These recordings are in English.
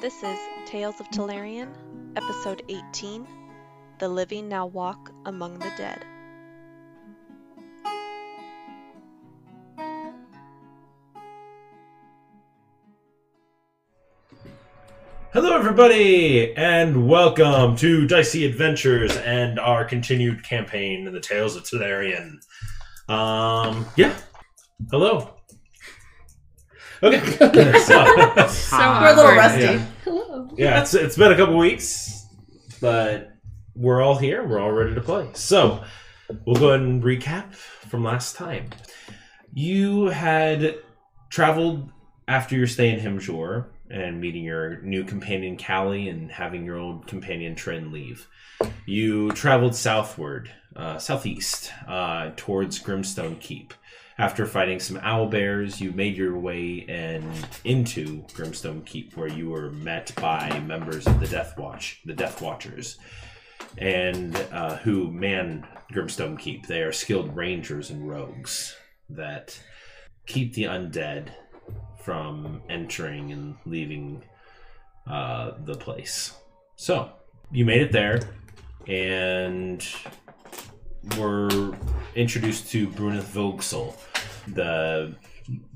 This is Tales of Telerian, Episode 18 The Living Now Walk Among the Dead. Hello, everybody, and welcome to Dicey Adventures and our continued campaign in the Tales of Telerian. Um, yeah. Hello. Okay. so, So We're a little awkward. rusty. Yeah. yeah, it's, it's been a couple weeks, but we're all here. We're all ready to play. So, we'll go ahead and recap from last time. You had traveled after your stay in Himjor and meeting your new companion Callie and having your old companion Trin leave. You traveled southward, uh, southeast, uh, towards Grimstone Keep. After fighting some owl bears, you made your way and into Grimstone Keep, where you were met by members of the Death Watch, the Death Watchers, and uh, who man Grimstone Keep. They are skilled rangers and rogues that keep the undead from entering and leaving uh, the place. So you made it there, and were introduced to Brunith Vogsel, the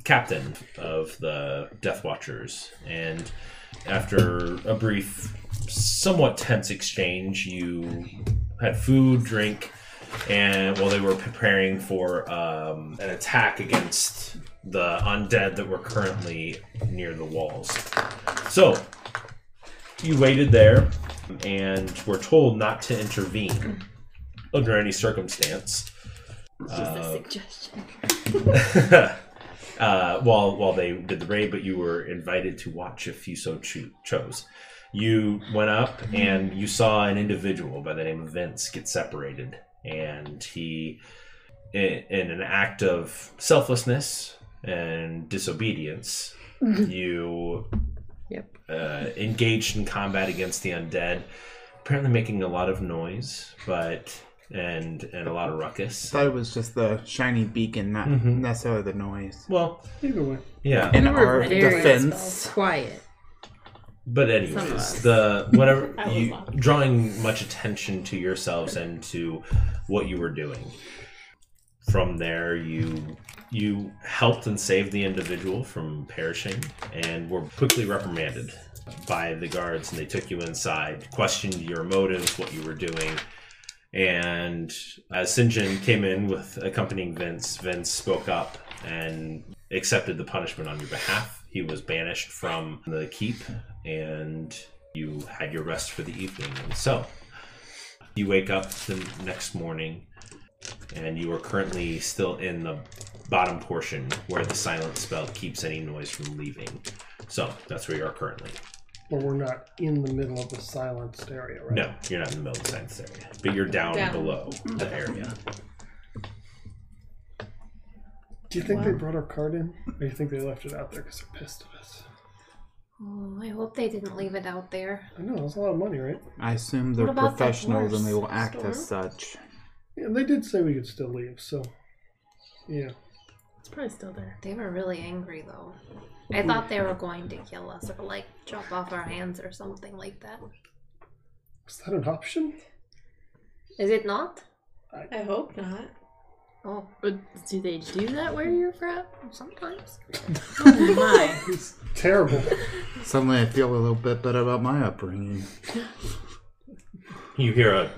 captain of the Death Watchers. And after a brief, somewhat tense exchange, you had food, drink, and while they were preparing for um, an attack against the undead that were currently near the walls. So, you waited there and were told not to intervene under any circumstance. Uh, suggestion. uh, while while they did the raid, but you were invited to watch if you so cho- chose. You went up and you saw an individual by the name of Vince get separated, and he, in, in an act of selflessness and disobedience, you Yep. uh, engaged in combat against the undead, apparently making a lot of noise, but and and a lot of ruckus. thought it was just the shiny beacon, not Mhm. Mm-hmm. necessarily the noise. well, Either way. yeah. In We were our very defense, Quiet. But Some of us. anyways, the whatever I was you loud. drawing much attention to yourselves and to what you were doing. From there, you you helped and saved the individual from perishing, and were quickly reprimanded by the guards, and they took you inside, questioned your motives, what you were doing. And as Sinjin came in with accompanying Vince, Vince spoke up and accepted the punishment on your behalf. He was banished from the keep, and you had your rest for the evening. And so, you wake up the next morning, and you are currently still in the bottom portion where the silent spell keeps any noise from leaving. So that's where you are currently. But we're not in the middle of the silenced area, right? No, you're not in the middle of the science area, but you're down, Down. below the area. Do you think they brought our card in? Or do you think they left it out there because they're pissed at us? Oh, I hope they didn't leave it out there. I know, that's a lot of money, right? I assume they're What about that professionals and they will horse act as such. Yeah, they did say we could still leave, so. Yeah. It's probably still there. They were really angry though. I thought they were going to kill us or like chop off our hands or something like that. Is that an option? Is it not? I hope not. Oh, But do they do that where you're from? sometimes. Oh my. It's terrible. Suddenly, I feel a little bit better about my upbringing. You hear a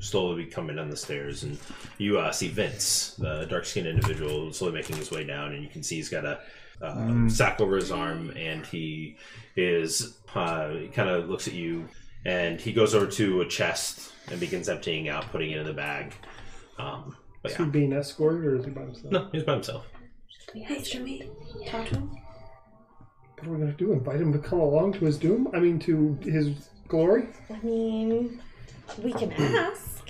slowly coming down the stairs, and you uh, see Vince, the dark-skinned individual, slowly making his way down, and you can see he's got a uh, Mm. sack over his arm, and he is uh, kind of looks at you, and he goes over to a chest and begins emptying out, putting it in the bag. Um, but Is he yeah, being escorted or is he by himself? no, he's by himself. Hey, should we talk to him? What are we gonna do? Invite him to come along to his doom? I mean, to his glory? I mean, we can ask.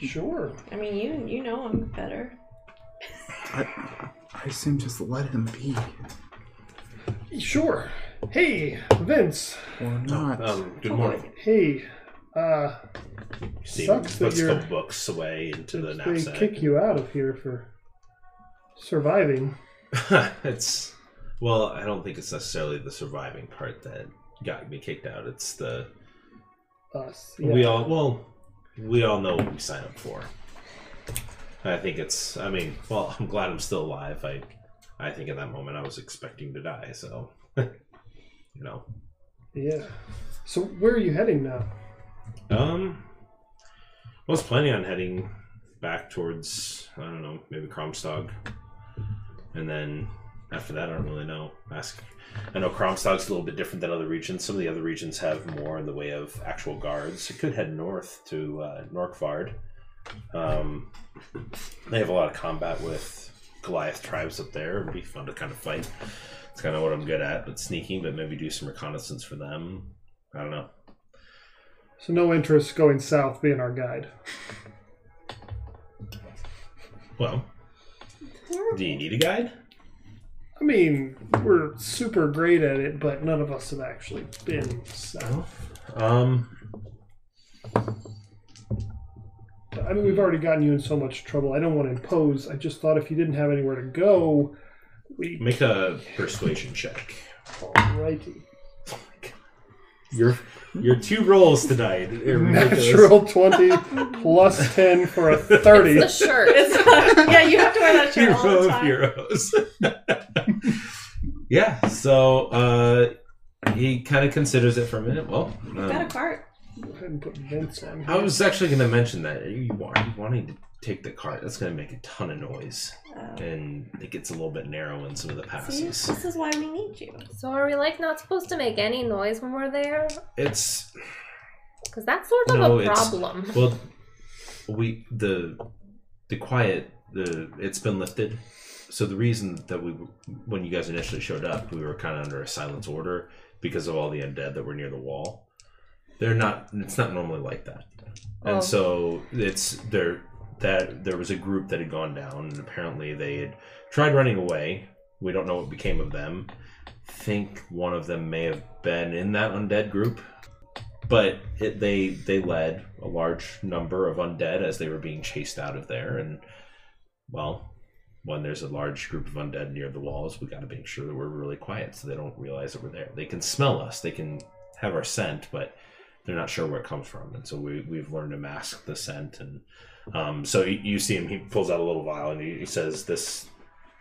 Sure. I mean, you you know I'm better. I, I assume just let him be. Sure. Hey, Vince. Or not. Um, Oh, good morning. Hey. Uh, See, Sucks that puts a you're- couple books away into the they knapsack. kick you out of here for surviving. it's Well, I don't think it's necessarily the surviving part that got me kicked out. It's the Us. we all well, we all know what we sign up for. I think it's. I mean, well, I'm glad I'm still alive. I, I think in that moment I was expecting to die. So, you know, Yeah. So where are you heading now? um, I was planning on heading back towards I don't know, maybe Kromstog, and then after that I don't really know. Ask. I know Kromstog's a little bit different than other regions. Some of the other regions have more in the way of actual guards. You could head north to uh, Norkvard. Um, they have a lot of combat with Goliath tribes up there. It'd be fun to kind of fight. It's kind of what I'm good at, but sneaking. But maybe do some reconnaissance for them. I don't know. So no interest going south being our guide. Well, do you need a guide? I mean, we're super great at it, but none of us have actually been south. Um, I mean, we've already gotten you in so much trouble. I don't want to impose. I just thought if you didn't have anywhere to go, we make a persuasion check. Oh alrighty. Your your two rolls tonight. are ridiculous. Natural twenty plus ten for a thirty. The shirt. It's yeah, you have to wear that shirt all Hero the of time. heroes. yeah. So uh, he kind of considers it for a minute. Well, Got a um, cart. Go ahead and put vents on. I was actually going to mention that you are wanting to take the cart. That's going to make a ton of noise, Oh. and it gets a little bit narrow in some of the See, passes. this is why we need you. So are we like not supposed to make any noise when we're there? It's Because that's sort of No, a it's- problem. Well, we the the quiet the it's been lifted. So the reason that we when you guys initially showed up, we were kind of under a silence order because of all the undead that were near the wall. They're not. It's not normally like that. And Oh. so it's there that there was a group that had gone down, and apparently they had tried running away. We don't know what became of them. Think one of them may have been in that undead group but it, they they led a large number of undead as they were being chased out of there and well when there's a large group of undead near the walls we got to make sure that we're really quiet so they don't realize that we're there they can smell us they can have our scent but they're not sure where it comes from and so we, we've learned to mask the scent and um, so you, you see him he pulls out a little vial and he, he says this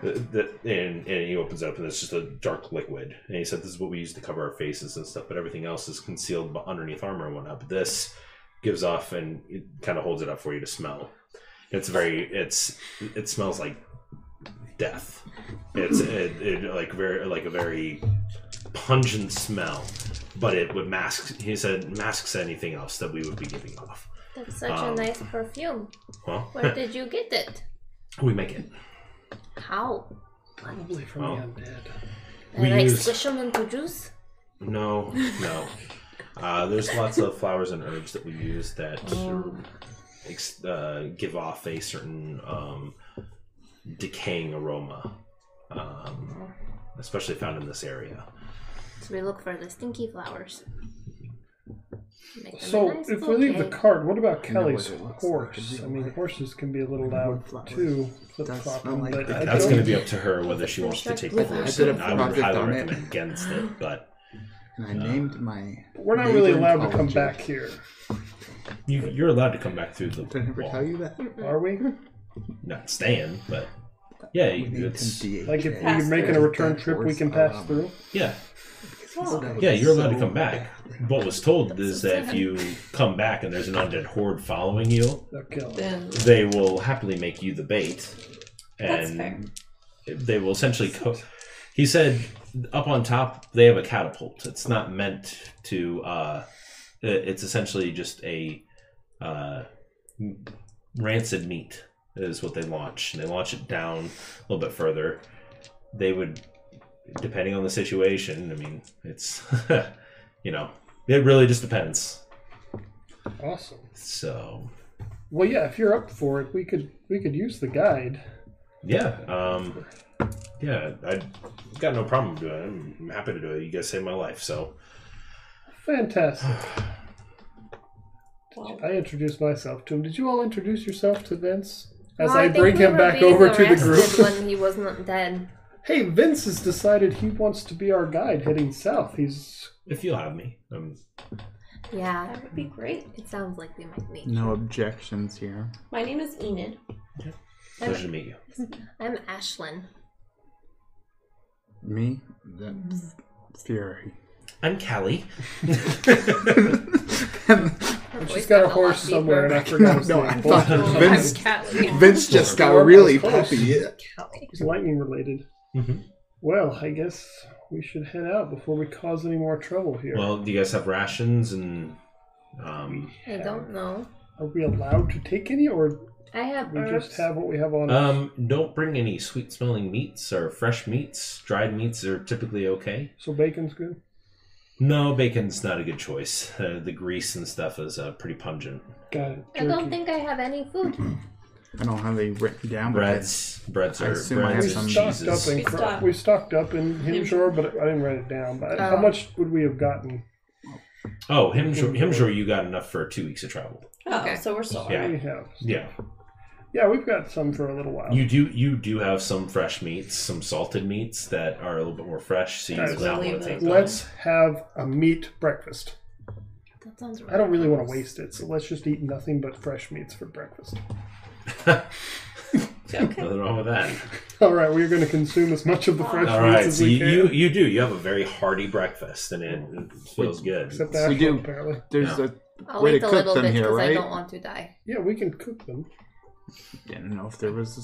th- th- and, and he opens it up and it's just a dark liquid and he said this is what we use to cover our faces and stuff but everything else is concealed b- underneath armor and whatnot but this gives off and it kind of holds it up for you to smell it's very it's it smells like death it's it, it like very like a very pungent smell but it would mask he said masks anything else that we would be giving off That's such um, a nice perfume. well Where did you get it? we make it How? probably from Well. the undead. And We I use- squish them into juice? No, no. Uh, there's lots of flowers and herbs that we use that ex- uh, give off a certain um, decaying aroma, um, especially found in this area. So we look for the stinky flowers. Make them a So nice if we leave the bouquet. card, what about You know what Kelly's it looks like horse? in I real mean, life. horses can be a little I know loud what flowers too. Flip does flop, smell like but that. I That's don't- going to be up to her whether she wants to take the With a horse. bit of and I would product highly on it. recommend against it, but And I named my. We're not major really in allowed to come college. back here, you, you're allowed to come back through the Did I ever wall. tell you that? are we? Not staying, but yeah, We you, need it's, to DHA. Like if we're making a There's return that trip, we horse can pass alarm. through. yeah, Oh, Yeah, you're allowed to so come back. bad. What was told is that if insane. you come back and there's an undead horde following you, um, They'll kill us. Then they will happily make you the bait, That's and they will essentially. Co- he said, up on top, they have a catapult. It's not meant to. Uh, it- it's essentially just a uh, m- rancid meat is what they launch. They launch it down a little bit further. They would, depending on the situation. I mean, it's you know, it really just depends. Awesome. So Well, yeah, if you're up for it, we could we could use the guide. Yeah. Um, yeah, I got no problem doing it. I'm- I'm happy to do it. You guys saved my life, so Fantastic. Well, I introduced myself to him. Did you all introduce yourself to Vince? As Well, I, think bring we him were back being over to the arrested group. when he was not dead. Hey, Vince has decided he wants to be our guide heading south. He's If you'll have me, um, Yeah, That would be great. it sounds like we might meet. No objections here. My name is Enid. pleasure to meet you. I'm Ashlyn. Me? That's Fury. I'm Callie. Her voice she's got a lot horse deeper. somewhere, and I forgot no, his no, name. I thought Oh, I'm Vince. Callie. Vince just got Sure, really of course. peppy. Callie. It's lightning related. Mhm. Well, I guess we should head out before we cause any more trouble here. Well, do you guys have rations and um, I don't know. Are we allowed to take any, or I have we herbs. just have what we have on Uh, us? um? Don't bring any sweet smelling meats or fresh meats. Dried meats are typically okay. So bacon's good. No, bacon's not a good choice. Uh, the grease and stuff is uh, pretty pungent. Got it. I don't Jerky. think I have any food. I don't have any written down. but Breads, breads I are assume I breads have and some- stocked cheeses. up in We stocked. we stocked up in Himshore, but I didn't write it down. But how Oh. much would we have gotten? Oh, Himshore, Himshore, you got enough for two weeks of travel. Oh, Okay. so we're still Yeah. We have. Yeah, Yeah, we've got some for a little while. you do. You do have some fresh meats, some salted meats that are a little bit more fresh. So you Guys, do not want to take Let's those. have a meat breakfast. That sounds right. I don't really want to waste it, so let's just eat nothing but fresh meats for breakfast. Okay. Nothing wrong with that. All right, we're going to consume as much of the fresh All meats right, as so we you, can. you you do you have a very hearty breakfast and it feels good. Except So that we do- apparently. There's Yeah. a. I'll Way to eat a cook little them bit here, because I right? don't want to die. Yeah, we can cook them. Didn't know if there was. A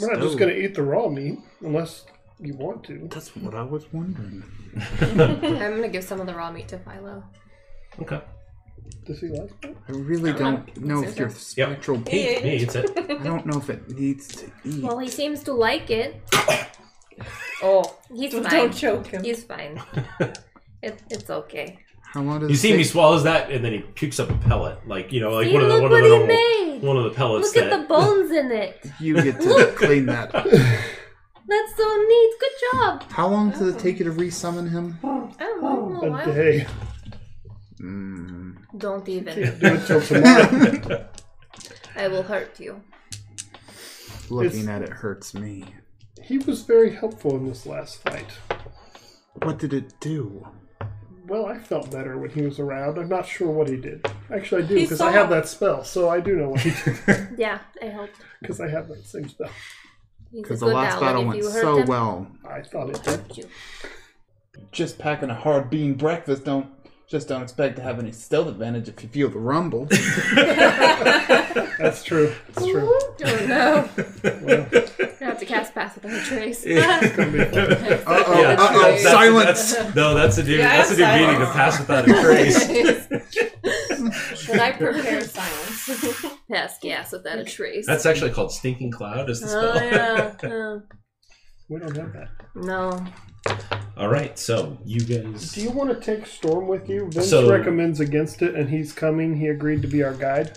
We're not just stove. going to eat the raw meat unless you want to. That's what I was wondering. I'm gonna give some of the raw meat to Philo. Okay. Does he like that? I really Come don't know if Susan. your spectral. He, he eats it. I don't know if it needs to eat. Well, he seems to like it. oh, he's Don't, fine. don't choke him. He's fine. it, it's okay. How long does You it see him, he take? swallows that and then he pukes up a pellet. Like, you know, like See, one of the look one what of the he normal- made. one of the pellets Look at the that bones in it. You get to clean that. up. That's so neat. Good job. How long does it take you to resummon him? I don't know. A I- day. Mm. Don't even. Do it till tomorrow. I will hurt you. Looking at it hurts me. he was very helpful in this last fight. What did it do? Well, I felt better when he was around. I'm not sure what he did. Actually, I do He because I saw- have that spell, so I do know what he did Yeah, I helped. because I have that same spell. He's a Because the good last ally. battle If went you hurt so him, well. I thought it did. hurt you. Just packing a hard bean breakfast don't just don't expect to have any stealth advantage if you feel the rumble. That's true. That's true. Oh no! Well, I have to cast pass without a trace. Uh oh, Yeah, that's- uh oh, that's- silence! that's- no, that's a new Yeah, that's a new silence. meaning to pass without a trace. Should I prepare silence? Pass gas without a trace. That's actually called stinking cloud is the spell. oh yeah. yeah. we don't have that. No. All right, so you guys Do you want to take Storm with you? Vince So- recommends against it, and he's coming. He agreed to be our guide,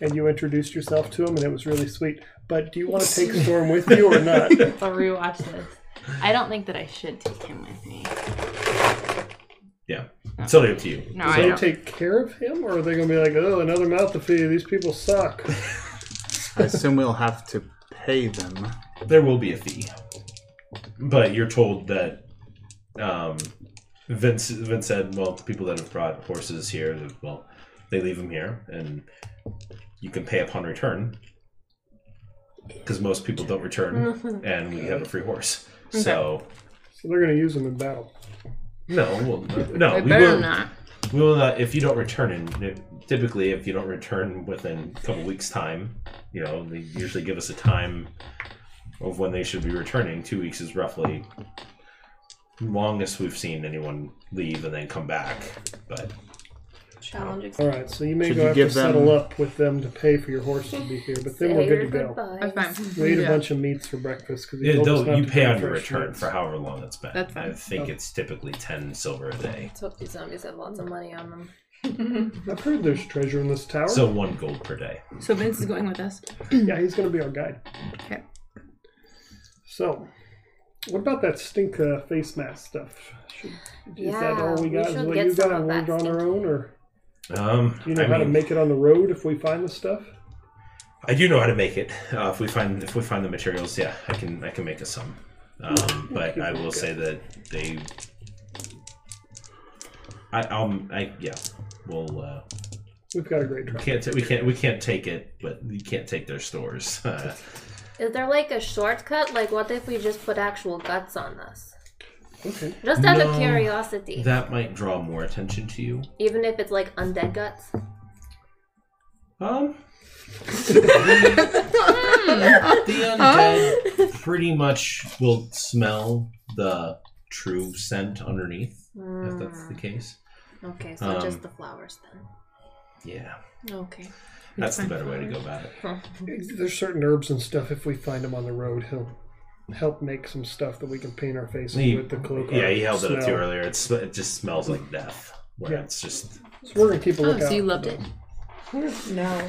and you introduced yourself to him, and it was really sweet. But do you want to take Storm with you or not? I'll rewatch this. I don't think that I should take him with me. Yeah. It's totally up to you. No, Do I you don't. take care of him, or are they going to be like, oh, another mouth to feed? These people suck. I assume we'll have to pay them. There will be a fee, but you're told that um, Vince Vince said, well, the people that have brought horses here, that- well, they leave them here, and you can pay upon return because most people don't return, and we have a free horse. So So they're going to use him in battle. no, we'll, no, I Oh, we better will. not. We will not. uh, If you don't return, in typically, if you don't return within a couple weeks' time, you know they usually give us a time of when they should be returning. Two weeks is roughly longest we've seen anyone leave and then come back. But Challenge All right, so you may Should go you have to give them- settle up with them to pay for your horse to be here, but then we're Say good your to go. goodbyes. I'm fine. We ate a Yeah. bunch of meats for breakfast because it, they'll- you pay on your return for how. however long it's been. That's fine. I think it's typically ten silver a day, Let's hope these zombies have lots of money on them. I've heard there's treasure in this tower. so one gold per day. So Vince is going with us. yeah, he's going to be our guide. Okay. So, what about that stink uh, face mask stuff? Should, is that all we Yeah, we got? is should what get you got some of and we're that on our stink. own, or Um, do you know I how to mean, make it on the road if we find the stuff? I do know how to make it. Uh, if we find if we find the materials, yeah, I can I can make us some. Um, but I will say that they. I, I'll. I yeah. We'll. Uh, We've got a great we truck. can't. ta- we can't. We can't take it. But we can't take their stores. Uh, Is there like a shortcut? Like, what if we just put actual guts on us? Okay. Just out of No. curiosity. that might draw more attention to you. Even if it's like undead guts? Um. the undead pretty much will smell the true scent underneath, if that's the Mm, case. Okay, so Um, just the flowers then. Yeah, Okay. that's the better way to go about it. There's certain herbs and stuff. If we find them on the road, he'll help make some stuff that we can paint our faces He- with the cloak. yeah, on. he held it up to you Smell. earlier. It's, it just smells like death. Where Yeah. it's just So we're gonna keep a Oh, lookout. so you loved it. No.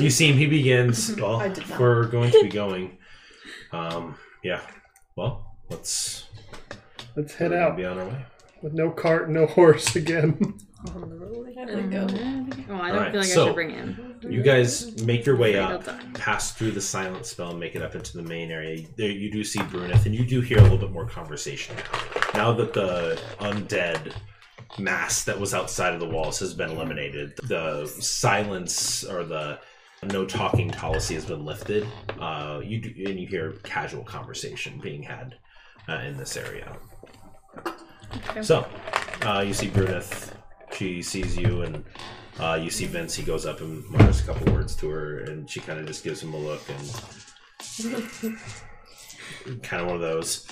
you see him. He begins. Well, Mm-hmm. I did not. we're going to be going. Um, yeah. Well, let's Let's head we're gonna out Be on our way. with no cart, no horse again. Mm-hmm. Well, I don't Alright, feel like I so- should bring him. You guys make your way up. Afraid he'll die. pass through the silent spell and make it up into the main area, there you do see Brunith, and you do hear a little bit more conversation. Now that the undead mass that was outside of the walls has been eliminated, the silence or the no talking policy has been lifted. Uh, you do, and you hear casual conversation being had uh, in this area. So, uh, you see Brunith. She sees you, and uh, you see Vince. He goes up and mutters a couple words to her, and she kind of just gives him a look and kind of one of those.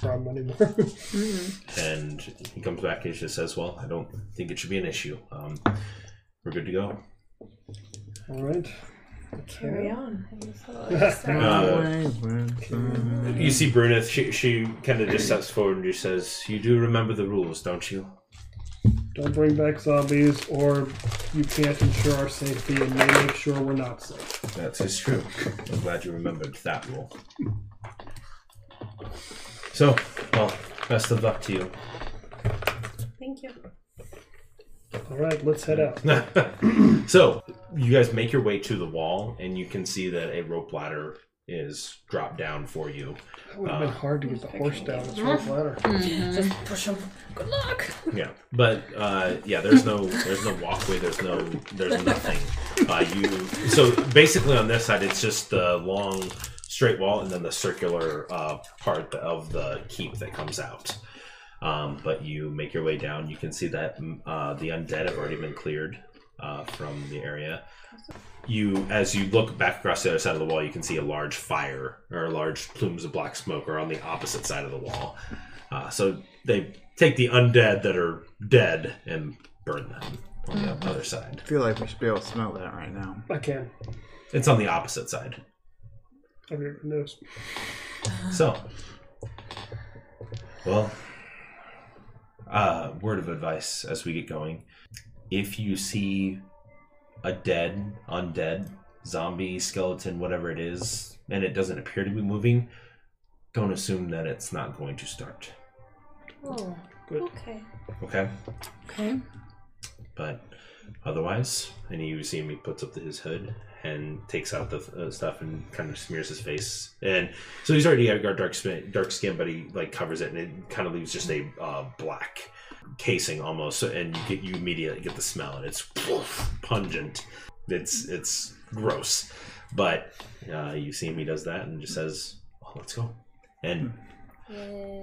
From anymore. And he comes back and she says, "Well, I don't think it should be an issue. Um, we're good to go." All right. Let's head Carry out. on. You see Brunith. She she kind of just steps forward and she says, "You do remember the rules, don't you?" Don't bring back zombies, or you can't ensure our safety, and they make sure we're not safe. That is true. I'm glad you remembered that rule. So, well, best of luck to you. Thank you. All right, let's head out. so you guys make your way to the wall and you can see that a rope ladder is dropped down for you That would have been hard to get the horse down this rope ladder. Just push him. Good luck. yeah but uh yeah there's no there's no walkway there's no there's nothing uh you so basically on this side it's just the long straight wall and then the circular uh part of the keep that comes out um but you make your way down you can see that mm, uh the undead have already been cleared uh from the area you as you look back across the other side of the wall you can see a large fire or large plumes of black smoke are on the opposite side of the wall uh, so they take the undead that are dead and burn them on the other side I feel like we should be able to smell that right now. I can. it's on the opposite side Everyone knows. so well uh, word of advice as we get going if you see a dead undead zombie skeleton whatever it is and it doesn't appear to be moving don't assume that it's not going to start Oh, Okay. Okay. Okay. But otherwise, and you see him, he puts up his hood and takes out the uh, stuff and kind of smears his face. And so he's already got dark skin, dark skin, but he like covers it and it kind of leaves just a uh, black casing almost. So- And you get you immediately get the smell and it's pungent. It's it's gross, but uh, you see him. He does that and just says, well, "Let's go," and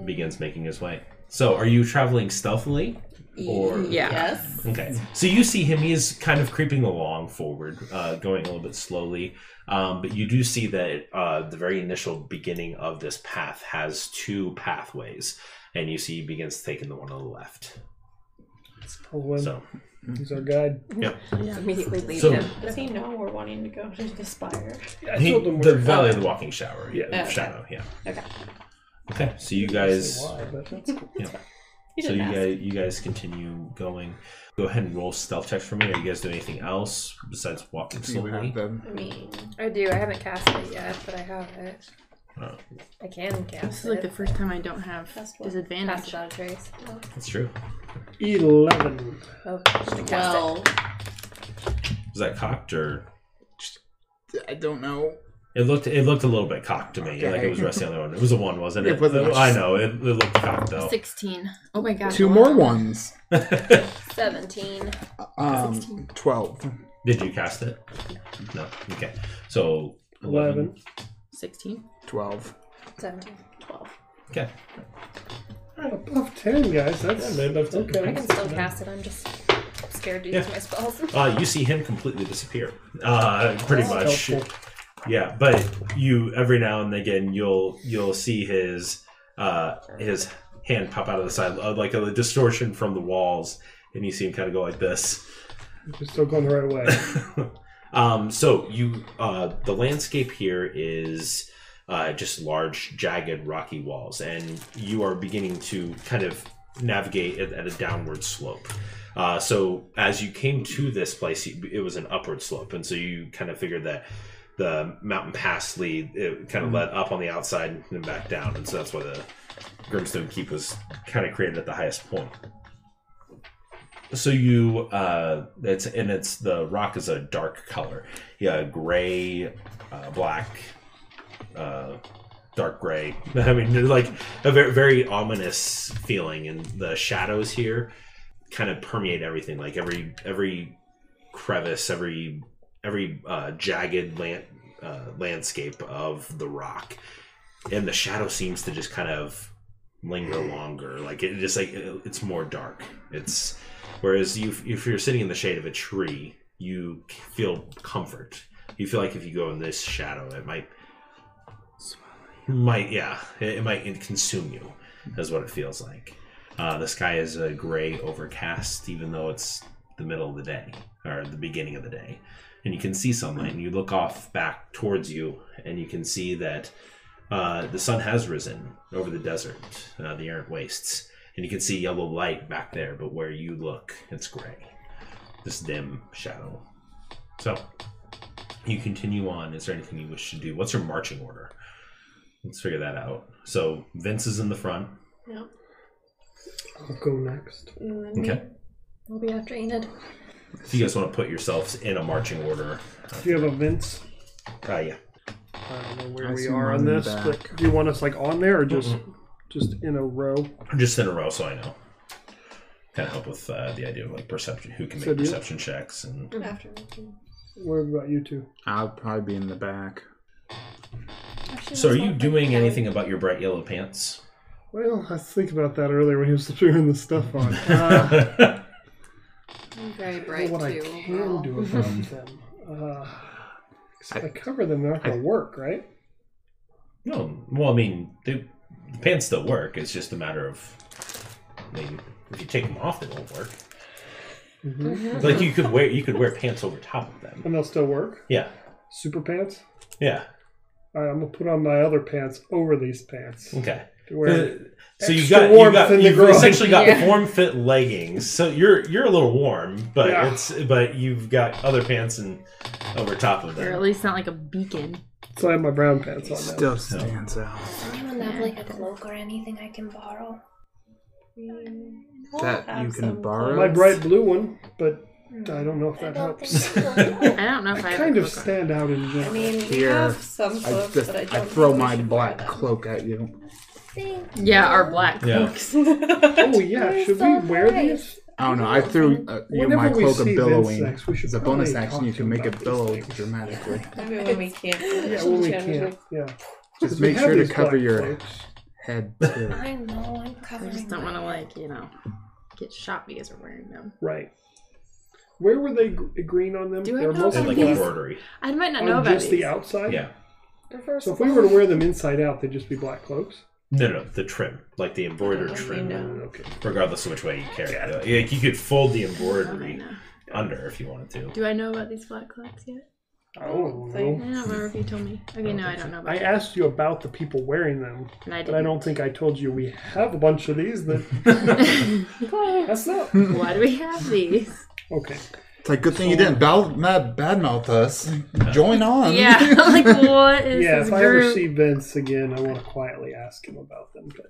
begins making his way. So, are you traveling stealthily? Or Yeah. Yes. Okay. So you see him. He is kind of creeping along forward, uh, going a little bit slowly. Um, but you do see that uh, the very initial beginning of this path has two pathways, and you see he begins taking the one on the left. Let's follow him. So, He's our guide. Immediately leave so him. Does he know we're wanting to go to the spire? I he- told him the we're- Valley of the Walking Shower, yeah, Okay. Shadow, yeah. Okay. Okay. So you I don't guys. know why, but that's cool. He So didn't you ask. guys, you guys continue going. Go ahead and roll stealth checks for me. Are you guys doing anything else besides walking See, we slowly? have them. I mean, I do. I haven't cast it yet, but I have it. Oh. I can cast This is like it. the first time I don't have That's what- Cast disadvantage. without a trace. That's true. Eleven. Oh, I cast well, Is that cocked or I don't know. It looked it looked a little bit cocked to me, like it was resting on the one. It was a one, wasn't it? Uh, It wasn't much. I know it, it looked cocked though. 16. Oh my god. Two more ones. 17. Um, twelve. Did you cast it? No. Okay. So 11. 16. Twelve. 17. Okay. Above 10, guys. That's Yeah, above 10. Okay. I can still cast it. I'm just scared to use my spells. Uh, you see him completely disappear. Uh, pretty much. helpful. Yeah, but you every now and again you'll you'll see his uh, his hand pop out of the side uh, like a distortion from the walls, and you see him kind of go like this. You're still going the right way. um, so you uh, the landscape here is uh, just large jagged rocky walls and you are beginning to kind of navigate at, at a downward slope uh, so as you came to this place you- it was an upward slope and so you kind of figured that the mountain pass lead it kind of led up on the outside and then back down and so that's why the grimstone keep was kind of created at the highest point so you uh it's and it's the rock is a dark color yeah gray uh, black uh dark gray i mean they're like a very, very ominous feeling and the shadows here kind of permeate everything like every every crevice every every uh, jagged land, uh, landscape of the rock and the shadow seems to just kind of linger longer like it just like it- it's more dark it's Whereas you, if you're sitting in the shade of a tree, you feel comfort. You feel like if you go in this shadow, it might, it might yeah, it, it might consume you. Is what it feels like. Uh, the sky is a gray overcast, even though it's the middle of the day or the beginning of the day, and you can see sunlight. And you look off back towards you, and you can see that uh, the sun has risen over the desert, uh, the errant wastes and you can see yellow light back there, but where you look, it's gray. This dim shadow. So, you continue on. Is there anything you wish to do? What's your marching order? Let's figure that out. So, Vince is in the front. No. I'll go next. And Mm-hmm. then Okay. We'll be after Enid. If you guys want to put yourselves in a marching order, Do you have a Vince? uh, yeah. I don't know where I we see are one on in the this, but do you want us like on there or just just in a row? Just in a row, so I know. Kind of help with uh, the idea of like perception, who can make So do you- perception checks, and After Enid. What about you two? I'll probably be in the back. so are you doing anything about your bright yellow pants? Well, I think about that earlier when he was figuring the stuff on. Uh, I'm very well, bright what I too. can do about them. Uh, 'cause if I cover them, they're not going to work, right? No, well, I mean, the, the pants still work. It's just a matter of, I mean, if you take them off, they won't work. Like you could wear you could wear pants over top of them. And they'll still work. Yeah, Super pants? yeah, All right, I'm going to put on my other pants over these pants. okay. to wear. Uh, so you Extra got you warmth got in the you've groin. essentially got Yeah. form fit leggings. So you're you're a little warm, but Yeah. it's but you've got other pants and over top of Or at them. least not like a beacon. So I have my brown pants on now. Still stands out. Does anyone have like a cloak or anything I can borrow? We'll That have you can some borrow? my clothes. bright blue one, but I don't know if I that don't think helps. so. I don't know I if I, kind of have a cloak on. stand out in I general. mean, we Here, have some I clothes, just but I I, don't throw think we my should black wear them. cloak at you. Yeah, our black. Yeah. oh yeah, should we wear these? I don't know. I threw uh, you Whenever my we cloak of see billowing. Vince next, we should As a bonus probably action, talk you to can him make it about billow these things. dramatically. Maybe when we can't. Yeah, well, we Yeah, can't. Yeah. Because Just we make have sure to these cover black your cloaks. head. Too. I know, I'm I covering. just don't want to like, you know, get shot because we're wearing them. right. Where were they gr- green on them? Do I They're know mostly And like Yes. black embroidery. I might not on know about just these. the outside. Yeah. So if we were to wear them inside out, they'd just be black cloaks. No, no, the trim, like the embroidered trim, Okay. regardless of which way you carry it. Like you could fold the Okay, embroidery no. under if you wanted to. Do I know about these black clocks yet? I don't I know. don't remember if Oh, you told me. Okay, no, I don't know about Oh, I them. asked you about the people wearing them, And I but I don't think I told you we have a bunch of these. That didn't. that's not Why do we have these? okay. It's like good thing you didn't bow, mad, badmouth us. Join on. Yeah, like what is yeah, this if I ever group? see Vince again, I want to quietly ask him about them. But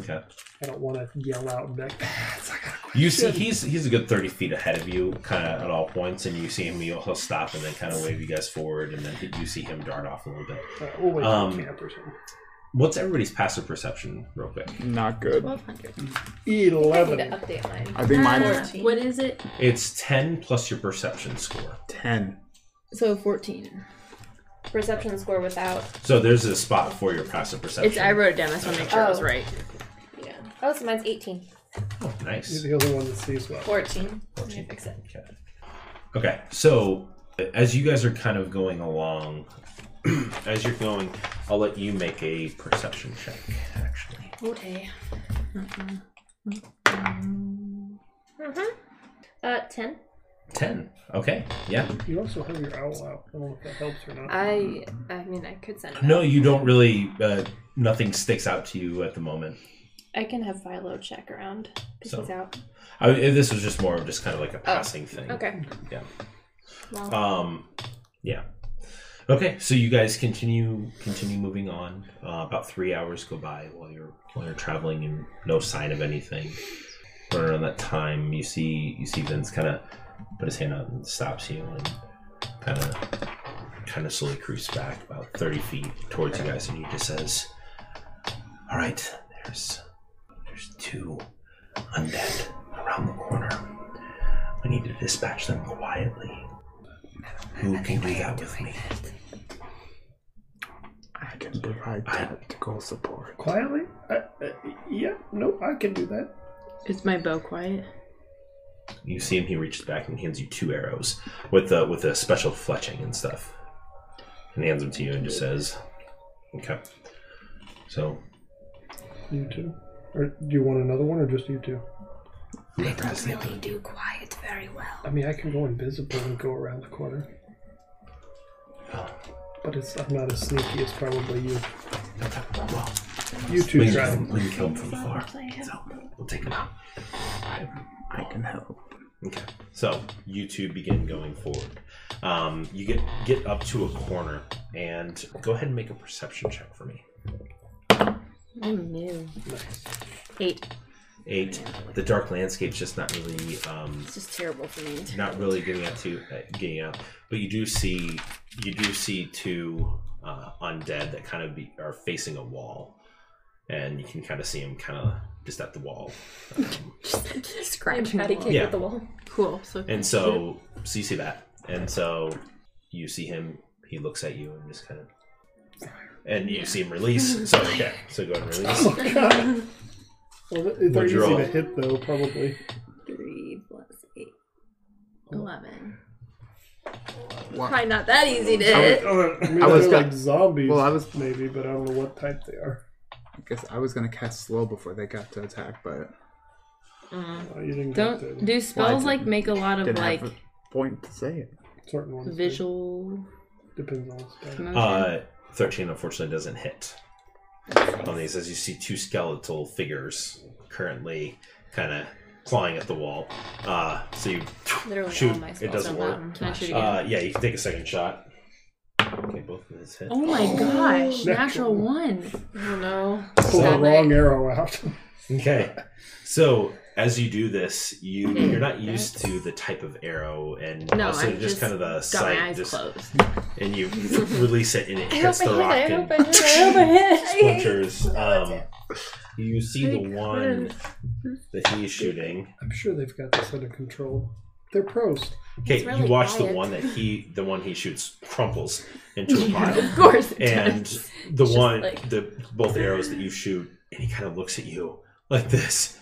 Okay. I don't want to yell out Uh, and be like, "Bats, I gotta You see, he's he's a good thirty feet ahead of you, kind of at all points, and you see him. He'll, he'll stop and then kind of wave you guys forward, and then he- you see him dart off a little bit. quit." Uh, we'll wait Um, for camp or something. What's everybody's passive perception, real quick? Not good. 1200. I need to Eleven. update mine. I think Ah, mine Uh, is Fourteen. what is it? It's ten plus your perception score. ten. So 14. Perception score without. So there's a spot for your passive perception. It's I wrote it down. I just want to make sure it was Oh. right. Yeah. Oh, so mine's 18. Oh, He's nice. the only one that sees well. 14. Fourteen. Fix it. Okay. Okay. So as you guys are kind of going along, as you're going, I'll let you make a perception check. Actually, Okay. Mm-hmm. Uh, 10. ten. Okay. Yeah. You also have your owl out. I don't know if that helps or Uh, not. I I mean, I could send it. No, you don't really. Uh, nothing sticks out to you at the moment. I can have Philo check around. 'cause So. he's out. Oh, I, this was just more of just kind of like a passing thing. Okay. Yeah. Well, Um, yeah. Okay, so you guys continue continue moving on. Uh, about three hours go by while you're while you're traveling, and no sign of anything. Right around that time, you see you see Vince kind of put his hand out and stops you, and kind of kind of slowly creeps back about thirty feet towards you guys, and he just says, "All right, there's there's two undead around the corner. We need to dispatch them quietly." Who can do that with me? I can provide I- tactical support. Quietly? I, uh, yeah, no, I can do that. Is my bow quiet? You see him. He reaches back and hands you two arrows with the with the special fletching and stuff, and hands them to you and just says, "Okay." So You two. Or do you want another one or just you two? I don't really do quiet very well. I mean, I can go invisible and go around the corner. But it's I'm not as sneaky as probably you. we You two try. can, we can kill him from afar. So we'll take him out. I can help. Okay. So you two begin going forward. Um, you get get up to a corner and go ahead and make a perception check for me. Oh no. Nice. Eight. Eight. The dark landscape's just not really um, It's just terrible for me. not really getting out to uh, getting out, but you do see you do see two uh, undead that kind of be, are facing a wall, and you can kind of see them kind of just at the wall, um, Scratching. Patty the cake wall. Yeah. at the wall. Cool. So and so so you see that, and so you see him. He looks at you and just kind of, and you see him release. So okay, so go ahead and release. Oh my god. Well, th- they're What'd easy you roll? to hit though, probably. Three plus eight. eleven. Well, Probably not that easy to hit. I mean, Oh, I was they're gonna- like zombies. well, I was- maybe, but I don't know what type they are. I guess I was gonna cast slow before they got to attack, but Uh, you didn't get there. Don't do spells didn't- like make a lot of didn't like have a point to say it. certain ones. do. visual depends on the spell. motion. Uh, Thirteen unfortunately doesn't hit on these as you see two skeletal figures currently kind of clawing at the wall. Uh, so you Literally all shoot, my spells it doesn't are work. mountain. Can I shoot again? Uh, yeah, you can take a second shot. Okay, both of these hit. oh my gosh! Natural Natural one. Oh no. Pull the Stop wrong arrow out. Okay, so as you do this, you you're not used to the type of arrow, and No, also I'm just, kind of the got sight, my eyes just closed. and you release it and it hits the rock and splinters. Um, you see the one that he is shooting. I'm sure they've got this under control. They're pros. Okay, really you watch the quiet. one that he, the one he shoots, crumples into a pile, Of course. it and does. the It's just one, like- the both arrows that you shoot, and he kind of looks at you like this,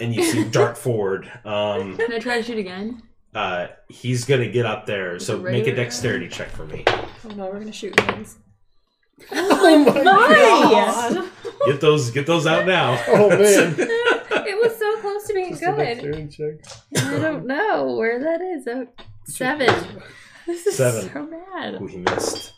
and you see him dart forward. Um, Can I try to shoot again? uh, he's gonna get up there, so Right make a around. dexterity check for me. Oh no, we're gonna shoot hands. Oh, Nice. Get those, get those out now. Oh man. it was so close to being Just a good. dexterity check. I don't know where that is. Oh, seven. This is Seven. so bad. Ooh, he missed.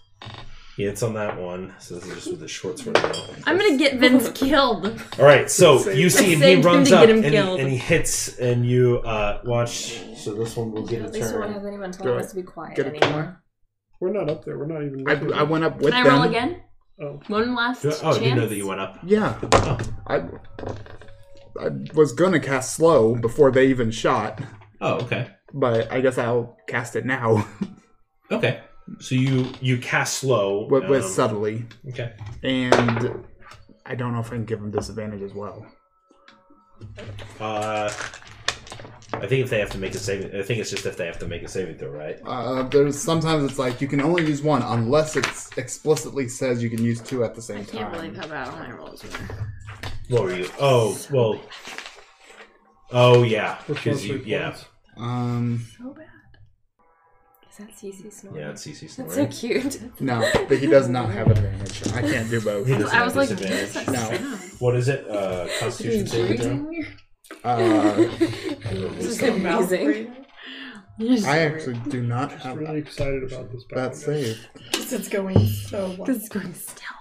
He hits on that one, so this is just with the short sword now. I'm gonna get Vince killed. All right, so Save you see him. Save He him runs to up get him and, he, killed. and he hits, and you uh, watch. So this one will get a At least we won't have turn. anyone telling Good. us to be quiet Get a anymore. We're not up there. We're not even. I, looking. I went up Can with I them. roll again? Oh, One last Do I- Oh, I chance. didn't know that you went up. Yeah. I I was gonna cast slow before they even shot, Oh, okay. but I guess I'll cast it now Okay. So you you cast slow with, with um, subtly, Okay. and I don't know if I can give them disadvantage as well. Uh, I think if they have to make a saving, I think it's just if they have to make a saving throw, right? Uh, there's sometimes it's like you can only use one unless it explicitly says you can use two at the same I can't time. believe how bad all my rolls were. What were you? Oh, well. Oh yeah, which because one's you three yeah points? um, So bad. Is that CC snoring? yeah it's CC That's snoring. so cute. no, but he does not have advantage. I can't do both. He doesn't I was have like, what is disadvantage. that No. sound? What is it? Uh, Constitution saving throw. Uh, This is amazing. I actually do not I'm have really excited about this. that save. This is going so well. This is going stellar.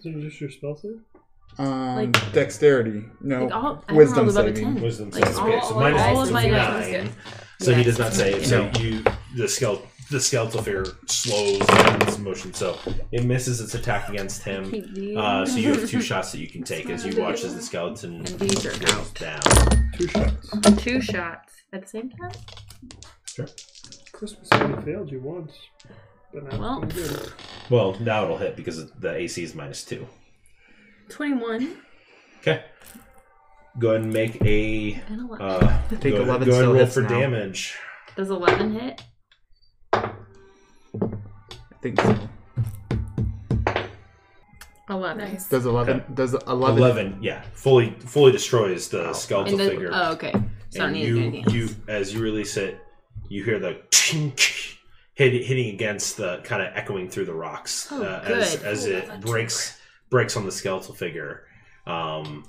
Is it just your spell save? Um, Like- dexterity. No, Like all, I wisdom rolled above a saving. 10. Wisdom Like, saving. all- okay, so like, minus all of my dice was nine. So he Yeah. does not save. So No. you the skeletal the skeletal figure slows down its motion, so it misses its attack against him. good. Uh, so you have two shots that you can take as you watch as the skeleton And these are goes down. Two shots. Two shots at the same time? Christmas only failed you once. But now Well. well. good. Well, now it'll hit because the AC is minus two. 21 Okay. Go ahead and make a. and 11. Uh, Take go, 11 Go ahead still and roll hits for now. damage. Does 11 hit? I think so. 11. Nice. Does eleven? Does eleven? Eleven, yeah, fully fully destroys the skeletal And does, figure. oh, okay. So I and don't need you, to do anything else. you, as you release it, you hear the chink, hit, hitting against the kind of echoing through the rocks uh, Oh, as good. as it breaks breaks on the skeletal figure, um,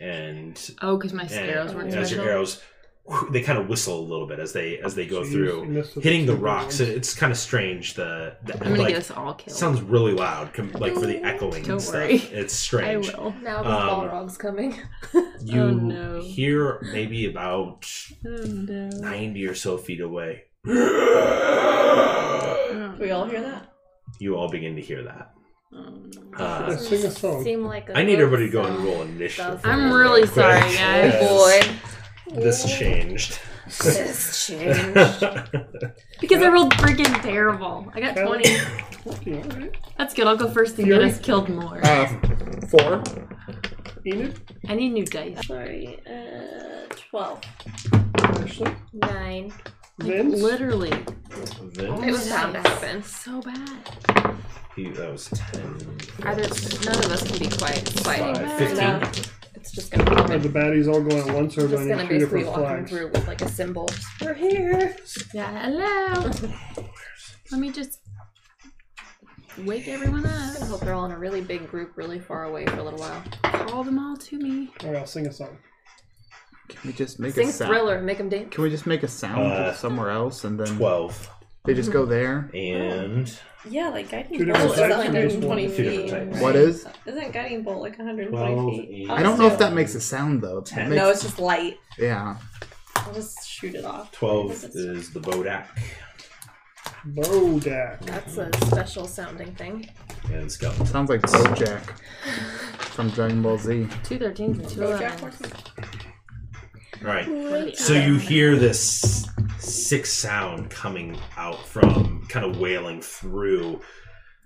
and oh, because my arrows and weren't as your special. arrows, they kind of whistle a little bit as they as they go Jeez, you through, missed with hitting two the good rocks. ones. It's kind of strange. The, the I'm going to like get us all killed. sounds really loud, com- like for the echoing Don't and stuff. worry. It's I strange. will. Now the Um, Balrog's coming. You Oh, no. hear maybe about Oh, no. 90 or so feet away. Oh, We all hear that? You all begin to hear that. oh, no. Uh, Let's sing a song. Seem like a I need good everybody to go and song. roll initiative. I'm for me really real quick, sorry, guys. because This changed. This Because I rolled freaking terrible. I got 20. That's good. I'll go first and get Fury? us killed more. Uh, four. Enid, I need new dice. Sorry, uh, 12. Ashley, 9. Vince. Literally. Then It was bound to happen. So bad. he, that was 10. Either none of us can be quiet fighting. Five, 15. No, it's just gonna happen. Are the baddies all going at once or We're do I just need two gonna basically different walk them flags? through with like a symbol. Just, We're here. Yeah, hello. Let me just wake everyone I up. hope they're all in a really big group, really far away for a little while. Call them all to me. All right, I'll sing a song. Can we just make Sing a sound? Thriller, make them dance. Can we just make a sound Uh, somewhere else and then 12. they just go there? And Yeah, like guiding Two bolt different is types or just 120 one? Two different feet. types. right? What is? Isn't guiding bolt like 120 12, feet? eight, I'll I don't just know if do it. that makes a sound though. It Ten. No, makes- it's just light. yeah. I'll just shoot it off. 12 is the Bodak Bodak. That's a special sounding thing. and Skeleton. Sounds like Bojack from Dragon Ball Z. Two thirteens and two elevens. All right. So you hear this sick sound coming out from kind of wailing through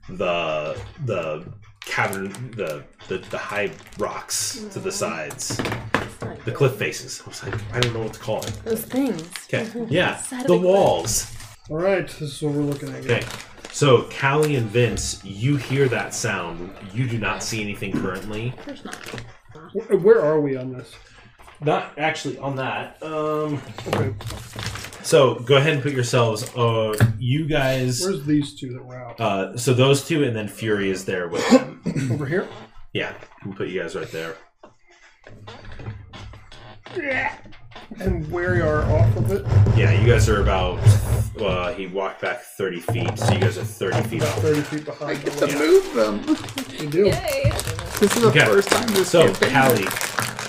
the the cavern the the, the high rocks to the sides. The cliff faces. I was like, I don't know what to call it. Those things. Okay. Yeah. The walls. All right, this is what we're looking at. Okay. So Callie and Vince, you hear that sound. You do not see anything currently. There's not. Where, where are we on this? Not actually on that. Um Okay, so go ahead and put yourselves uh you guys where's these two that were out? Uh, so those two, and then Fury is there with them. Over here? yeah, we'll put you guys right there. And where are off of it? Yeah, you guys are about. Uh, he walked back thirty feet, so you guys are thirty feet About off. 30 feet behind. the wall. move them. You do. This is the Okay. first time this So campaign- Callie,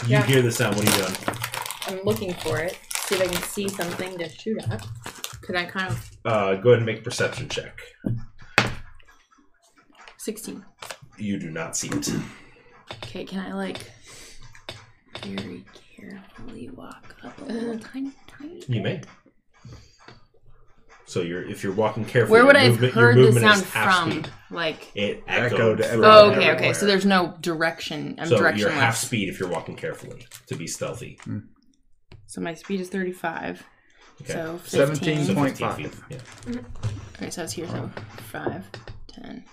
you Yeah. hear the sound? What are you doing? I'm looking for it. See if I can see something to shoot at. Could I kind of. Uh, go ahead and make a perception check. 16. You do not see it. Okay, can I like very carefully walk up a little tiny, tiny? You may. So you're if you're walking carefully. Where would your I have movement- your heard the movement is sound half from? speed. Like, It Echoed echoed. everywhere. from oh, okay, okay. everywhere. So there's no direction. I'm so directionless. you're half speed if you're walking carefully to be stealthy. So my speed is 35. Okay. So 15. 17. So 15 0.5. feet. Yeah. Okay, so it's here. So 5, 10,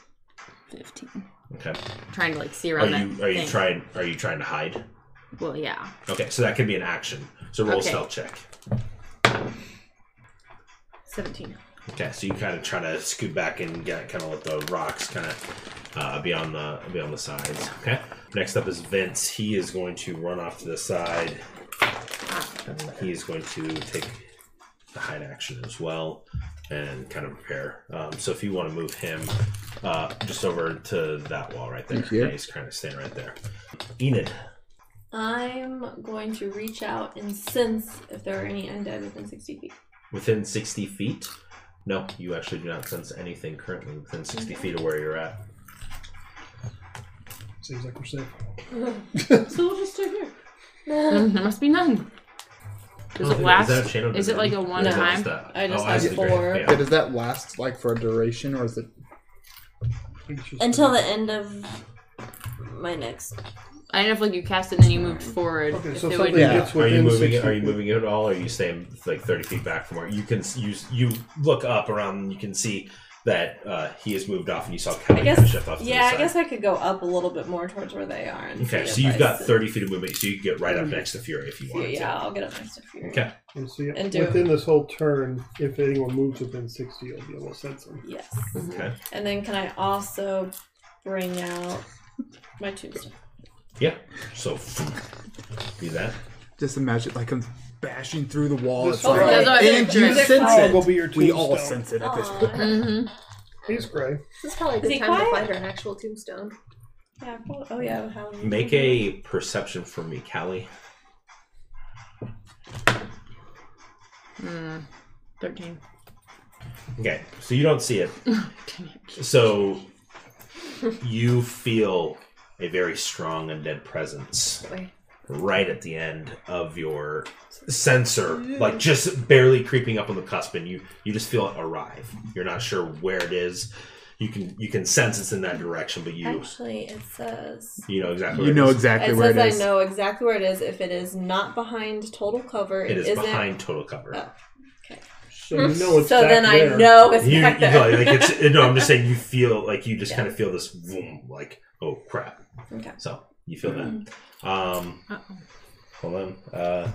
15. Okay. trying to like see Are around that. you are you thing. trying are you trying to hide? Well, yeah. Okay, so that could be an action. So roll Okay. stealth check. 17. Okay, so you kind of try to scoot back and get kind of let the rocks kind of uh, be on the be on the sides. Okay. Next up is Vince. He is going to run off to the side. And he is going to take the hide action as well and kind of prepare. Um, so if you want to move him uh, just over to that wall right there, Thank you. Yeah, he's kind of standing right there. Enid. I'm going to reach out and sense if there are any undead within 60 feet. Within 60 feet? No, you actually do not sense anything currently within 60 feet of where you're at. Seems like we're safe. So we'll just stay here. Mm, there must be none. Does Oh, it last? that a chain of is it like a divinity? one Or is that time? just a- I just oh, I have see, great, four. yeah. Yeah, does that last like for a duration, or is it? I think it's just- Until the end of my next. I don't know if like you cast it and then you moved forward. Okay, if so it something would- Yeah. gets Are you within moving? six Are you feet. moving at all? Or are you staying like thirty feet back from where you can? s- You s- you look up around. and You can see that uh, he has moved off, and you saw Kelly I guess- kind of shift off. To the Yeah, I side. guess I could go up a little bit more towards where they are. And Okay, see so if you've I got sense- thirty feet of movement, so you can get right up next to Fury if you Yeah, want. Mm-hmm. yeah, I'll get up next to Fury. Okay. And see, And do- within this whole turn, if anyone moves within 60, you'll be able to sense them. Yes. To. Okay. And then can I also bring out my tombstone? Yeah. So do that. Just imagine like comes bashing through the wall. This It's frog- like, That's what I and pictured. you This sense frog it. will be your we all tombstone. sense it at this Aw. point. Mhm. He's gray. This is probably a Is he good time to quiet? find her an actual tombstone. Yeah. cool. Oh yeah. How Make a perception for me, Callie. Mm, 13. Okay, so you don't see it. Dang it. So you feel a very strong undead presence Boy. right at the end of your sensor, like just barely creeping up on the cusp, and you you just feel it arrive. You're not sure where it is. You can you can sense it's in that direction, but you Actually, it says. you know exactly. where You know it is. exactly It where says it I is. know exactly where it is. If it is not behind total cover, It is isn't. behind total cover. Oh. So you know it's so back then I there. know it's You, you back know, there. like it's no. I'm just saying you feel like you just Yeah. kind of feel this boom, like oh crap. Okay. So you feel Mm-hmm. that. Um, hold on. Uh,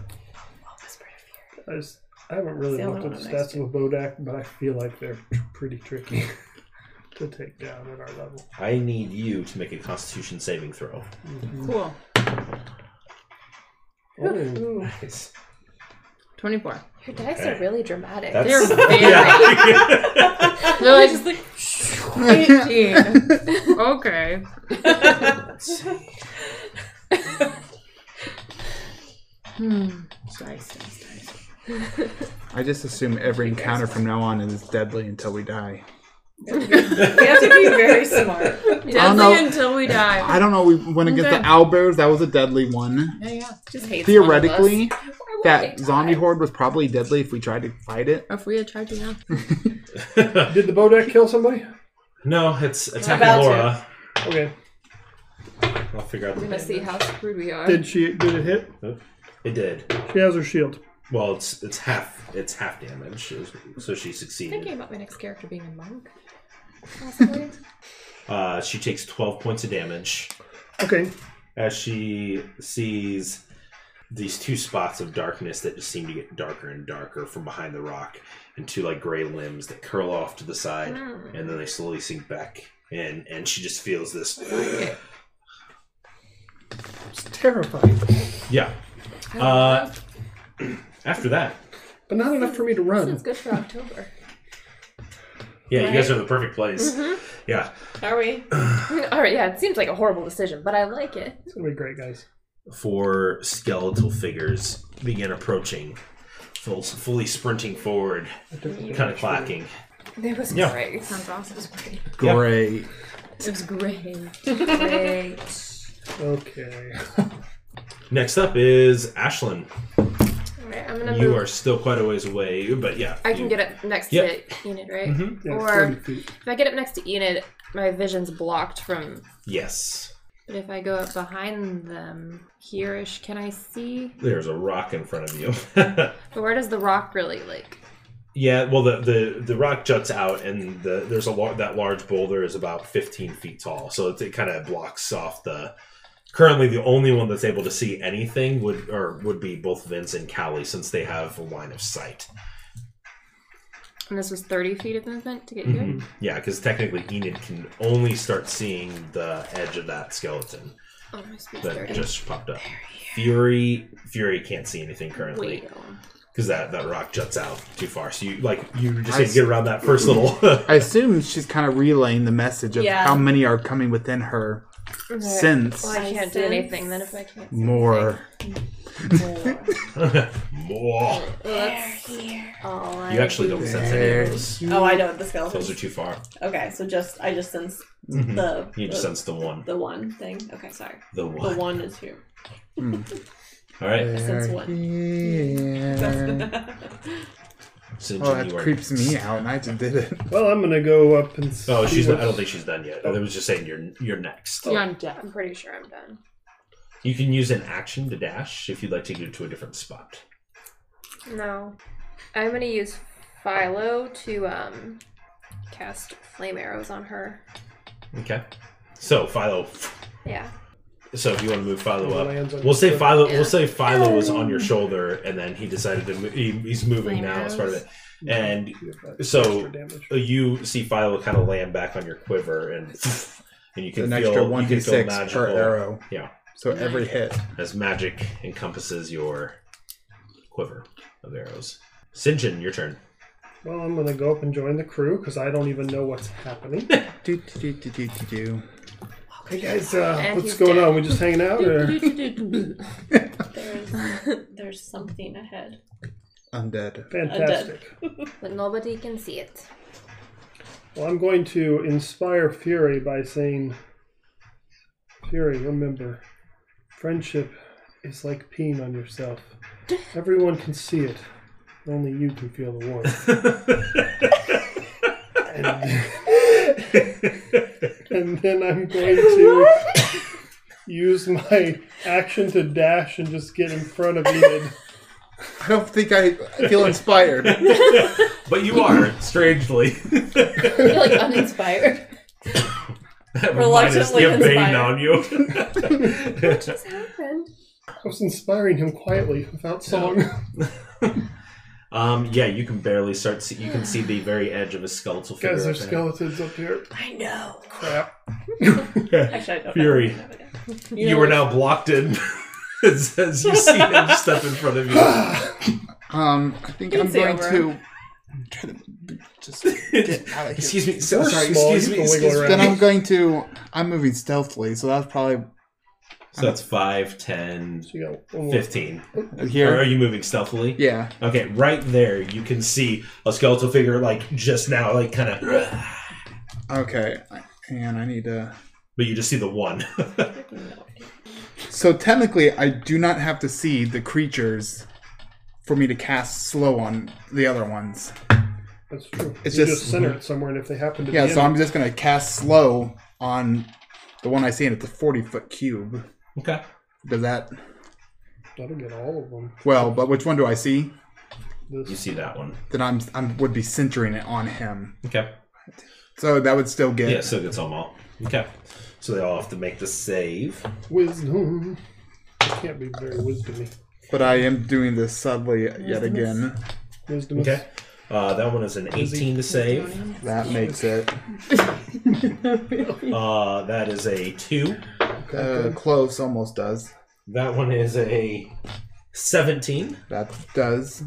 I, just, I haven't really It's the looked only at the one I'm stats of a Bodak, but I feel like they're tr- pretty tricky to take down at our level. I need you to make a Constitution saving throw. Mm-hmm. Cool. Oh, Nice. 24. Your dice Okay. are really dramatic. That's- They're very- Yeah. They're like, just like 18. okay. Let's see. Hmm. Dice, dice, dice. I just assume every encounter from now on is deadly until we die. you have to be very smart. don't Deadly know. until we die. I don't know. We went against Okay. the owlbears. That was a deadly one. Yeah, yeah. Just hate. Theoretically, that zombie horde was probably deadly if we tried to fight it. If we had tried to now. Did the Bodak kill somebody? no, it's About attacking to. Laura. Okay. I'll figure out the We're gonna name. see how screwed we are. Did she? Did it hit? It did. She has her shield. Well, it's it's half it's half damage, so she Thinking succeeded. about my next character being a monk. Possibly. Uh, she takes twelve points of damage Okay. as she sees these two spots of darkness that just seem to get darker and darker from behind the rock, and two like gray limbs that curl off to the side, and then they slowly sink back in, and she just feels this. It's terrifying, Yeah. Uh, after that, but not enough for me to This is run. good for October. yeah, you guys are in the perfect place. Yeah. Are we? All right, yeah, it seems like a horrible decision, but I like it. It's gonna be great, guys. Four skeletal figures begin approaching, full, fully sprinting forward, kind of clacking. It was Yeah. great. Sounds awesome. Yeah. Great. It was great. Okay. Next up is Ashlyn. All right, I'm gonna You move. are still quite a ways away, but yeah. I can get up next Yep. to Enid, right? Mhm. Yeah, Or- 40 feet. If I get up next to Enid, my vision's blocked from. Yes. But if I go up behind them, Um, here-ish, can I see? There's a rock in front of you. But where does the rock really like? yeah. Well, the, the the rock juts out, and the there's a lar- that large boulder is about 15 feet tall, so it, it kind of blocks off the. Currently, the only one that's able to see anything would or would be both Vince and Callie, since they have a line of sight. And this was 30 feet of movement to get Mm-hmm. here. Mhm. Yeah, because technically Enid can only start seeing the edge of that skeleton. Oh, my speed's that 30. just popped up. Fury, Fury can't see anything currently Wait. because that that rock juts out too far. So you like you just I need to get around that first little. I assume she's kind of relaying the message of Yeah. how many are coming within her Okay. since Well, Oh, I can't do anything then if I can't. see more. More. Oh, You actually don't sense any of those. Oh, I don't. The Those are skeleton. too far. Okay, so just I just sense Mm-hmm. Mhm. the You just the, sense the one. the one thing. Okay, sorry. The The one. one is here. All right. Since They're what? here. So Oh, Jimmy, that you are- creeps me out, and I just did it. Well, I'm gonna go up and. See Oh, she's. what- Not, I don't think she's done yet. I was just saying you're you're next. You're on I'm pretty sure I'm done. You can use an action to dash if you'd like to get to a different spot. No. I'm gonna use Philo to um cast flame arrows on her. Okay. So Philo. Yeah. So if you want to move Philo He up, lands on We'll your say foot. Philo. Yeah. We'll say Philo was on your shoulder, and then he decided to. Mo- he, he's moving now as part of it. And so- Extra damage. Uh, You see Philo kind of land back on your quiver, and and you can An feel extra you can feel 1d6 magical per arrow. Yeah. So every hit. as magic encompasses your quiver of arrows. Sinjin, your turn. Well, I'm gonna go up and join the crew because I don't even know what's happening. Do, do, do, do, do, do. Hey guys, uh, And what's he's going dead. on? We just hanging out, or There's there's something ahead. Undead. fantastic. But nobody can see it. Well, I'm going to inspire fury by saying, "Fury, remember, friendship is like peeing on yourself. Everyone can see it, only you can feel the warmth." and, and then I'm going to use my action to dash and just get in front of Enid. I don't think I I feel inspired. but you are strangely You're like uninspired. reluctantly Reluctantly the vein inspired. on you. I was inspiring him quietly without song. um, yeah, you can barely start. See, you can see the very edge of a skeletal figure. Guys, up there's ahead. skeletons up here. I know. Crap. Actually, I don't Fury. know. You, are now blocked in as, as you see him step in front of you. Um, I think You can I'm see going over to try to just get out of here. excuse me. So, We're sorry, small, excuse you me. can wiggle Excuse me. around. Then I'm going to. I'm moving stealthily, so that's probably So that's 5, 10, You got one more. 15. Or are here. you moving stealthily? Yeah. Okay, right there you can see a skeletal figure like just now, like kind of. Okay. I- And I need to. But you just see the one. So technically, I do not have to see the creatures for me to cast slow on the other ones. That's true. It's you just- just, center it somewhere, and if they happen to Yeah, be so in I'm just gonna cast slow on the one I see, and it's a 40 foot cube. okay. Does that it, that'll get all of them. well? But which one do I see? You This see that one. Then I'm I'm would be centering it on him, Okay. so that would still get. Yeah, so it's them all. Okay. So they all have to make the save. wisdom it can't be very wisdomy. But I am doing this subtly yet again. Wisdom. is- Okay. Uh, that one is an 18 to save. That makes it Uh, that is a 2. uh, close. Almost does. That one is a 17 That does.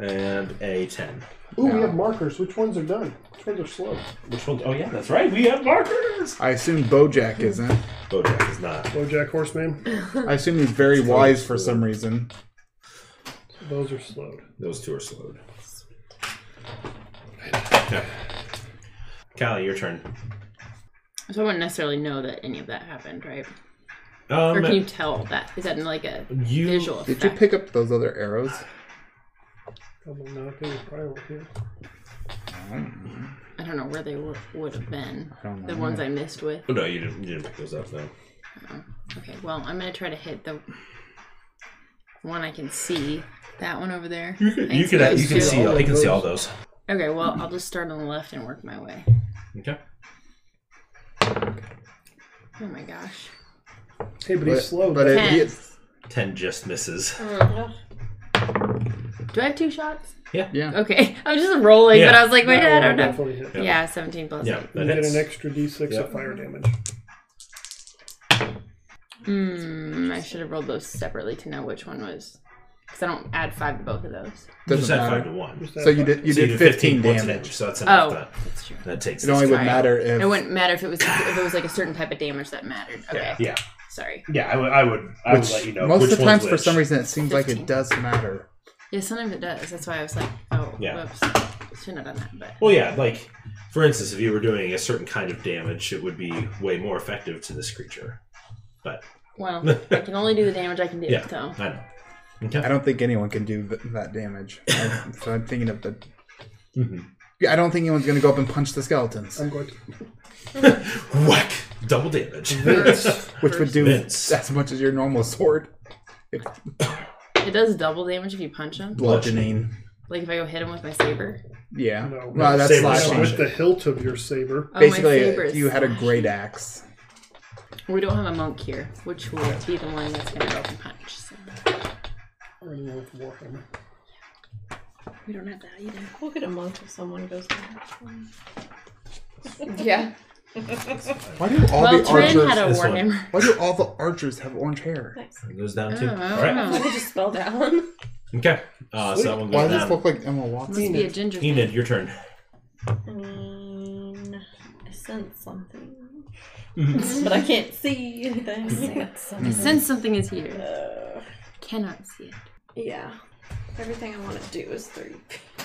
and a 10. Ooh, we have markers. Which ones are done? Which ones are slow? Which one? Oh, yeah, that's right. We have markers. I assuum BoJack isn't. Bojack is not. Slow Jack Horseman. I assume he's very wise for some reason. Those are slowed. Those two are slowed. Okay. Callie, your turn. So I wouldn't necessarily know that any of that happened, right? or Um, can you tell that? Is that in like a you- visual Did you effect? pick up those other arrows? Double knocking is probably what here. I don't know where they were, would have been. don't The know. ones I missed with. Oh, no, you didn't. You didn't pick those up. No. Okay, well, I'm gonna try to hit the one I can see. That one over there. You can. I You can, you those can two. see. All, you can see all those. Okay, well, I'll just start on the left and work my way. Okay. Oh my gosh. Hey, but he's But- slow. But it, Ten. he, Ten just misses. Oh. Do I have two shots? Yeah. Yeah. Okay, I was just rolling, but I was like, wait, No, I don't know. definitely hit. Yeah, 17 plus Yeah. 8. You That get hits. an extra d6 Yeah. of fire damage. Mm, I should have rolled those separately to know which one was. Because I don't add 5 to both of those. doesn't Just add matter. five to one. Just So add you five. did you So did 15 points damage. of So that's enough. Oh, That, that's true. that takes. It only would Right. matter if It wouldn't matter if it was if it was like a certain type of damage that mattered. Okay, Yeah. Yeah. sorry. Yeah. I would. I would. I would which- let you know. most which of the one's times for which. some reason it seems like 15. it does matter. Yeah, sometimes it does. That's why I was like, oh, Yeah. whoops. Shouldn't have done that, but. Well, yeah. Like, for instance, if you were doing a certain kind of damage, it would be way more effective to this creature. But Well, I can only do the damage I can do, Yeah. so. I know. Okay. I don't think anyone can do th- that damage. I- so I'm thinking of the. Mhm. Yeah, I don't think anyone's gonna go up and punch the skeletons, I'm going to. Whack! Double damage. which would do Vince. as much as your normal sword It does double damage if you punch him. bludgeoning. Like if I go hit him with my saber. Oh, Yeah, No. no, that's Saber's Yeah, slashing. slashing. with the hilt of your saber. Oh, Basically, my saber if is you had a great slashing. axe. We don't have a monk here, which will be the one that's gonna go up and punch. So Or anyone with a warhammer. we don't have that either. We'll get a monk if someone goes down. Yeah. Why do all well, the Trin archers? had a this one. warhammer. Why do all the archers have orange hair? It goes down Oh, too. I All don't right. know. I just spell down. Okay. Uh, so Sweet. that one goes Why does this down. look like Emma um, Must be a Watson? ginger. thing. Enid, your turn. I mean, I sense something, Mhm. but I can't see anything. I sense something is here. Uh, Cannot see it. yeah, everything I want to do is three.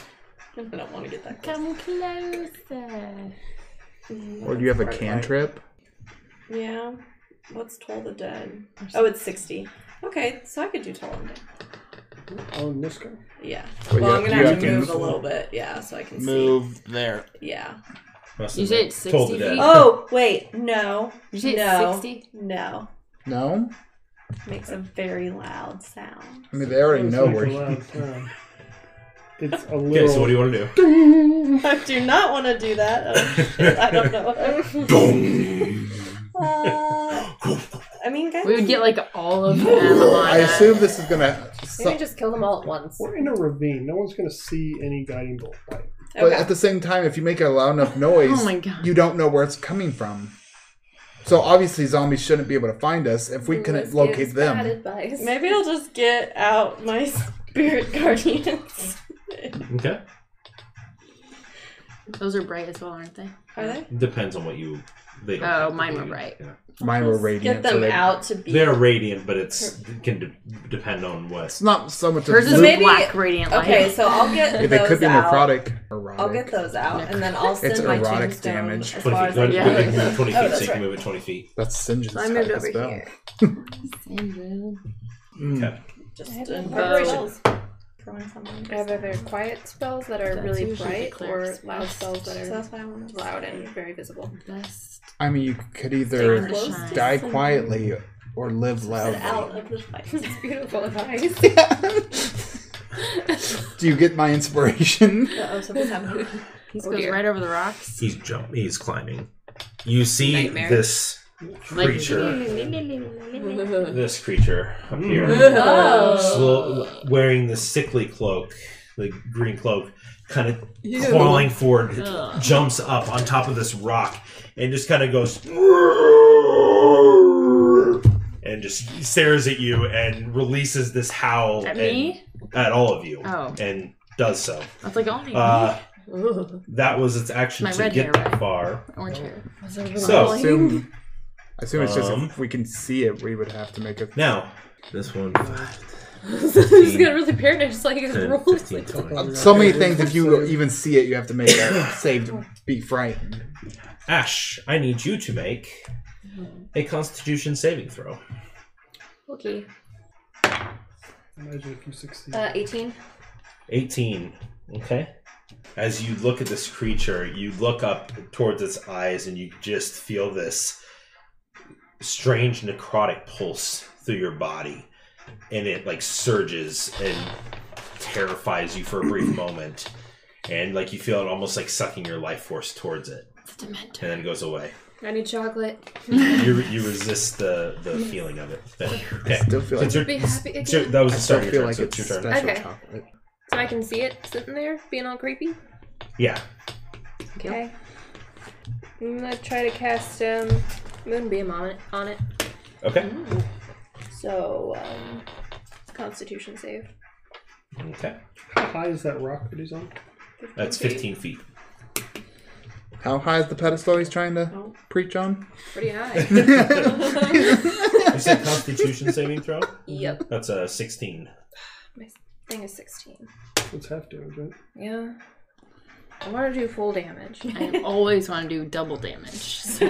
I don't want to get that close. Come closer. Mm, Or do you have a that's cantrip? right. Yeah. What's toll the dead? Oh, it's sixty. Okay, so I could do toll the dead. On Oh, this guy. Yeah. Well, well, I'm you- gonna you have have to to move a move. little bit. Yeah, so I can there. see. Yeah. Must You have said been it's 60 told to death. feet? Oh wait, no. You say no. it's 60? No. No, Makes a very loud sound. I mean they already Let's know make a where. loud sound. It's a little. Okay, so what do you want to do? I do not want to do that. Oh, shit, I don't know. Uh, I mean, guys. We would get like all of them on I us. assume this is gonna. Maybe So, just kill them all at once. We're in a ravine. No one's going to see any guiding bolt. Right. but okay. at the same time, if you make a loud enough noise, Oh my God. you don't know where it's coming from. So obviously, zombies shouldn't be able to find us if we couldn't locate Bad them. advice. Maybe I'll just get out my spirit guardians. Okay. Those are bright as well, aren't they? Are they? Depends on what you. They don't Oh, have to mine be. were bright. Yeah. Mine were Just radiant. Get them so they- out to be. They're radiant, but it's it can de- depend on what. It's not so much. Hers as is So loot- maybe- black radiant light. Okay, so I'll get If those it could be out. necrotic. Erotic. I'll get those out, and then I'll send It's my erotic tombstone damage. As 20 far feet. as Go I ahead Yeah. and move it can. can move 20 Oh, feet, so that's you can right. move it 20 feet. That's Singe's I type moved of over spell. here. Hmm. Okay. Just I have in no preparation. For when someone I have either quiet spells that are That's really usually the bright or cleric's loud spells So that are that's what I wanted to loud say. and very visible. Best. I mean, you could either Stay close Shine. to die something. quietly or live Sit out loudly. of the fight. It's beautiful advice. Do you get my inspiration? Uh-oh, something's happening. He Oh, goes dear. right over the rocks. He's jump. He's climbing. You see Nightmare. this Like- creature. oh. This creature up here. slow, wearing the sickly cloak, the green cloak, kind of crawling forward, Ugh. jumps up on top of this rock, and just kind of goes and just stares at you and releases this howl At and- me? at all of you, Oh. and does so. I was like, only Uh, Ooh. that was its action My to red get hair, that right? far. orange hair. So- I assume, I assume it's just Um, if we can see it, we would have to make a. Now, this one. He's got really paranoid. I just like his 10, rolls. 15, 20. Uh, So many things. If you even see it, you have to make a save to be frightened. Ash, I need you to make Mm-hmm. a Constitution saving throw. Okay. Imagine if you succeed. Uh, 18. 18. Okay. As you look at this creature, you look up towards its eyes and you just feel this strange necrotic pulse through your body. And it like surges and terrifies you for a brief moment. And like you feel it almost like sucking your life force towards it. It's a dementor. And then it goes away. I need chocolate. You, you resist the, the feeling of it. Okay. Still feel like Since you're- Be happy again. so that was I the start still of your feel turn, like so it's it's your turn. special Okay. chocolate. so I can see it sitting there, being all creepy. Yeah. Okay. I'm gonna try to cast um, Moonbeam on it. On it. Okay. So, um, Constitution save. Okay. How high is that rock that he's on? That's 15 feet. How high is the pedestal he's trying to preach on? Pretty high. You said Constitution saving throw? yep. That's a 16. My thing is 16. It's half damage, right? Yeah. I want to do full damage. I always want to do double damage. So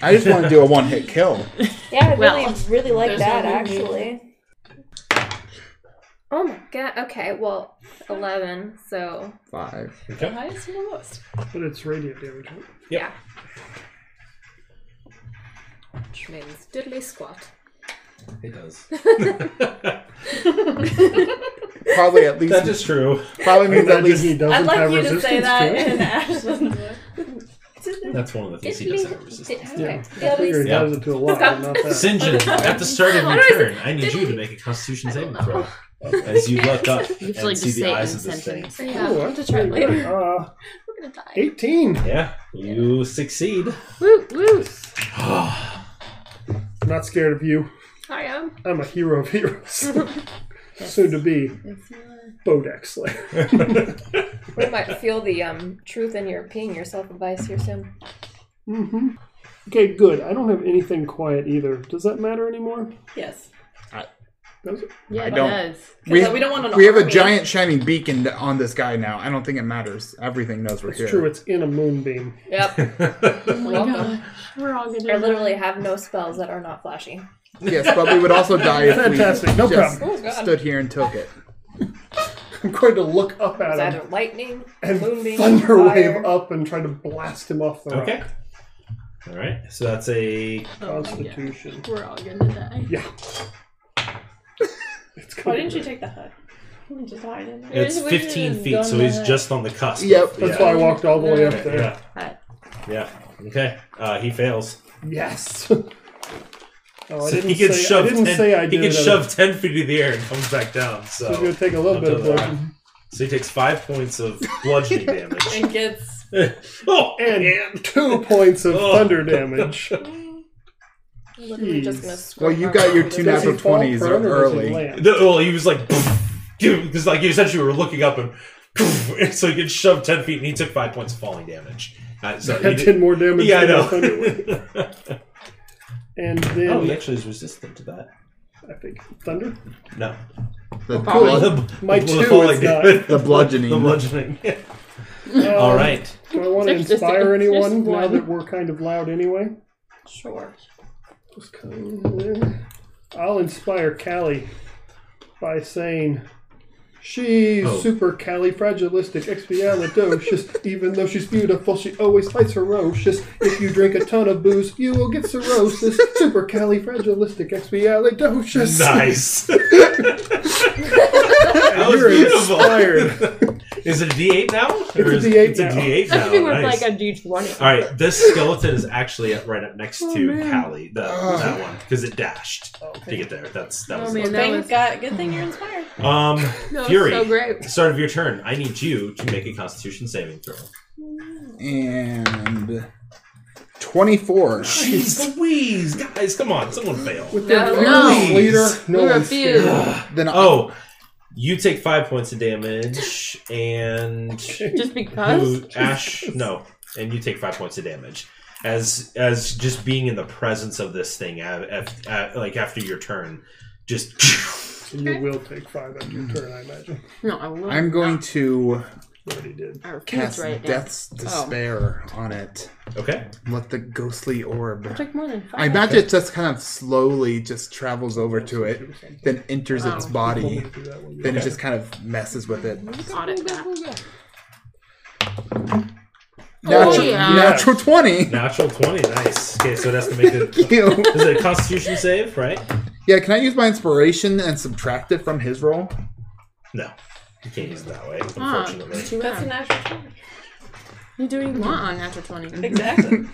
I just want to do a one hit kill. Yeah, I Well, really, really like there's that no actually. movement. Oh my god. Okay, well, eleven. So Five. The Okay. highest and the lowest. But it's radiant damage. Right? Yep. which means diddly squat. It does. Probably at least. that is true. probably means at Imagine least. he doesn't I'd like have you to resistance say that to in it. Ashland's voice. That's one of the things he doesn't have resistance. Diddly- Yeah, okay. I figure he Yeah. does it to a lot, but not that. Sinjin, at the start of your What is it? turn, I need you to make a Constitution saving throw. As you look up you have to and like see just the say it in eyes of this thing. sentence. Yeah. Oh, I'll that's just try it pretty good. later. Uh, We're gonna die. 18. Yeah, you succeed. Woo woo. I'm not scared of you. I am. I'm a hero of heroes. Soon to be Bodex Slayer. We might feel the um truth in your peeing yourself advice here soon. Mm-hmm. Okay, good. I don't have anything quiet either. Does that matter anymore? Yes. Does it? Yeah, I it don't- does. We, we don't want an we have a army. giant shining beacon on this guy now. I don't think it matters. Everything knows we're It's here. true. It's in a moonbeam. Yep. Oh my Welcome. gosh. We're all gonna I literally have no spells that are not flashy. Yes, but we would also die if we Fantastic. No just Oh problem. stood here and took it. I'm going to look up It's at either him lightning, and moonbeam, thunderwave fire. up and try to blast him off the rock. Okay. All right. So that's a Constitution. we're all gonna die. Yeah. It's Why going didn't you take the hood? Just hide in there. it's 15 feet, so he's just on the cusp. of- Yep. That's yeah. why I walked all the way up there. Yeah. Yeah. Okay. Uh, he fails. Yes. oh, I So didn't he gets say, shoved. I didn't 10, say I did. he gets it. shoved 10 feet into the air and comes back down. So. He's gonna take a little I'll bit of tell you bludgeon. So he takes five points of bludgeoning damage. And gets oh, And, two points of Oh. thunder damage. Literally just gonna Jeez. squirt Well, you my got your mouth. two Does he natural fall 20s prone are or does he early. land? the, well, he was like, because like you essentially were looking up and, so he gets shoved ten feet and he took five points of falling damage. Uh, so he That did more damage. yeah, I than the know. thunder wave. And then oh, he actually is resistant to that. I think thunder. No, The, Cool. blud- My The two is falling not. damage. the bludgeoning. the bludgeoning. Uh, All right. Do I want to There's just- inspire there's anyone now one. that we're kind of loud anyway? sure. Just kind of- I'll inspire Callie by saying she's Oh. super califragilistic expialidocious. Even though she's beautiful, she always fights ferocious. If you drink a ton of booze, you will get cirrhosis. Super califragilistic expialidocious. Nice. that was You're beautiful. inspired. Is it a D8 now? It's a D8 it's now. A D8 That now. should be worth nice. like a D20. All right, this skeleton is actually up right up next to Callie, the, Ugh. that one, because it dashed to get there. That's that was man, Thank that was God. Good thing you're inspired. um no, Fury. so great. Start of your turn. I need you to make a Constitution saving throw. And 24. Jeez Louise, guys, come on, someone fail. With their No. fearless No. leader, no we one's refuse. scared. Then Oh, you take five points of damage, and Just because. who, Ash, no, and you take five points of damage. As as just being in the presence of this thing, a- a- a- like after your turn, just And you will take five after your turn, I imagine. No, I will. I'm going to You already did. I refuse Cast right now. Death's Despair on it. Okay. Let the ghostly orb. Took more than five. I imagine it just kind of slowly just travels over to it, then enters its body, Do that one. then it just kind of messes with it. Audit that. Natu- Oh, yeah. Natural 20! Natural 20. Nice. Okay, so it has to make it. Is Ew. it a constitution save, right? yeah, can I use my inspiration and subtract it from his roll? No. You can't use it that way, Ah, unfortunately. too That's a bad. natural twenty. You do what you want on natural twenty. Exactly.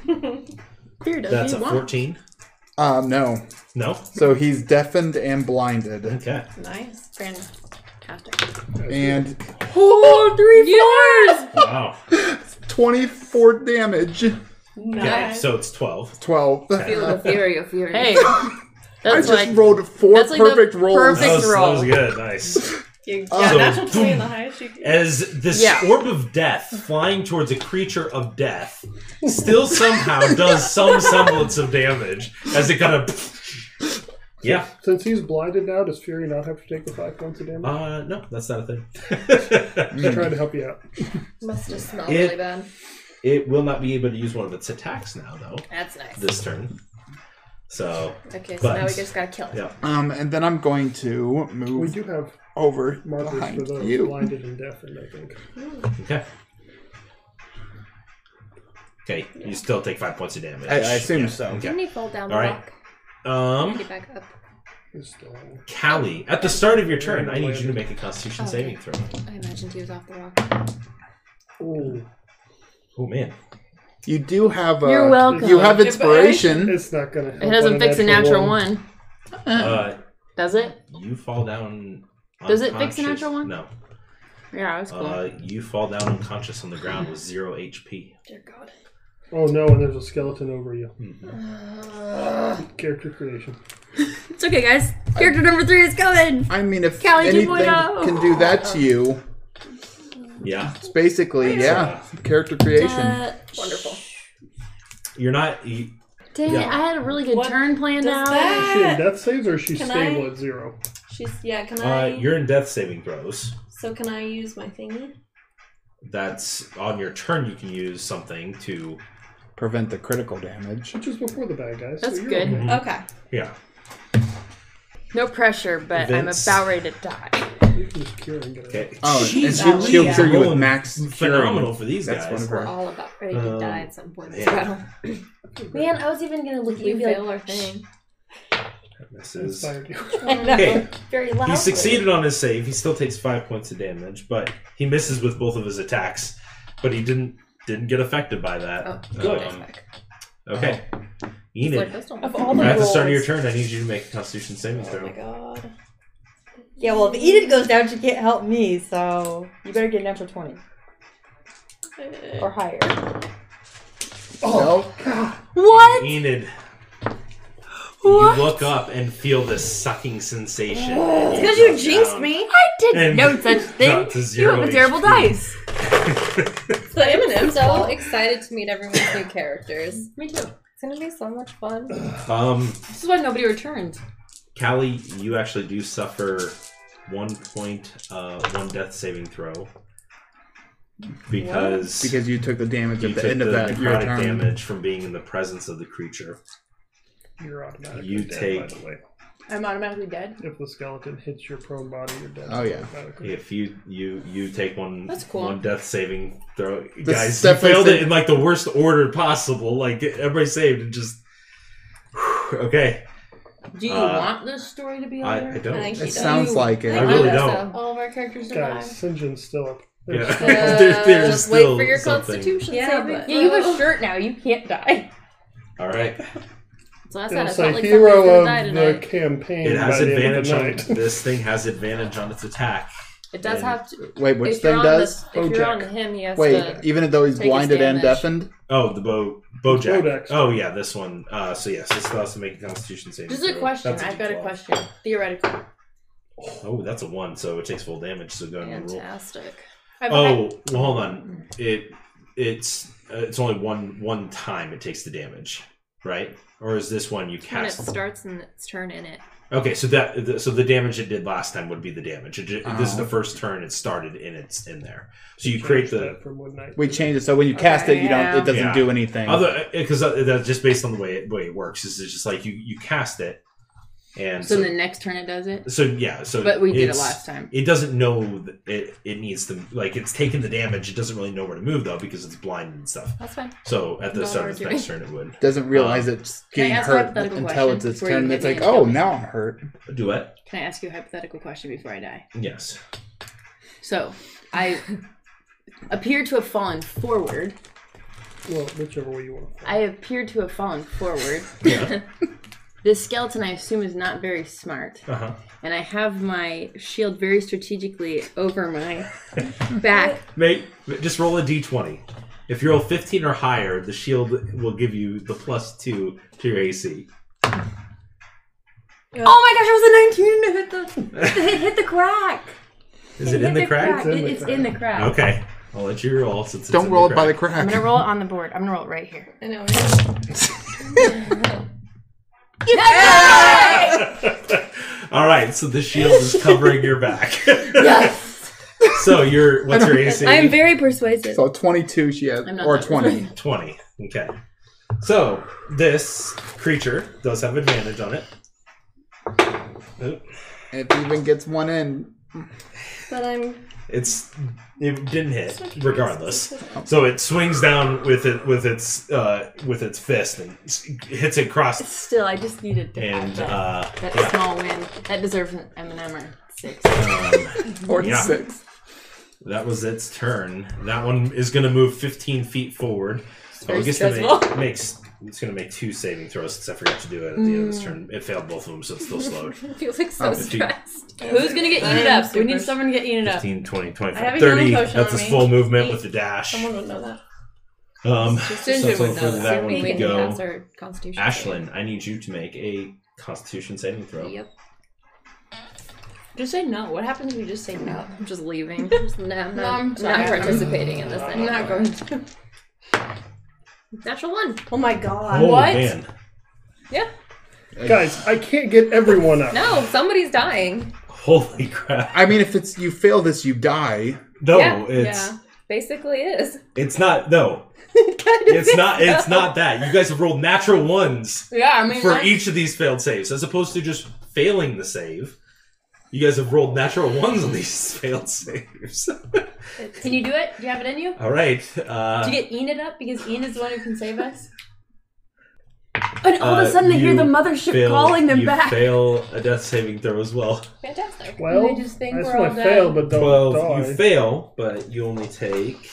Fear does That's what a you want. 14. Um, no. No? So he's deafened and blinded. Okay. Nice. Fantastic. And Oh, three floors! Wow. 24 damage. Okay, nice. so it's 12. 12. Okay. Feel the fury of fury. Hey. I That's just like rolled four that's like the perfect rolls. perfect- That was, that roll. was good. Nice. You- Oh. yeah, So, natural twenty in the boom. highest you can. As this Yeah. orb of death flying towards a creature of death still somehow does some semblance of damage as it kind of. Yeah. Since he's blinded now, does Fury not have to take the five points of damage? Uh, no, that's not a thing. I'm trying to help you out. Must have smelled It- really bad. It will not be able to use one of its attacks now, though, That's nice. this turn. So, Okay, so But- now we just gotta kill it. yeah. Um, and then I'm going to We move do have over markers for behind those you. blinded and deafened, I think. Okay. Okay, you still take five points of damage. I, I assume Yeah. so. Didn't Okay. he fall down All the right. rock? Um, Get back up. He's still on. Callie, at the start of your turn, I need you to make a Oh, Constitution saving throw. I imagined he was off the rock. Ooh, Oh man, You do have a. You're welcome. You have Your inspiration. it's not gonna. Help Oh, it doesn't fix a natural one. uh, Does it? you fall down. Does it fix a unconscious- natural one? No. Yeah, that's cool. Uh, you fall down unconscious on the ground with zero HP. Dear God. Oh no, and there's a skeleton over you. Uh, Hmm. Character creation. it's okay, guys. Character number three is coming. I mean, if Callie anything 2.0. can do that to you, Yeah, it's basically, yeah, character creation. Uh, wonderful. you're not. You, dang it, Yeah. I had a really good What turn planned does out. Is she in that? death saves or is she Can stable I- at zero? She's yeah. Can uh, I? you're in death saving throws. so can I use my thingy? That's on your turn. You can use something to. Prevent the critical damage. Which is before the bad guys. That's so you're good. Okay. Okay. Yeah. No pressure, but Vince. I'm about ready to die. You can just cure and get it. Okay. Oh, and Jeez, she'll, she'll Louise, cure you with rolling max curing. Phenomenal for these That's guys. one of We're her. all about ready to Um, die at some point in this yeah. battle. Man, I was even gonna look at We you and be fail like, our thing. This I is Inspired you. okay. very loud. He succeeded on his save. He still takes five points of damage, but he misses with both of his attacks. But he didn't didn't get affected by that. Oh, Good. nice back. Okay, It's like Enid. this one. Of all the At the rolls. start of your turn, I need you to make a Constitution saving Oh my throw. god. Yeah, well, if Eden goes down, she can't help me, so you better get a natural 20 or higher. Oh, What? Enid, What? you look up and feel this sucking sensation. Because you jinxed me! I did And no such thing. dropped to You zero have a terrible HP. dice. It's the I'm M&M. so excited to meet everyone's new characters. Me too. It's gonna be so much fun. Um, This is why nobody returns. Callie, you actually do suffer one point, uh, one death saving throw because because you took the damage you at the took end of the that your necrotic turn. damage from being in the presence of the creature. You're automatically You dead, by take- the way. I'm automatically dead. If the skeleton hits your prone body, you're dead. Oh, yeah. Automatically. If you you you take one That's cool. one death saving throw, This guys, you definitely failed saved- it in like the worst order possible. Like everybody saved and just okay. Do you Uh, want this story to be Oh, on I, there? I don't. I think It she does. sounds like it. I really think don't. so. All of our characters are Guys, alive. Sinjin's still up. Yeah. There's- Uh, There- there's just still wait for your something. constitution Yeah, saving. but- Yeah, you have a shirt now. You can't die. All right, So that's It's not a like hero of die the tonight. campaign it has by the end of advantage the on night. this thing has advantage on its attack. It does have to. Wait, which if you're thing on does? Oh, The, if you're on Bojack. him, he has Wait, to. even though he's take his blinded and damage. deafened? Oh, the bow bojack. Bodex. Oh yeah, this one. Uh, so yes, this allows to make a Constitution saving. Just a throw. question. That's I've got a D12. question. Theoretical. Oh, that's a one, so it takes full damage. So go ahead and roll. Fantastic. Oh, well, hold on. It it's uh, it's only one one time it takes the damage. right? Or is this one you When it cast? starts and its turn in it. Okay, so that the, so the damage it did last time would be the damage. It, ju- This is Oh. the first turn it started in it's in there. So you create the from one night. We changed it so when you cast it, you don't. It doesn't Yeah. do anything. other because that's just based on the way it, way it works. Is it's just like you you cast it, and So so, the next turn it does it. so, yeah. So But we did it it's- last time. It doesn't know that it it needs to like it's taken the damage. It doesn't really know where to move though because it's blind and stuff. That's fine. So at the Not start of its arguing. next turn, it would doesn't realize it's Can I getting ask a hurt hypothetical until question it's its before you turn. give It's me like, a oh, double? now I'm hurt. do it. Can I ask you a hypothetical question before I die? Yes. So I appear to have fallen forward. Well, whichever way you want. I appear to have fallen forward. Yeah. this skeleton, I assume, is not very smart, Uh huh. and I have my shield very strategically over my back. Mate, just roll a d20. If you roll 15 or higher, the shield will give you the plus two to your AC. Oh my gosh, it was a 19 to hit the hit, hit the crack. Is it in the crack? It- It's in the crack. Okay, I'll let you roll since it's Don't in roll the it by the crack. I'm gonna crack. roll it on the board. I'm gonna roll it right here. I know. All right, so the shield is covering your back. Yes. so your what's your AC? I'm very persuasive. So 22, she has, I'm not or that 20. 20. Okay. So this creature does have advantage on it. Oop. if it even gets one in, But I'm. It's it didn't hit regardless. So it swings down with it with its uh, with its fist and s- hits it across Still, I just needed to add and that, uh, that yeah. small win. That deserves an M and M or six. Um, or Yeah. six. that was its turn. That one is going to move 15 feet forward. Oh, I very guess it stressful. ma- makes it's going to make two saving throws since I forgot to do it at the end of Hmm. this turn. It failed both of them, so it's still slowed. I feel like so Oh, she- stressed. Who's gonna get Eat it up. We need someone to get eaten up. 15, 20, 25, I have a healing 30. potion That's on its me. full movement with the dash. Someone would know that. Um, Ginger so would for know that that. one We to can go. pass our constitution. Ashlyn, I need you to make a Constitution saving throw. Yep. Just say no. What happens if you just say no? I'm just leaving. Just- no, I'm No, not, I'm I'm sorry. not participating in this I'm anymore. not going to. Natural one. Oh my god. Oh what? man, Guys, I can't get everyone up. No, somebody's dying. holy crap! I mean, if it's you fail this, you die. No, yeah, Oh, it's yeah. Basically is. it's not. No, it's not. It's not that. You guys have rolled natural ones Yeah, I mean, for like, each of these failed saves, as opposed to just failing the save. You guys have rolled natural ones on these failed saves. Can you do it? Do you have it in you? All right. Uh, Do you get Enid up because Enid's the one who can save us? And all of Uh, a sudden, they hear you the mothership fail- calling them you back. Fail a death saving throw as well. Fantastic. Well, I just think I we're all said I dead. failed, but don't Twelve. die. You fail, but you only take.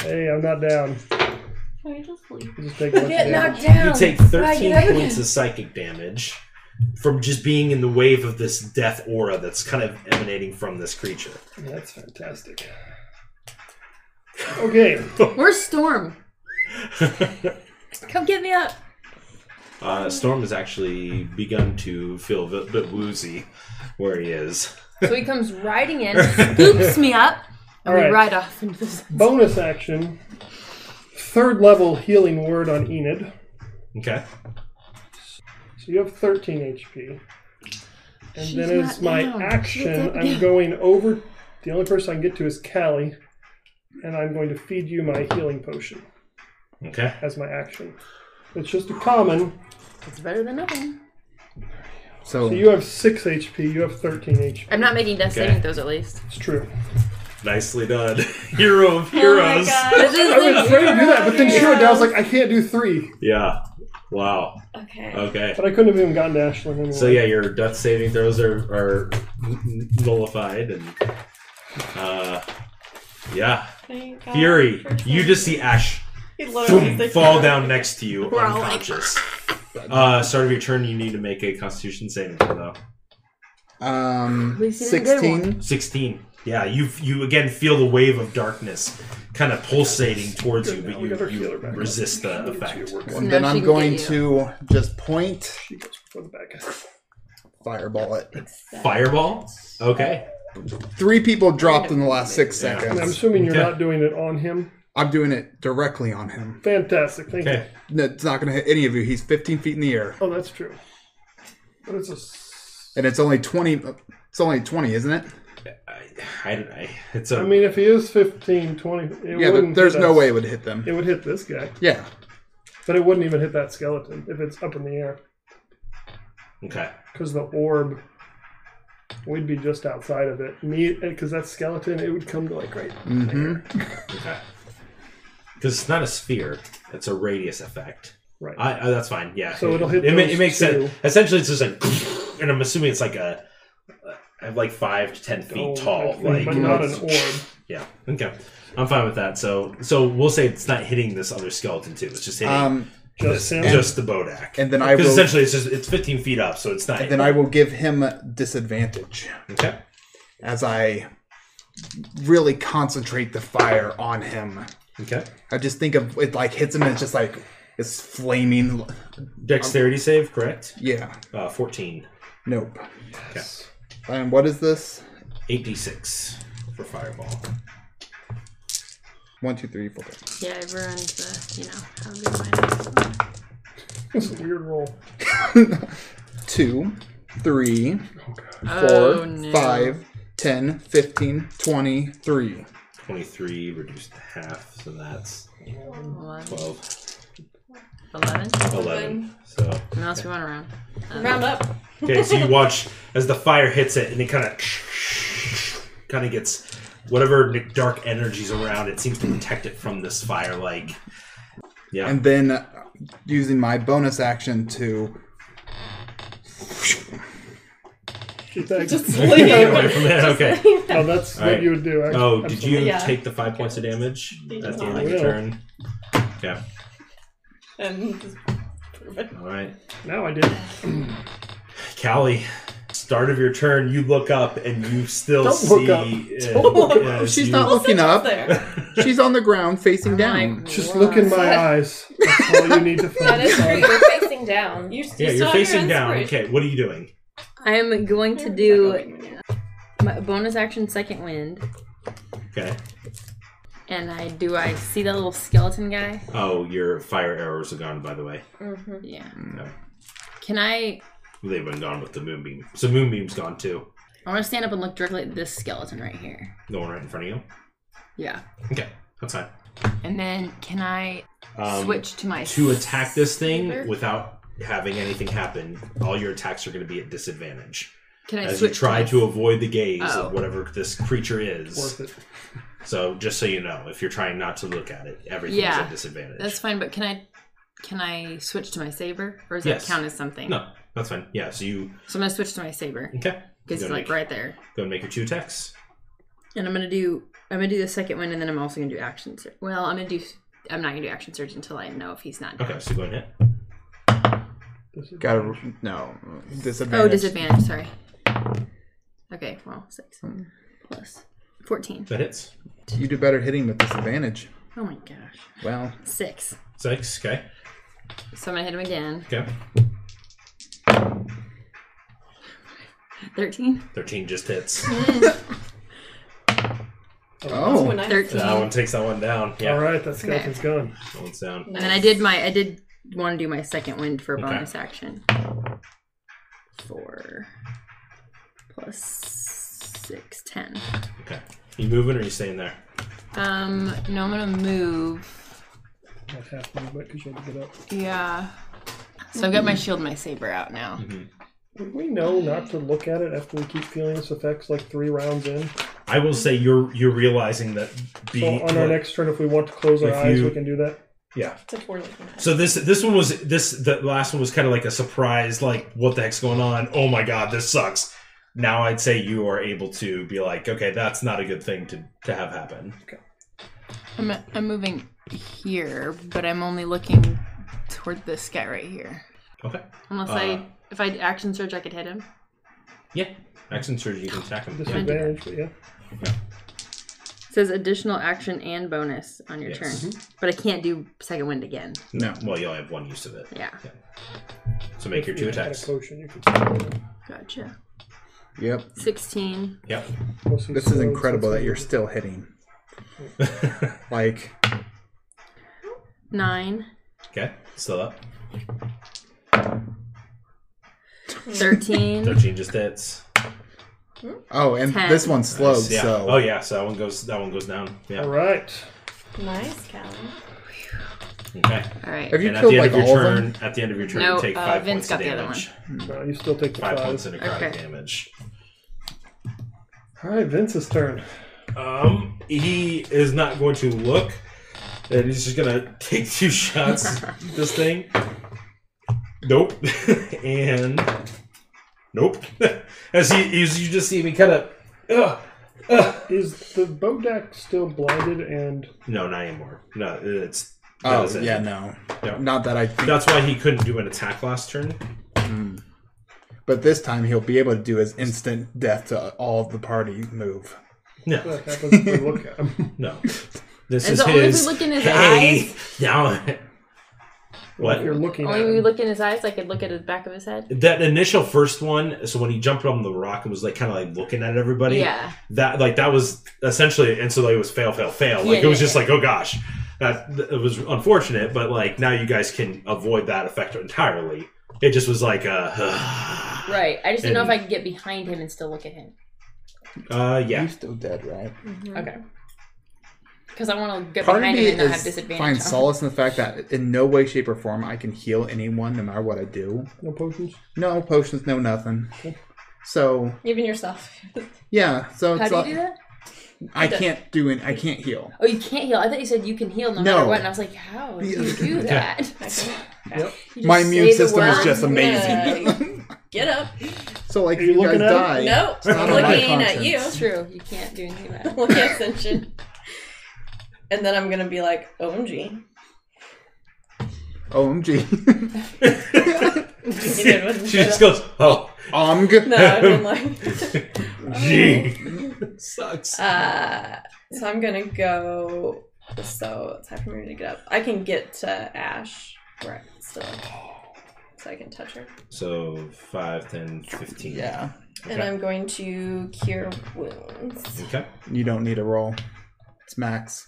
hey, I'm not down. Can we just leave? I just take a bunch of damage. You take 13 points of psychic damage from just being in the wave of this death aura that's kind of emanating from this creature. That's fantastic. Okay, where's Storm? Come get me up. Uh, Storm has actually begun to feel a bit, bit woozy where he is. So he comes riding in, scoops me up, and we Alright. ride off into the bonus action. Third level healing word on Enid. Okay. So you have 13 HP. And She's then as not my down. action, She's not I'm down. going over. The only person I can get to is Callie. And I'm going to feed you my healing potion Okay. as my action. It's just a common. It's better than nothing. So, So you have 6 HP, you have 13 HP. I'm not making death Okay. saving throws at least. It's true. Nicely done. Oh Hero of heroes. I was ready to do that, but then she went down. I was like, I can't do 3. yeah. Wow. Okay. Okay. But I couldn't have even gotten to Ashlyn anyway. So yeah, your death saving throws are, are n- n- nullified, and uh, yeah, Thank God. Fury. You just see Ash He literally boom, is like, fall down next to you, We're all like- unconscious. Uh, start of your turn, you need to make a Constitution saving throw. though. um, least you didn't get 16. Sixteen. Yeah, you you again feel the wave of darkness kind of pulsating towards you, but you, you resist the effect. And Now then she I'm can going get to just point, She goes for the back. fireball it. Fireball. Okay. Three people dropped in the last six Yeah. And I'm seconds. assuming you're Okay. not doing it on him. I'm doing it directly on him. Fantastic. Thank you. No, it's not going to hit any of you. He's 15 feet in the air, Oh, that's true. But it's a s- and it's only 20. It's only 20, isn't it? I, I, it's a I mean, if he is 15, 20, it yeah, wouldn't but there's hit no us. way it would hit them. It would hit this guy, Yeah. but it wouldn't even hit that skeleton if it's up in the air okay. because the orb. We'd be just outside of it. Me, because that skeleton, it would come to like right. hmm Okay. Because it's not a sphere; it's a radius effect. Right. I, I, that's fine. Yeah. So it'll hit It, ma- those it makes two. sense. Essentially, it's just like, and I'm assuming it's like a, uh, like five to ten feet Oh, tall. I think, Like, but not an it's- orb. Yeah. Okay. I'm fine with that. So, so we'll say it's not hitting this other skeleton too. It's just hitting Um, Just this, him. just the bodak. and then I Because will. essentially, it's just it's 15 feet up, so it's not. Then I will give him disadvantage okay. as I really concentrate the fire on him. Okay. I just think of it like hits him and it's just like it's flaming. Dexterity save, correct? Yeah. Uh, 14, Nope. And what is this? 8d6 for fireball. One, two, three, four. Yeah, five. I ruined the, you know, how good mine is. It's a weird roll. Two, three, Oh, four, no. five, 10, 15, 23. 23 reduced to half, so that's One, 12, eleven. 11. So What else we want around? Round up. okay, so you watch as the fire hits it, and it kind of kind of gets whatever dark energies around it seems to protect it from this fire. Like, yeah, And then uh, using my bonus action to. Just Get away from that. Okay. oh, that's All what right. you would do. Actually. Oh, did you Yeah. take the five points of damage at the end of I your will. turn? Yeah. And just All right. Now I did. Callie, start of your turn, you look up and you still Don't see. look up. uh, yes, Oh, She's you- not looking up. up there. She's on the ground facing down. Just look in my eyes. That's all you need to That is true. find. You're facing down. You, Yeah, you're facing down. Okay, what are you doing? I'm going to do my bonus action second wind, Okay. and I do I see that little skeleton guy? Oh, your fire arrows are gone, by the way. Yeah. Hmm. No. Can I? They've been gone with the moonbeam. So moonbeam's gone too. I want to stand up and look directly at this skeleton right here. The one right in front of you. Yeah. Okay, that's fine. And then can I Um, switch to my to attack this thing saber? without having anything happen. All your attacks are going to be at disadvantage Can I as you switch try my- to avoid the gaze Oh. of whatever this creature is. Worth it. So just so you know, if you're trying not to look at it, everything's Yeah. at disadvantage. That's fine, but can I can I switch to my saber, or does Yes. that count as something? No, that's fine. Yeah, so you So I'm gonna switch to my saber okay? because it's Gonna like make- right there, Go and make your two attacks. and I'm gonna do I'm gonna do the second one, and then I'm also gonna do action. Sur- well, I'm gonna do I'm not gonna do action surge until I know if he's not. Okay, so go and hit. Gotta. No. Disadvantage. Oh, disadvantage. Sorry. Okay. Well, six Hmm. plus fourteen. That hits You do better hitting with disadvantage. Oh my gosh. Well, Six. six. Okay, So I'm gonna hit him again. okay. Thirteen. Thirteen just hits. oh, when I Thirteen. that one takes that one down. Yeah, All right, that skeleton's gone. that one's down. And then I did my I did want to do my second wind for a Okay. bonus action. Four plus six, ten. Okay, you moving or you staying there? Um, no, I'm gonna move. Not half movement because you had to get up. Yeah. So I've got my shield, and my saber out now. Would we know not to look at it after we keep feeling its effects like three rounds in? I will say you're you're realizing that So being on our next turn, if we want to close our If eyes, you- we can do that. yeah. It's a poor looking eye. So this this one was this the last one was kind of like a surprise, like what the heck's going on? Oh my god, this sucks. Now I'd say you are able to be like, okay, that's not a good thing to to have happen. I'm I'm moving here, but I'm only looking toward this guy right here. Okay. Unless Uh. I if I action surge, I could hit him. Yeah. Action surge, you can attack him. Yeah. Disadvantage, but yeah. It says additional action and bonus on your Yes. turn, but I can't do second wind again. no. Well, you'll have one use of it. Yeah. So make your If two you had a attacks. potion, you could- Gotcha. Yep. 16. Yep. We'll see This is slow, incredible so that it's you're gonna still hitting. Like, Nine. Okay, still up. Thirteen. 13 just hits. Oh, and Ten. this one's slowed, Nice, yeah. so Oh yeah, so that one goes that one goes down. Yeah. All right. Nice, Callan. Okay. All right. Have you and at killed, the end like, of your all of turn, them? at the end of your turn, No, you take uh, five Vince points of got the other damage. Hmm. No, you still take the Five five. points of necrotic Okay. damage. All right, Vince's turn. Um, he is not going to look, and he's just gonna take two shots. at this thing. Nope. and nope. As he, as you just see me kind of. Ugh, ugh. Is the Bodak still blinded and No, not anymore. No, it's. that Oh was it. yeah, no, Yeah. not that I think. That's why he couldn't do an attack last turn. But this time he'll be able to do his instant death to all of the party move. No, what happens if we look at him? no. This And is so only if we his. look in his hey, Yeah. If What? you're looking Oh, at Only when we him. look in his eyes, I could look at the back of his head. That initial first one, so when he jumped on the rock and was like kind of like looking at everybody, Yeah. that like that was essentially, and so like it was fail, fail, fail. Like Yeah, it was yeah, just like, oh gosh, that th- it was unfortunate, but like now you guys can avoid that effect entirely. It just was like, uh, Right. I just didn't know if And- I could get behind him and still look at him. uh, yeah, He's still dead, right? Okay. Because I want to get Part of behind me him and not have is disadvantage. find on- solace in the fact that in no way, shape, or form I can heal anyone, no matter what I do. No potions. No potions, no nothing. So Even yourself. yeah, so How it's do you like do that? I can't do it. I can't heal. Oh, you can't heal. I thought you said you can heal no, No. matter what, and I was like, how do you do that? Yep. You My just say immune the system is word. just amazing. Get up. So like, Are if you you guys looking at die. No, It's not I'm on my looking at conscience. you. It's true. You can't do anything about it. Look at Ascension. And then I'm gonna be like, OMG. OMG. You did what you she said. just goes, oh, Omg. No, I've been like, gee, sucks. uh, so I'm gonna go. So it's time for me to get up. I can get to Ash, right? Still, so I can touch her. So 5, 10, 15. Yeah, And Okay. I'm going to cure wounds. Okay. you don't need a roll. It's max.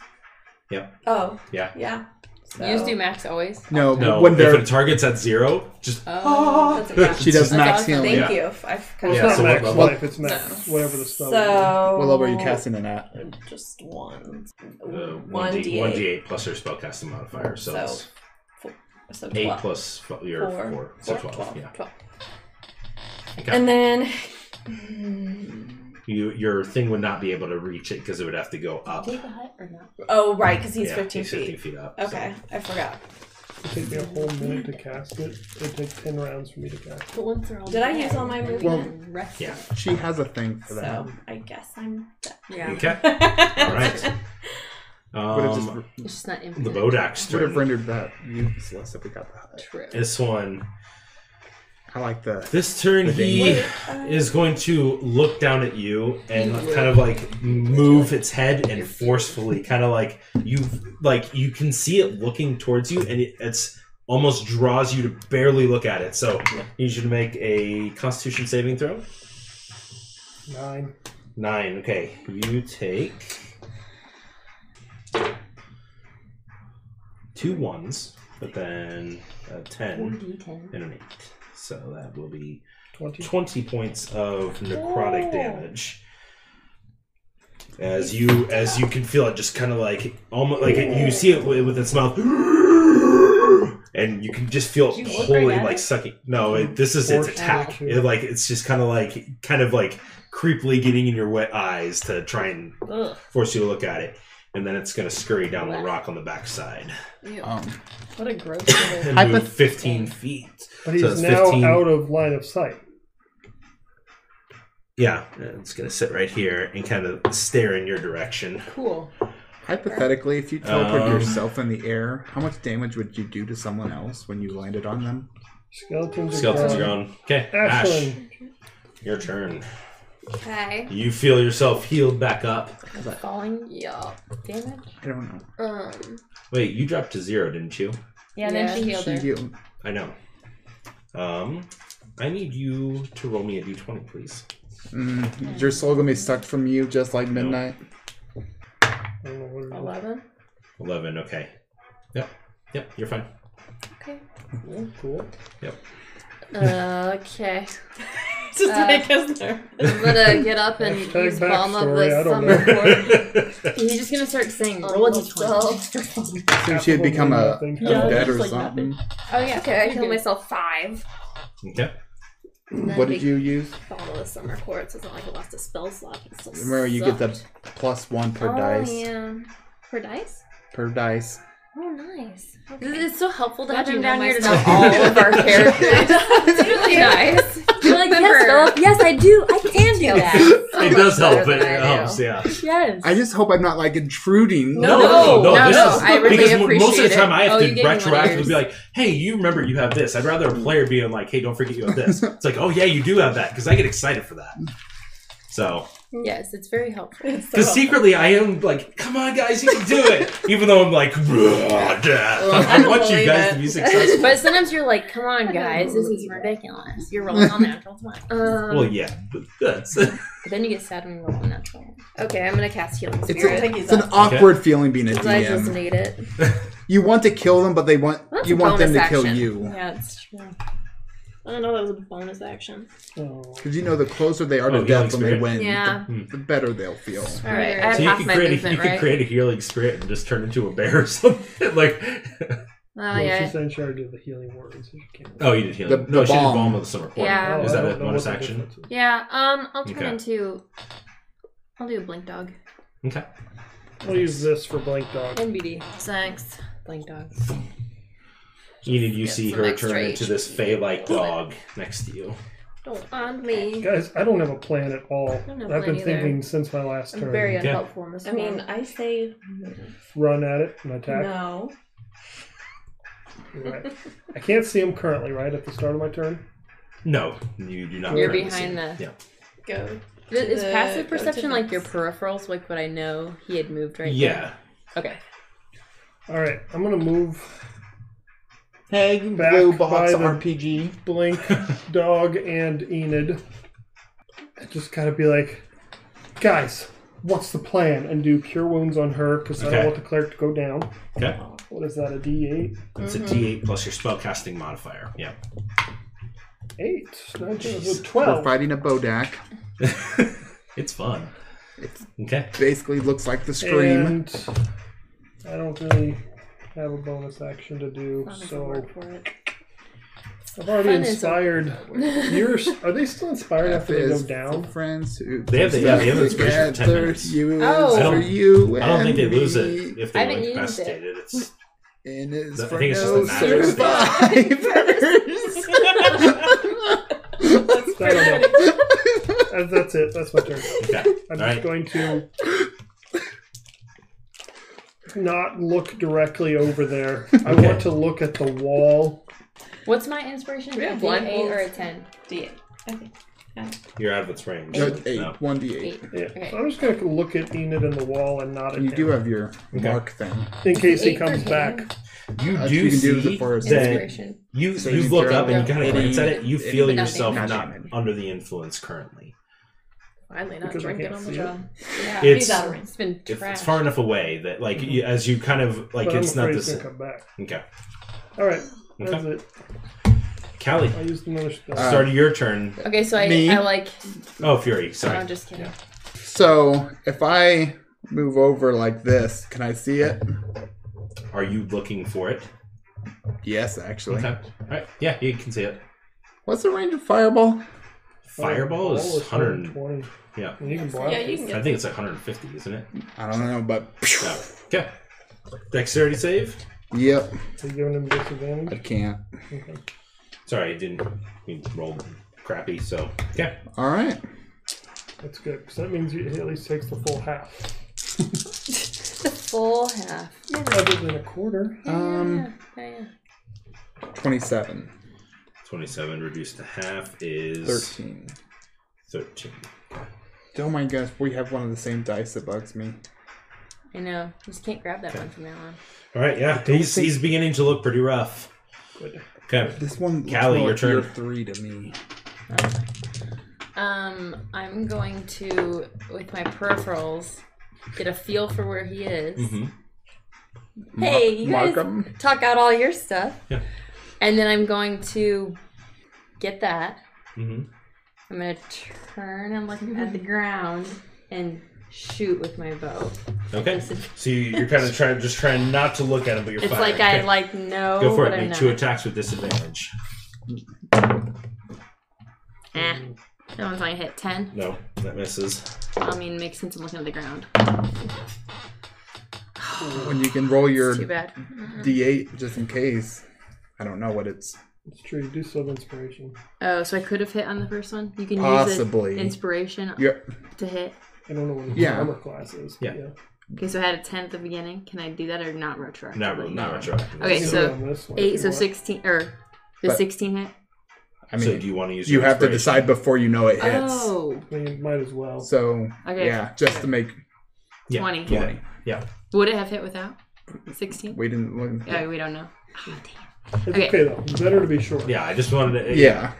Oh, Yeah. yeah. So, You just do max always. No, No, when if they're it targets at zero, just Oh, that's okay. she does That's max awesome. healing. Thank Yeah. you. I've kind Well, of Yeah, it's so not what max level? life. It's max whatever the spell. So What level are you Oh. casting it at? Just one. uh, one 1d8 d8. 1d8 plus your spellcasting modifier. So, So, it's four, so 8 12. plus f- your 4. four, so four, 12. Yeah. 12. Okay. And then, mm, you, your thing would not be able to reach it because it would have to go up. Take the hut or not? oh right, because he's Yeah, 15 he's feet. 15 feet up. so- Okay, I forgot. It take me a whole minute to cast it. It takes ten rounds for me to cast. it. But once they're all Did I dead, use all my then we movement? can rest Yeah. them. She has a thing for that. So I guess I'm. Yeah. Okay. All right. Would have Um, just It's just not infinite. the Bodak's would have turn. rendered that useless if we got that. True. This one. I like the This turn, The he ding. uh, is going to look down at you and kind of like move its head and forcefully, kind of like you, like you can see it looking towards you, and it, it's almost draws you to barely look at it. So I need you to make a Constitution saving throw. Nine. Nine. Okay, you take two ones, but then a ten 4d10. and an eight. So that will be 20. 20 points of necrotic damage as you as you can feel it just kind of like almost like it, you see it with, with its mouth and you can just feel it Did you look pulling right at like it? sucking no it, this is its Force attack action. it, like it's just kind of like kind of like creepily getting in your wet eyes to try and Ugh. force you to look at it and then it's going to scurry down the rock on the backside Ew. um. What a gross little. and Hypoth- move 15 feet But So he's it's now 15. out of line of sight. yeah it's going to sit right here and kind of stare in your direction cool. Hypothetically, if you teleported Um, yourself in the air, how much damage would you do to someone else when you landed on them? Skeletons, Skeletons are are gone. gone. Okay, Ash, Ashlyn. your turn. Okay. You feel yourself healed back up. Falling Yeah. damage? I don't know. Um. Wait, you dropped to zero, didn't you? Yeah, Yeah. then she healed She her. healed. I know. Um, I need you to roll me a d20, please. Mm, your soul gonna be sucked from you just like midnight. I don't know what it is. 11? Eleven. Okay. Yep. Yep, you're fine. Okay. Cool. cool. Yep. Uh, okay. Just Uh, make us nervous. I'm gonna get up and Hashtag use bomb up backstory, I with don't summer know. form. He's just gonna start saying roll a d12. So she had become a Nothing. undead or Yeah, just like something. Oh yeah. Okay, I killed myself five. Okay. And then What did we you use? Bottle of summer quartz. It's not like I lost a spell slot. It still Remember, you get the plus one per oh, dice. yeah. Per dice? Per dice. Oh, nice. Okay. It's so helpful to Glad have you him know down my here to know stuff. all of our characters. It's really nice. You're like, Remember- yes, Philip, yes, I do. I can do that. it does help. It helps. Yeah. Yes. I just hope I'm not like intruding. No, no, no. this is, I really because mo- most of appreciate the time it. I have Oh, to you gave me one of retroactively yours. be like, "Hey, you remember you have this." I'd rather a player being like, "Hey, don't forget you have this." it's like, "Oh yeah, you do have that," because I get excited for that. So, Yes, it's very helpful. because secretly I am like, "Come on, guys, you can do it," even though I'm like, "Bruh, death." I want you guys to be successful. but sometimes you're like, come on, guys, this is ridiculous. You're rolling on natural 20. Uh, Um, Well, yeah, but that's But then you get sad when you roll on natural. Okay, I'm gonna cast healing It's, spirit. a- it's an awkward feeling being a 'Cause I just DM. need it. You want to kill them, but they want That's you a want them to bonus kill action. you Yeah, it's true. I don't know that was a bonus action. oh. because you know the closer they are Oh, Hmm. to death when healing they spirit. win, Yeah. the, the better they'll feel. All right, I So have you half could my create a, you movement, could right? create a healing spirit and just turn into a bear or something. like, Oh Well, yeah. She's in charge of the healing word, so she can't. Oh, oh, you did The- healing. the no, she did bomb. bomb of the summer quarter. Yeah. Is that I a don't know bonus what the action? difference is. Yeah, um, I'll turn Okay. into. I'll do a blink dog. Okay. We'll use this for blank dog. NBD. Thanks. Blank dog. You need you Get see some her extra turn into this HP. fey-like dog next to you. Don't on me. Guys, I don't have a plan at all. don't have a I've been plan either. thinking since my last I'm turn. very Okay. unhelpful in this I mean, one. I say Run at it and attack. no. Right. I can't see him currently, right? At the start of my turn? No, you do not. You're currently see behind it. the- Yeah. Go. Is, is the- passive go to perception the- like your peripherals? Like what I know he had moved right Yeah. there? Okay. All right, I'm going to move Hey, Back blue box by the- RPG. Blink, Dog, and Enid. I just got to be like, guys, what's the plan? And do Cure Wounds on her because I Okay. don't want the cleric to go down. Okay. What is that, a D8? It's a D8 plus your spellcasting modifier. Yeah. Eight. Nine, ten, Jeez. We're 12. fighting a bodak. it's fun. It's- Okay. Basically, looks like the scream. And I don't really have a bonus action to do, so I've already Fun is a- inspired. You're, are they still inspired after they go Is down? Friends who They have the- yeah, they have inspiration for 10 together, minutes. You is Oh. I for don't- you I don't think they and lose me, it if they're I haven't used it. incapacitated. It's And it's I for think it's just no a magic survivors. I don't know. That's- That's it. That's my turn. okay. I'm All just right. going to not look directly over there. I Okay. want to look at the wall. What's my inspiration? We have A D8 blindfolds. or a 10? D8. Okay. You're out of its range. no, it's No. eight, one d eight. Yeah. So I'm just going to look at Enid and the wall and not at And you him do have your Okay. mark thing. in case he Eight for comes him. back. You Uh, do you can see do the forest. that Inspiration. you, So you you look throw up and you them kind of any- glance at it. You feel anything. yourself Nothing. not Nothing. under the influence currently. Finally, not Because I drinking can't on the see job. Yeah. It's- He's out of range. It's been If trash. it's far enough away that like you, as you kind of like but it's I'm not afraid this. he's going to come back. Okay. All right. That's it. Callie, I used another spell. Uh, start of your turn. Okay, so I, Me? I like. Oh, Fury. Sorry. I'm just kidding. So if I move over like this, can I see it? Are you looking for it? Yes, actually. Okay. All right. Yeah, you can see it. What's the range of fireball? Fireball is 100. 120. Yeah. You can block. Yeah, you can I get think it's like 150, isn't it? I don't know, but No. Okay. Dexterity save. yep, Are you giving him I disadvantage? can't. Sorry, I didn't. We rolled crappy, so okay. All right. That's good, because that means he at least takes the full half. Full half. Rather than a quarter. Um, Yeah, yeah. twenty-seven. 27 reduced to half is 13. 13. Oh my gosh, we have one of the same dice that bugs me. I know. You just can't grab that one from now on. All right. Yeah, he's, he's beginning to look pretty rough. Okay. This one looks Callie, more your like tier turn. three to me. Um, I'm going to, with my peripherals, get a feel for where he is. Mm-hmm. Hey, you Mark guys 'em. talk out all your stuff. Yeah. And then I'm going to get that. Mm-hmm. I'm gonna turn and look at the ground and shoot with my bow. Okay. So you, you're kind of trying, just trying not to look at him, but you're It's firing. like I Okay. like know. Go for it. but I'm Make not. two attacks with disadvantage. Eh. That one's only hit ten. No, that misses. I mean, makes sense. I'm looking at the ground. When you can roll your too bad. D8 just in case. I don't know what it's. It's true. You do still have inspiration. Oh, so I could have hit on the first one. You can Possibly. use the inspiration Yep. to hit. I don't know what his Yeah. armor class is. but Yeah. Okay, so I had a ten at the beginning. Can I do that or not retroactive? Not re- not retroactive. Okay, Yeah, on so this one, eight, if so you want. sixteen or the But- sixteen hit. I mean, so do you want to use? you your have to inspiration? decide before you know it hits. Oh, I mean, might as well. So Okay. yeah, just to make Yeah, 20. Yeah. 20. yeah. would it have hit without sixteen? we didn't look. Oh, we don't know. Ah, It's Okay. okay. though. It's better to be sure. Yeah, I just wanted to. Yeah,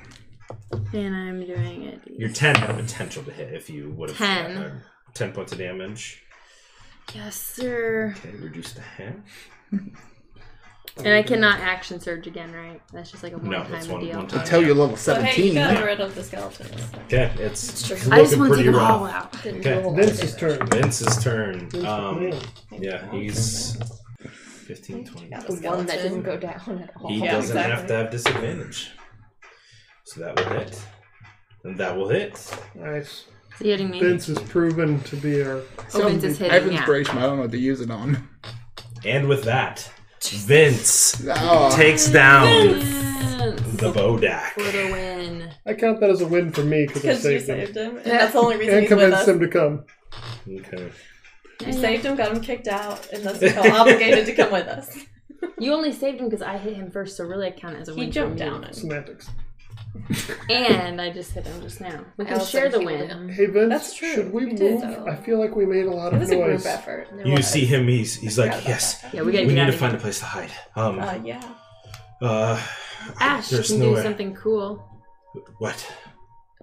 And I'm doing it. Your 10 had a potential to hit if you would have. 10. uh, 10 points of damage. Yes, sir. Okay, reduce the half. And I cannot action surge again, right? That's just like a one No, time that's one, deal. one time. until you're level But hey, you seventeen. got rid of the skeletons. Okay, it's. It's looking true. I just want to pretty take it rough. all out. Didn't Okay. do a lot of Vince's damage. turn. Vince's turn. Vince Um, McMahon. yeah, he's 15, 20. Got The one that didn't go down at all. He Yeah, doesn't have to exactly. have disadvantage. So that will hit. And that will hit. Nice. Are you hitting me? Vince is proven to be our. Oh, Vince is I have hitting, yeah. inspiration. I don't know what to use it on. And with that, Vince Ah. Oh, takes down Vince! the For Bodak. the win. I count that as a win for me because I Because you saved him saved him, and that's the only reason and he's with convinced us. him to come. Okay. You saved him, got him kicked out, and thus he felt obligated to come with us. You only saved him because I hit him first, so really I count it as a He win. for jumped me. down and Semantics. And I just hit him just now. We can Allison share the healed win. him. Hey Vince, That's true. should we You move? did, though. I feel like we made a lot It of was a group noise. effort. There You was. see him, he's he's like, yes, Yeah, we we gotta get need out to of here. find a place to hide. Um, Uh, yeah. uh, Ash, you there's can no do way. something cool. What?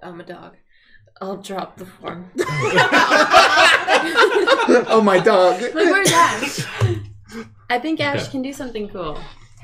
I'm a dog. I'll drop the form. oh my dog. Like, where's Ash? I think Ash Okay. can do something cool.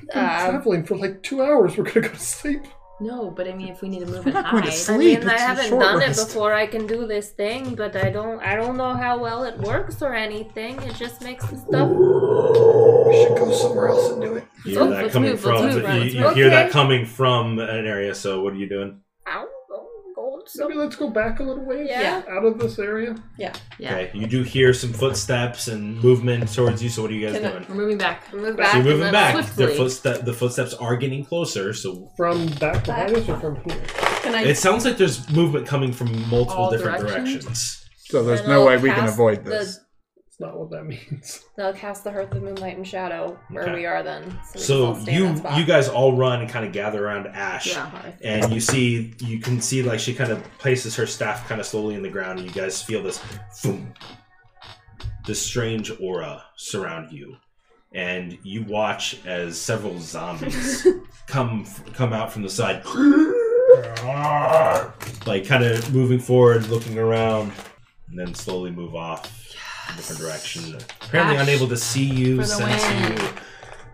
We've been Um, traveling for like two hours. We're gonna go to sleep. No, but I mean, if we need to move and not going to hide. sleep. Sleep, I mean, I it's a haven't short done rest. it before. I can do this thing, but I don't. I don't know how well it works or anything. It just makes the stuff. We should go somewhere else and do it. You hear Oh, that let's coming move, let's from? move, you let's you move. hear that Okay. coming from an area. So what are you doing? Ow, oh, gold, so- Maybe let's go back a little ways. Yeah. Out of this area. Yeah. Okay, you do hear some footsteps and movement towards you. So what are you guys Can I- doing? We're moving back. Move So back. you're and moving then back. swiftly. The, footstep, the footsteps are getting closer. So From back behind us or from here? Can I? it sounds like there's movement coming from multiple All different directions? directions. So there's then no I'll way we can cast avoid the- this. That's not what that means. They'll cast the Hearth of Moonlight and Shadow where Okay. we are then. we So can stay in you that spot. you guys all run and kind of gather around Ash, Yeah. and you see you can see like she kind of places her staff kind of slowly in the ground, and you guys feel this, boom, this strange aura surround you, and you watch as several zombies come come out from the side, like kind of moving forward, looking around, and then slowly move off in a different direction. Apparently Ash, unable to see for you, the sense win. you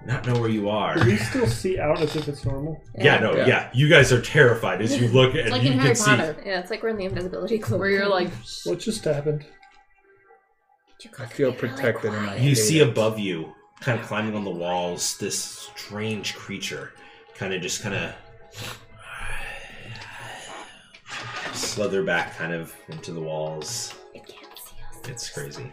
not know where you are. Do we still see out as if it's normal? Yeah, no, uh, yeah. Yeah. You guys are terrified as you look and Like you in can Harry see. Potter, Yeah, it's like we're in the invisibility cloak. where you're like, What just happened? I feel protected and I You hate see it. above you, kind of climbing on the walls, this strange creature, kind of just kind of slither back, kind of into the walls. It can't see us. It's crazy.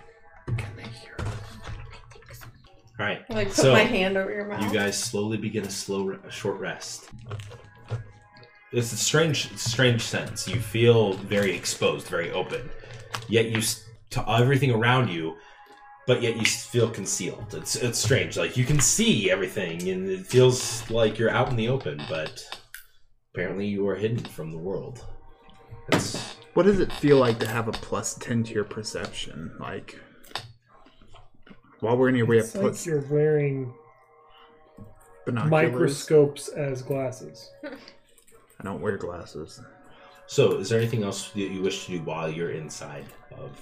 All right, Like, put So, my hand over your mouth. you guys slowly begin a slow, re- a short rest. It's a strange, strange sense. You feel very exposed, very open, yet you s- to everything around you, but yet you s- feel concealed. It's it's strange. Like you can see everything, and it feels like you're out in the open, but apparently you are hidden from the world. It's What does it feel like to have a plus ten to your perception? Like while we're in here, we have It's like plus you're wearing binoculars. microscopes as glasses. I don't wear glasses. so. Is there anything else that you wish to do while you're inside of?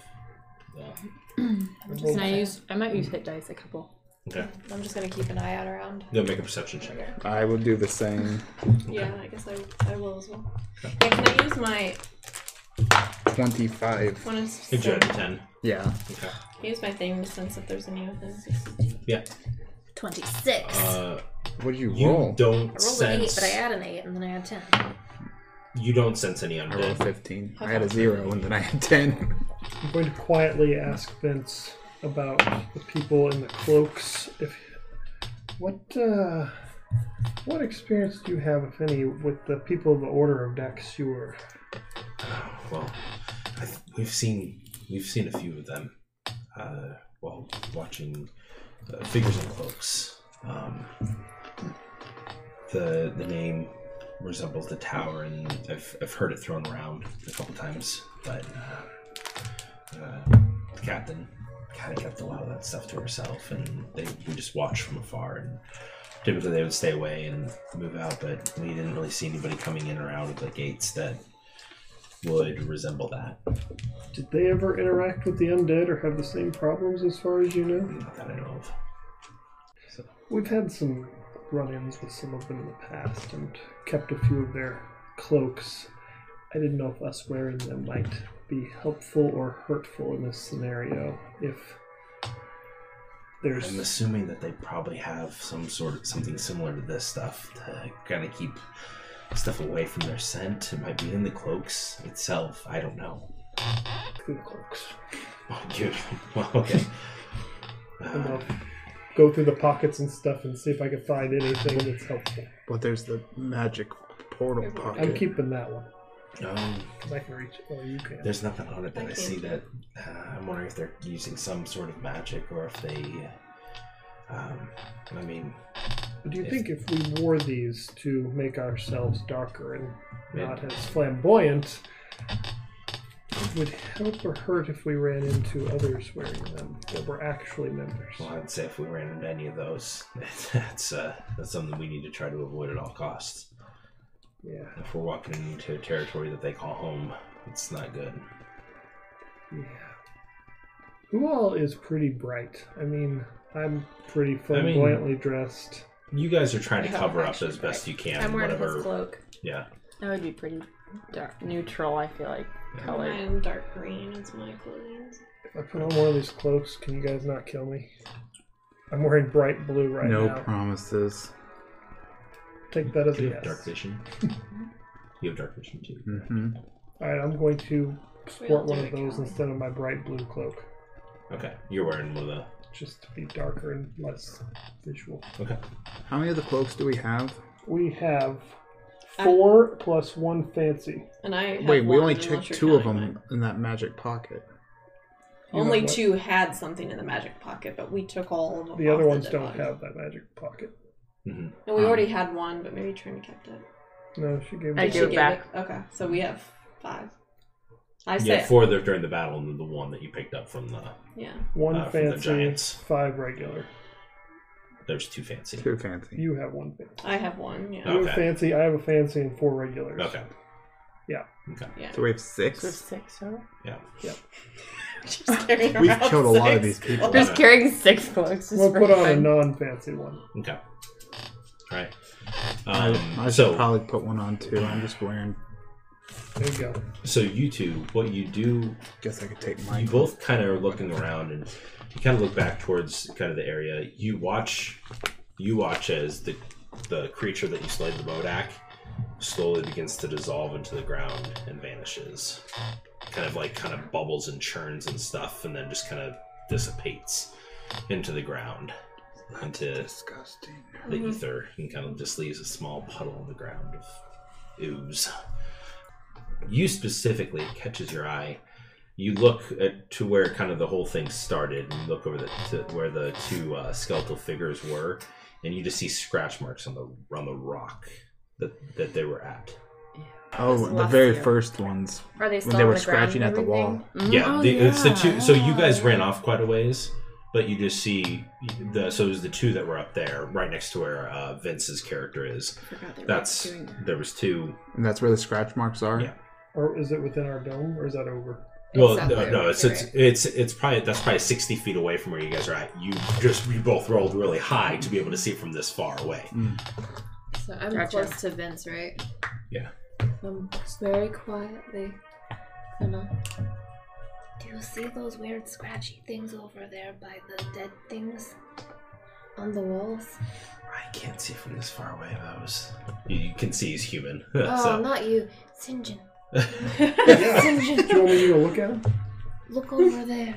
Uh, can I use? I might use hit dice a couple. Okay. I'm just gonna keep an eye out around. They'll make a perception check. I will do the same. Yeah, I guess I, I will as well. Yeah, can I use my Twenty-five. One is- Good job, ten. Yeah. Okay. can I use my thing to sense if there's any weapons? Yeah. 26. Uh, what do you, you roll? Don't I rolled an 8, sense. but I add an 8, and then I add 10. You don't sense any undead. I rolled fifteen. I had a zero and then I had ten. I'm going to quietly ask Vince about the people in the cloaks. If what uh, what experience do you have, if any, with the people of the Order of Daxur? Well, I th- we've seen we've seen a few of them uh, while watching uh, figures in cloaks. Um, the the name resembles the tower, and I've, I've heard it thrown around a couple times. But uh, uh, the captain kind of kept a lot of that stuff to herself, and they we just watched from afar. And typically they would stay away and move out, but we didn't really see anybody coming in or out of the gates that would resemble that. Did they ever interact with the undead or have the same problems, as far as you know? Not that I know of. We've had some run-ins with some of them in the past, and kept a few of their cloaks. I didn't know if us wearing them might be helpful or hurtful in this scenario. If there's I'm assuming that they probably have some sort of something similar to this stuff to kind of keep stuff away from their scent. It might be in the cloaks itself. I don't know. through the cloaks. Oh, you. Well, okay. Uh, And I'll go through the pockets and stuff and see if I can find anything that's helpful. But there's the magic portal pocket. I'm keeping that one Um, because I can reach it. Oh, you can. there's nothing on it that I, Okay. see that. Uh, I'm wondering if they're using some sort of magic or if they. Um, I mean, But do you if- think if we wore these to make ourselves darker and not as flamboyant, it would help or hurt if we ran into others wearing them that were actually members? Well, I'd say if we ran into any of those, that's uh, that's something we need to try to avoid at all costs. Yeah. If we're walking into a territory that they call home, it's not good. Yeah. Who all is pretty bright? I mean, I'm pretty I mean- flamboyantly dressed. You guys are trying to Yeah, cover up as best you can. I'm wearing his whatever. cloak. Yeah. That would be pretty dark, neutral. I feel like Oh, color. Mine dark green is my clothing. If I put on one of these cloaks, can you guys not kill me? I'm wearing bright blue right no now. promises. Take that as a Do you yes. have dark vision? you have dark vision too. Mm-hmm. All right, I'm going to sport We'll one do of it, those instead of my bright blue cloak, Okay, you're wearing one of the. just to be darker and less visual. Okay. How many of the cloaks do we have? We have four plus one fancy. And I have Wait, we one, only unless checked you're two of counting them in that magic pocket. You Only have what? two had something in the magic pocket, but we took all of them. The off other ones dead don't body. have that magic pocket. Mhm. No, we Um, already had one, but maybe Trini kept it. No, she gave. Did me- she give it? Okay, so we have five. I you say have four there during the battle, and then the one that you picked up from the. Yeah. One uh, from the fancy, giants. five regular. There's two fancy. Too fancy. You have one fancy. I have one. Yeah. You have Okay. fancy. I have a fancy and four regulars. Okay. Yeah. Okay. Yeah. So we have six. So six. Huh? Yeah. Yep. Just carrying We've around killed a lot of these six. people. Just carrying six cloaks. is We'll put pretty on a fun. non-fancy one. Okay. All right. I, Um, I should so probably put one on too. I'm just wearing. There you go. So you two, what you do? Guess I could take You mine. both kind of are looking around, and you kind of look back towards kind of the area. You watch, you watch as the the creature that you slayed the Modak slowly begins to dissolve into the ground and vanishes, kind of like kind of bubbles and churns and stuff, and then just kind of dissipates into the ground, into Disgusting. the Um, ether and kind of just leaves a small puddle on the ground of ooze. You specifically it catches your eye. You look at to where kind of the whole thing started, and you look over the to where the two uh, skeletal figures were, and you just see scratch marks on the on the rock that that they were at. Oh, This the very last year. first ones. Are they still when they on were the ground scratching and at the wall. everything? Mhm. Yeah, Mm, Oh, the, it's the yeah. two. So you guys ran off quite a ways, but you just see the. So it was the two that were up there, right next to where uh, Vince's character is. forgot they were That's doing that. there was two. And that's where the scratch marks are? Yeah. Or is it within our dome, or is that over? Well, Exactly. no, no, it's, it's it's it's probably that's probably sixty feet away from where you guys are at. You just you both rolled really high to be able to see from this far away. Mm. So I'm Gotcha. close to Vince, right? Yeah. I'm just very quietly kind of. Do you see those weird scratchy things over there by the dead things on the walls? I can't see from this far away those. You, you can see he's human. oh, so. not you, Sinjin. Do you want me to look at him? Look over there.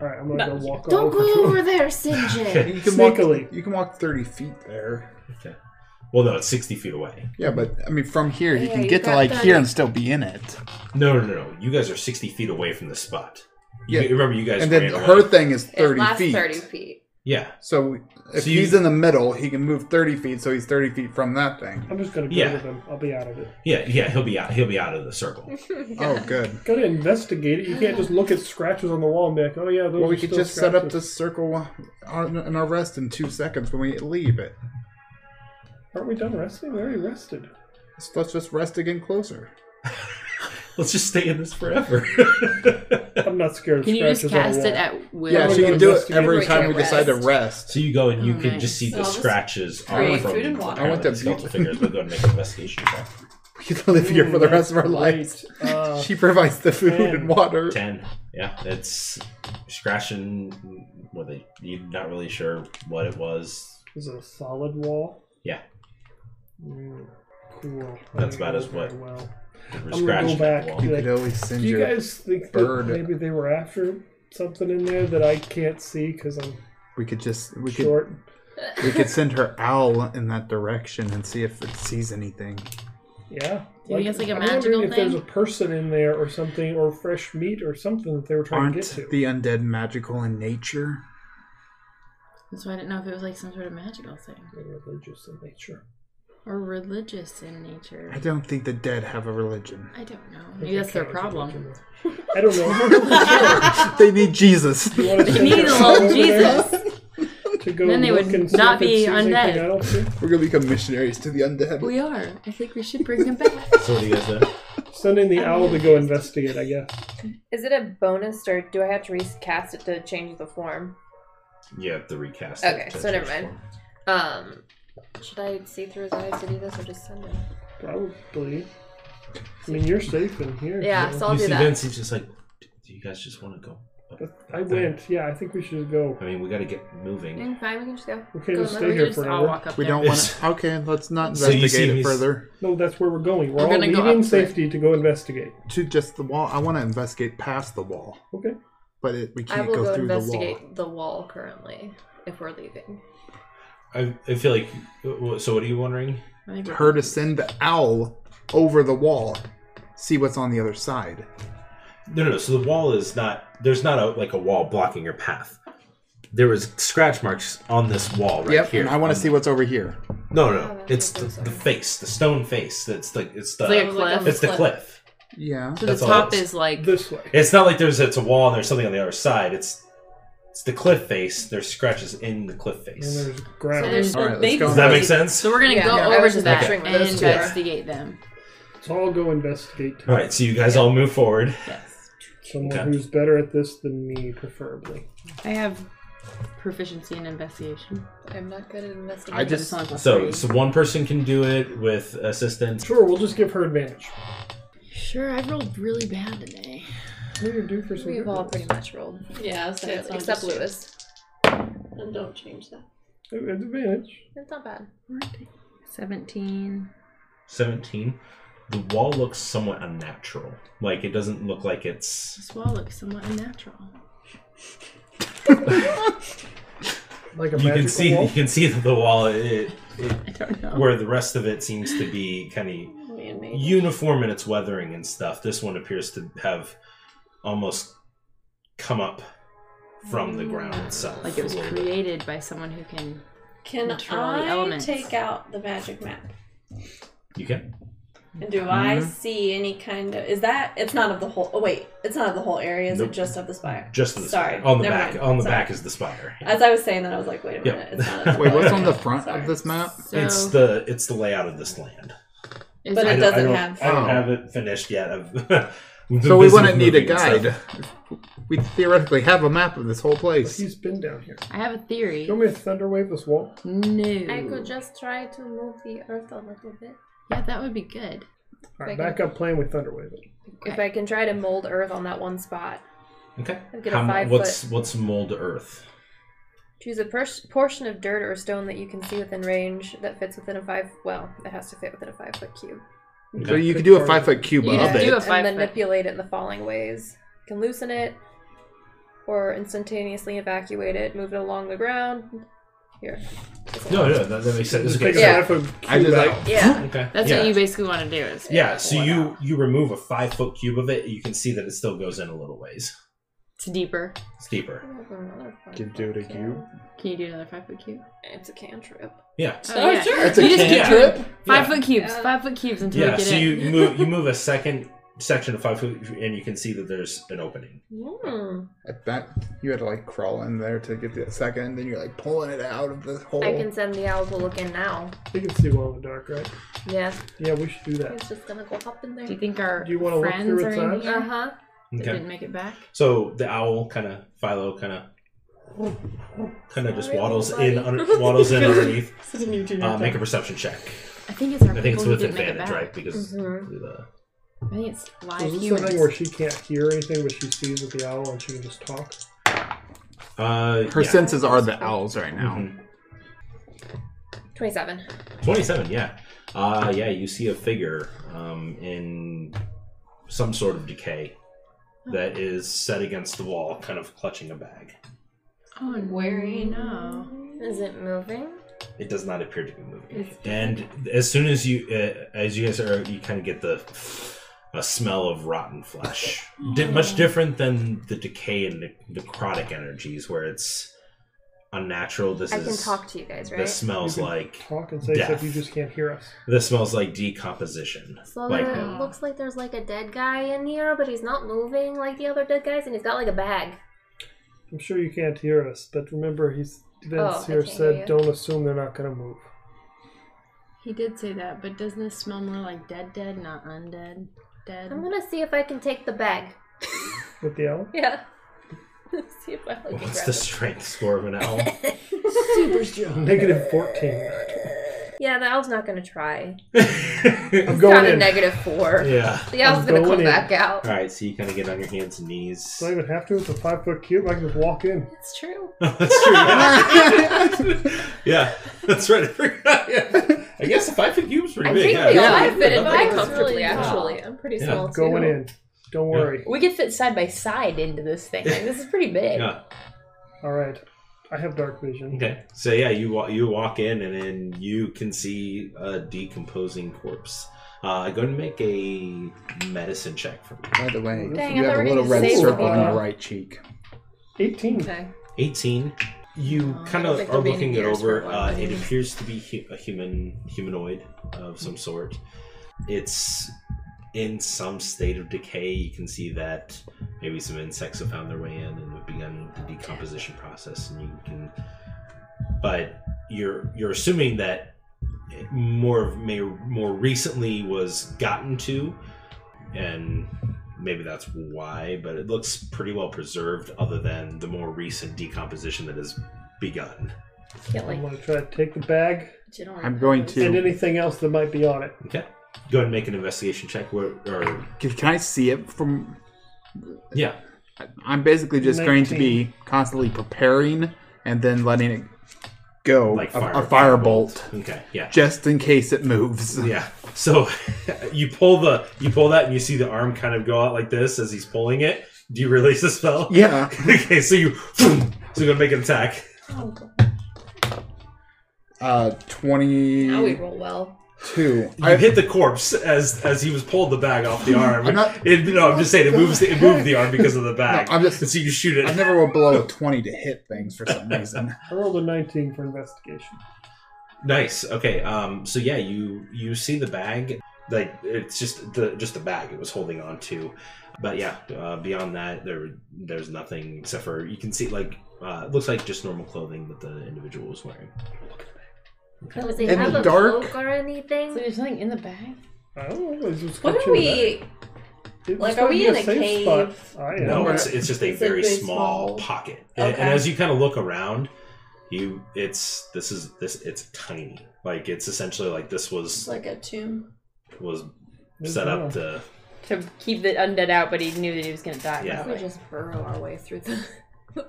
All right, I'm gonna go walk Don't over. go over there, Sinjin. You can walk. Sneakily. You can walk thirty feet there. Okay. Well, no, it's sixty feet away. Yeah, but I mean, from here you Yeah, can you get to got like that. here and still be in it. No, no, no, no. You guys are sixty feet away from the spot. You, Yeah. Remember, you guys and then ran away. her thing is It thirty lasts feet. 30 feet. Yeah. So if So you- he's in the middle, he can move thirty feet, so he's thirty feet from that thing. I'm just gonna go Yeah. with him. I'll be out of it. Yeah, yeah. He'll be out. He'll be out of the circle. Oh, good. Gotta investigate it. You can't just look at scratches on the wall and be like, "Oh yeah, those Well, are we could still just set up scratches." the circle on, in our rest in two seconds when we leave it. Aren't we done resting? We already rested. So let's just rest again closer. Let's just stay in this forever. I'm not scared of Can you scratches just cast on the it wall. at will? yeah, we're she gonna can do it investigate every it. time we Rest. decide to rest. so you go and you Oh, can nice. just see So the I'll just scratches on create from food and water. I I want want the to- skeletal fingers. We'll go and make an investigation check. We could live here for the rest of our lives. Right, uh, She provides the food man. and water. Ten. Yeah, it's scratching. Were they? You're not really sure what it was. Is it a solid wall? Yeah. Mm, cool. That's I about as don't know what- very Well. They were I'm gonna go scratching at the back. wall. You could always send Do you your guys think that bird. maybe they were after something in there that I can't see because I'm We could just we could short? we could send her owl in that direction and see if it sees anything. Yeah. Do you think it's like a I'm wondering magical if there's a person in there or something, or fresh meat or something that they were trying Aren't to get to. the undead magical in nature? That's why I didn't know if it was like some sort of magical thing They're religious in nature. or religious in nature. I don't think the dead have a religion. I don't know. Maybe that's their problem. I don't know. they need Jesus. You wanna They send need your a son little over there Jesus. To go Then they look would and see not if it be sees anything undead. I don't see. We're gonna become missionaries to the undead. We are. I think we should bring him back. So what do you guys do? Sending the owl to go investigate, I guess. Is it a bonus or do I have to recast it to change the form? You have to recast. Okay, so never mind. Um, should I see through his eyes to do this or just send him? Probably. I mean, you're safe in here. Yeah, so I'll you do see that. Vince, he's just like, "Do you guys just want to go?" up But that I thing?" went. Yeah, I think we should go. I mean, we got to get moving. Mm, fine, we can just go. We can't Go, just let stay me here just- I'll forever. walk up We there. don't want to. Okay, let's not So you investigate see it he's- further. No, that's where we're going. We're, We're all gonna go leaving up to it. safety to go investigate. To just the wall. I want to investigate past the wall, Okay. but it, we I can't will go, go, through the wall. investigate the wall currently if we're leaving. I, I feel like. uh, So what are you wondering? Maybe- Her to send the owl over the wall, see what's on the other side. No, no, no. So the wall is not. There's not a like a wall blocking your path. There was scratch marks on this wall right yep. here. And I want on- to see what's over here. No, no, Oh, no. that's It's what the, those are. the face, the stone face. That's like it's the It's like a cliff. it's the cliff. Yeah. So the That's all top it is. is like This way. It's not like there's it's a wall and there's something on the other side. It's it's the cliff face. There's scratches in the cliff And face. there's ground. So there's- All right, let's Baby go. Does that make sense? So we're gonna Yeah, go yeah, I over was to just that picturing and those two. investigate them. Let's all go investigate. All right, so you guys all move forward. Yes. Someone Okay. who's better at this than me, preferably. I have proficiency in investigation. I'm not good at investigating. I just But it's only So, plus so three. one person can do it with assistance. Sure, we'll just give her advantage. sure I've rolled really bad today. What are you do for some We've good all ones. pretty much rolled. Yeah, so it's not except just- Lewis. And don't change that. advantage. It's not bad. Seventeen. Seventeen. The wall looks somewhat unnatural. Like it doesn't look like it's This wall looks somewhat unnatural. Like a you can magical see wall? you can see that the wall it, it I don't know. where the rest of it seems to be kind of Man-made. uniform in its weathering and stuff. This one appears to have almost come up from the ground itself. like it was a little bit. created by someone who can. Can Control the I elements. take out the magic map? You can. And do I Mm-hmm. see any kind of? Is that? It's not of the whole. Oh wait, it's not of the whole area. Is Nope. it just of the spire? Just the Sorry, spire. on the never back. mind. On the Sorry. Uh, back is the spire. As I was saying that, I was like, wait Yep. a minute. It's not of the Wait, whole what's on area. the front Sorry. of this map? So it's the it's the layout of this land. is it- But it I don't- I doesn't don't- have. I don't Oh. have it finished yet. I've, So we This wouldn't is need a moving guide. itself. We theoretically have a map of this whole place. He's been down here. I have a theory. You want me to thunder wave this wall? No. I could just try to move the earth a little bit. Yeah, that would be good. All right, back up plan with thunder wave it. If I can try to mold earth on that one spot, Okay. I'll get a mu- five what's what's mold earth? choose a pers- portion of dirt or stone that you can see within range that fits within a five. Well, it has to fit within a five foot cube. So you could do a five foot cube You of could it. do a and five foot. manipulate it in the following ways. You can loosen it, or instantaneously evacuate it, move it along the ground. Here. No, no, that, that makes sense. Just Okay, take a so- five foot I just cube like out. Yeah. Okay. That's yeah. what you basically want to do. Is Yeah, so you you remove a five foot cube of it, you can see that it still goes in a little ways. It's deeper. It's deeper. Mm-hmm. Give do it a cube. Can you do another five foot cube? It's a cantrip. Yeah. Oh, yeah. It's a You just can keep trip. doing Five foot cubes. Five foot cubes until yeah, we get so in. you you move you move a second section of five foot and you can see that there's an opening. At that, you had to like crawl in there to get to the second, and then you're like pulling it out of the hole. I can send the owl to look in now. You can see well in the dark, right? Yeah. Yeah, we should do that. He's just gonna go hop in there. do you think our Do you wanna look friends through are its in eyes? here? Uh huh. They Okay. didn't make it back. So the owl kind of Philo kind of kind of just Really, waddles buddy? in under, waddles in underneath. Such a new junior Uh, make a thing. perception check. I think it's our I think it's people who with didn't make it advantage, back. right? Because Mm-hmm. Mhm. the- I think it's live Is this the humans. thing where she can't hear anything, but she sees with the owl and she can just talk? uh, Her yeah. senses are the owls right now. Mhm. 27. 27 yeah uh yeah you see a figure um in some sort of decay that is set against the wall kind of clutching a bag Oh, Wearing. No. Is it moving? it does not appear to be moving It's- and as soon as you uh, as you guys are you kind of get the a smell of rotten flesh Di- Mm. much different than the decay and ne- necrotic energies where it's unnatural this I is can talk to you guys, right? this smells You can like Talk and say death. stuff, you just can't hear us. this smells like decomposition So like there it looks like there's like a dead guy in here, but he's not moving like the other dead guys, and he's got like a bag. I'm sure you can't hear us, but remember, he's Vince Oh, I here can't said hear you. don't assume they're not going to move. He did say that, but doesn't this smell more like dead, dead, not undead? Dead. Oh, I'm gonna see if I can take the bag. With the owl? Yeah. see if I can What's grab the it. strength score of an owl? Super strong. Negative 14. Yeah, the owl's not gonna try. I'm Got going a in. negative four. Yeah. The owl's I'm gonna going come in. back out. All right, so you kind of get on your hands and knees. Do I even have to? It's a five foot cube. I can just walk in. It's true. that's true. Yeah, Yeah, that's right. I forgot. Yeah. I guess the five foot cube's pretty I big. think yeah. we all Yeah. fit in Yeah. quite Yeah. comfortably, Yeah. actually. I'm pretty Yeah. small, too. Going in. Don't worry. We could fit side by side into this thing. Like, this is pretty big. Yeah. All right. I have dark vision. Okay. So yeah, you wa- you walk in and then you can see a decomposing corpse. Uh, go ahead and make a medicine check for me. By the way, Dang, you have I thought a we little were red gonna save circle on that. your right cheek. 18. Eighteen. You kind don't of think are there'll be looking any it ears for over. a while, Uh, I it mean. appears to be hu- a human humanoid of some sort. It's in some state of decay. You can see that maybe some insects have found their way in and have begun the decomposition process. And you can, but you're you're assuming that it more of may more recently was gotten to, and maybe that's why. But it looks pretty well preserved, other than the more recent decomposition that has begun. Can't, I'm like, going to try to take the bag generally I'm going pose. and to. anything else that might be on it. Okay. Go ahead and make an investigation check. Where, or Can can I see it from? yeah, I'm basically just going to be constantly preparing and then letting it go Like a, a fire- firebolt, okay, yeah, just in case it moves. yeah. So you pull the you pull that and you see the arm kind of go out like this as he's pulling it. Do you release the spell? Yeah. okay, so you so you're gonna make an attack. Uh, Now we twenty-two. roll well. You hit the corpse as as he was pulled the bag off the arm. I'm not- It, no, I'm just saying it moves it moved the arm because of the bag. No, I'm just- And so you shoot I it. never will blow a twenty to hit things for some reason. I rolled a 19 for investigation. Nice. Okay. Um. So yeah, you you see the bag. Like it's just the just the bag it was holding on to, but yeah. Uh, beyond that, there there's nothing except for you can see like uh, it looks like just normal clothing that the individual was wearing. Does he In have the a dark? cloak or anything? So there's something in the bag. I don't know. It's just What clutching are the bag. we? It Like, was are gonna we be in a safe cave? spot. I am. No, it's, it's just a It's a very very small, small- pocket. And, and Okay. as you kind of look around, you it's this is this it's tiny. Like it's essentially like this was like a tomb. was There's set no- up to to keep the undead out, but he knew that he was gonna die. Yeah. probably. We just burrow our way through the,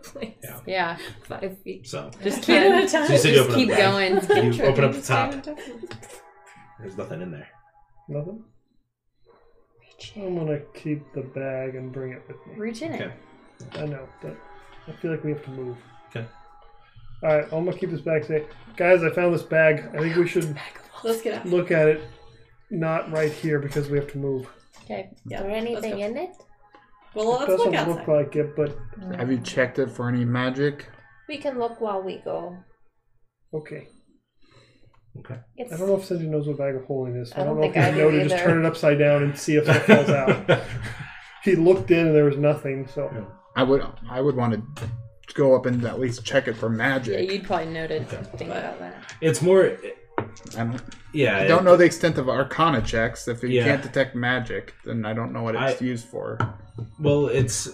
place. Yeah. yeah, five feet. so Just So keep, you said just you open up keep the going. back. You open up the top. There's nothing in there. Nothing? I'm gonna keep the bag and bring it with me. Reach in it. Okay. I know, but I feel like we have to move. Okay. Alright, I'm gonna keep this bag safe. Guys, I found this bag. I think we should Let's get out. look at it not right here because we have to move. Okay. Yeah. Is there anything in it? Well, it let's doesn't look look, outside. like it, but Have you checked it for any magic? We can look while we go. okay. Okay. I It's don't know if Cindy knows what bag of holding is. I I don't, don't know if think I you know do to just either. turn it upside down and see if it falls out. he looked in and there was nothing, so I would I would want to go up and at least check it for Yeah, magic. you'd probably know to think about that. It's more I don't, yeah. I it- don't know the extent of arcana checks. If you Yeah. can't detect magic, then I don't know what it's used for. Well, it's.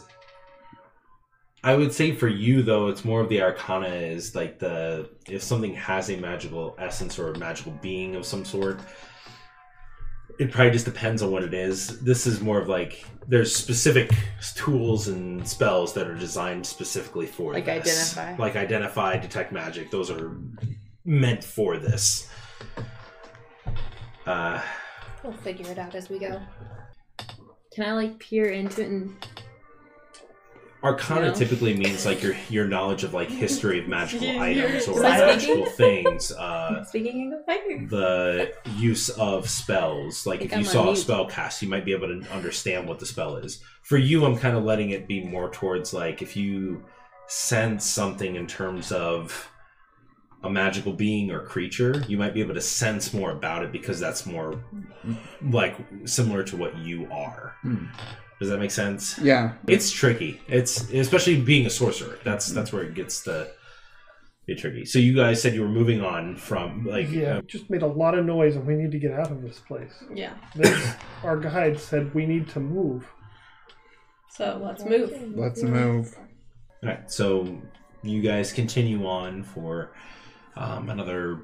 I would say for you though, it's more of the arcana is like the if something has a magical essence or a magical being of some sort. It probably just depends on what it is. This is more of like there's specific tools and spells that are designed specifically for Like this. identify? like identify, detect magic. Those are meant for this. Uh, we'll figure it out as we go. Can I like peer into it and Arcana No. typically means like your your knowledge of like history of magical You're- items or am I magical things, uh, Speaking in the the use of spells. Like Think if you I'm on saw a mute. spell cast, you might be able to understand what the spell is. For you, I'm kind of letting it be more towards like if you sense something in terms of a magical being or creature, you might be able to sense more about it because that's more like similar to what you are. Hmm. Does that make sense? Yeah. It's tricky. It's especially being a sorcerer. That's that's where it gets the be tricky. So you guys said you were moving on from like yeah, um, just made a lot of noise and we need to get out of this place. Yeah. This, our guide said we need to move. So let's move. Let's move. all right. So you guys continue on for um, another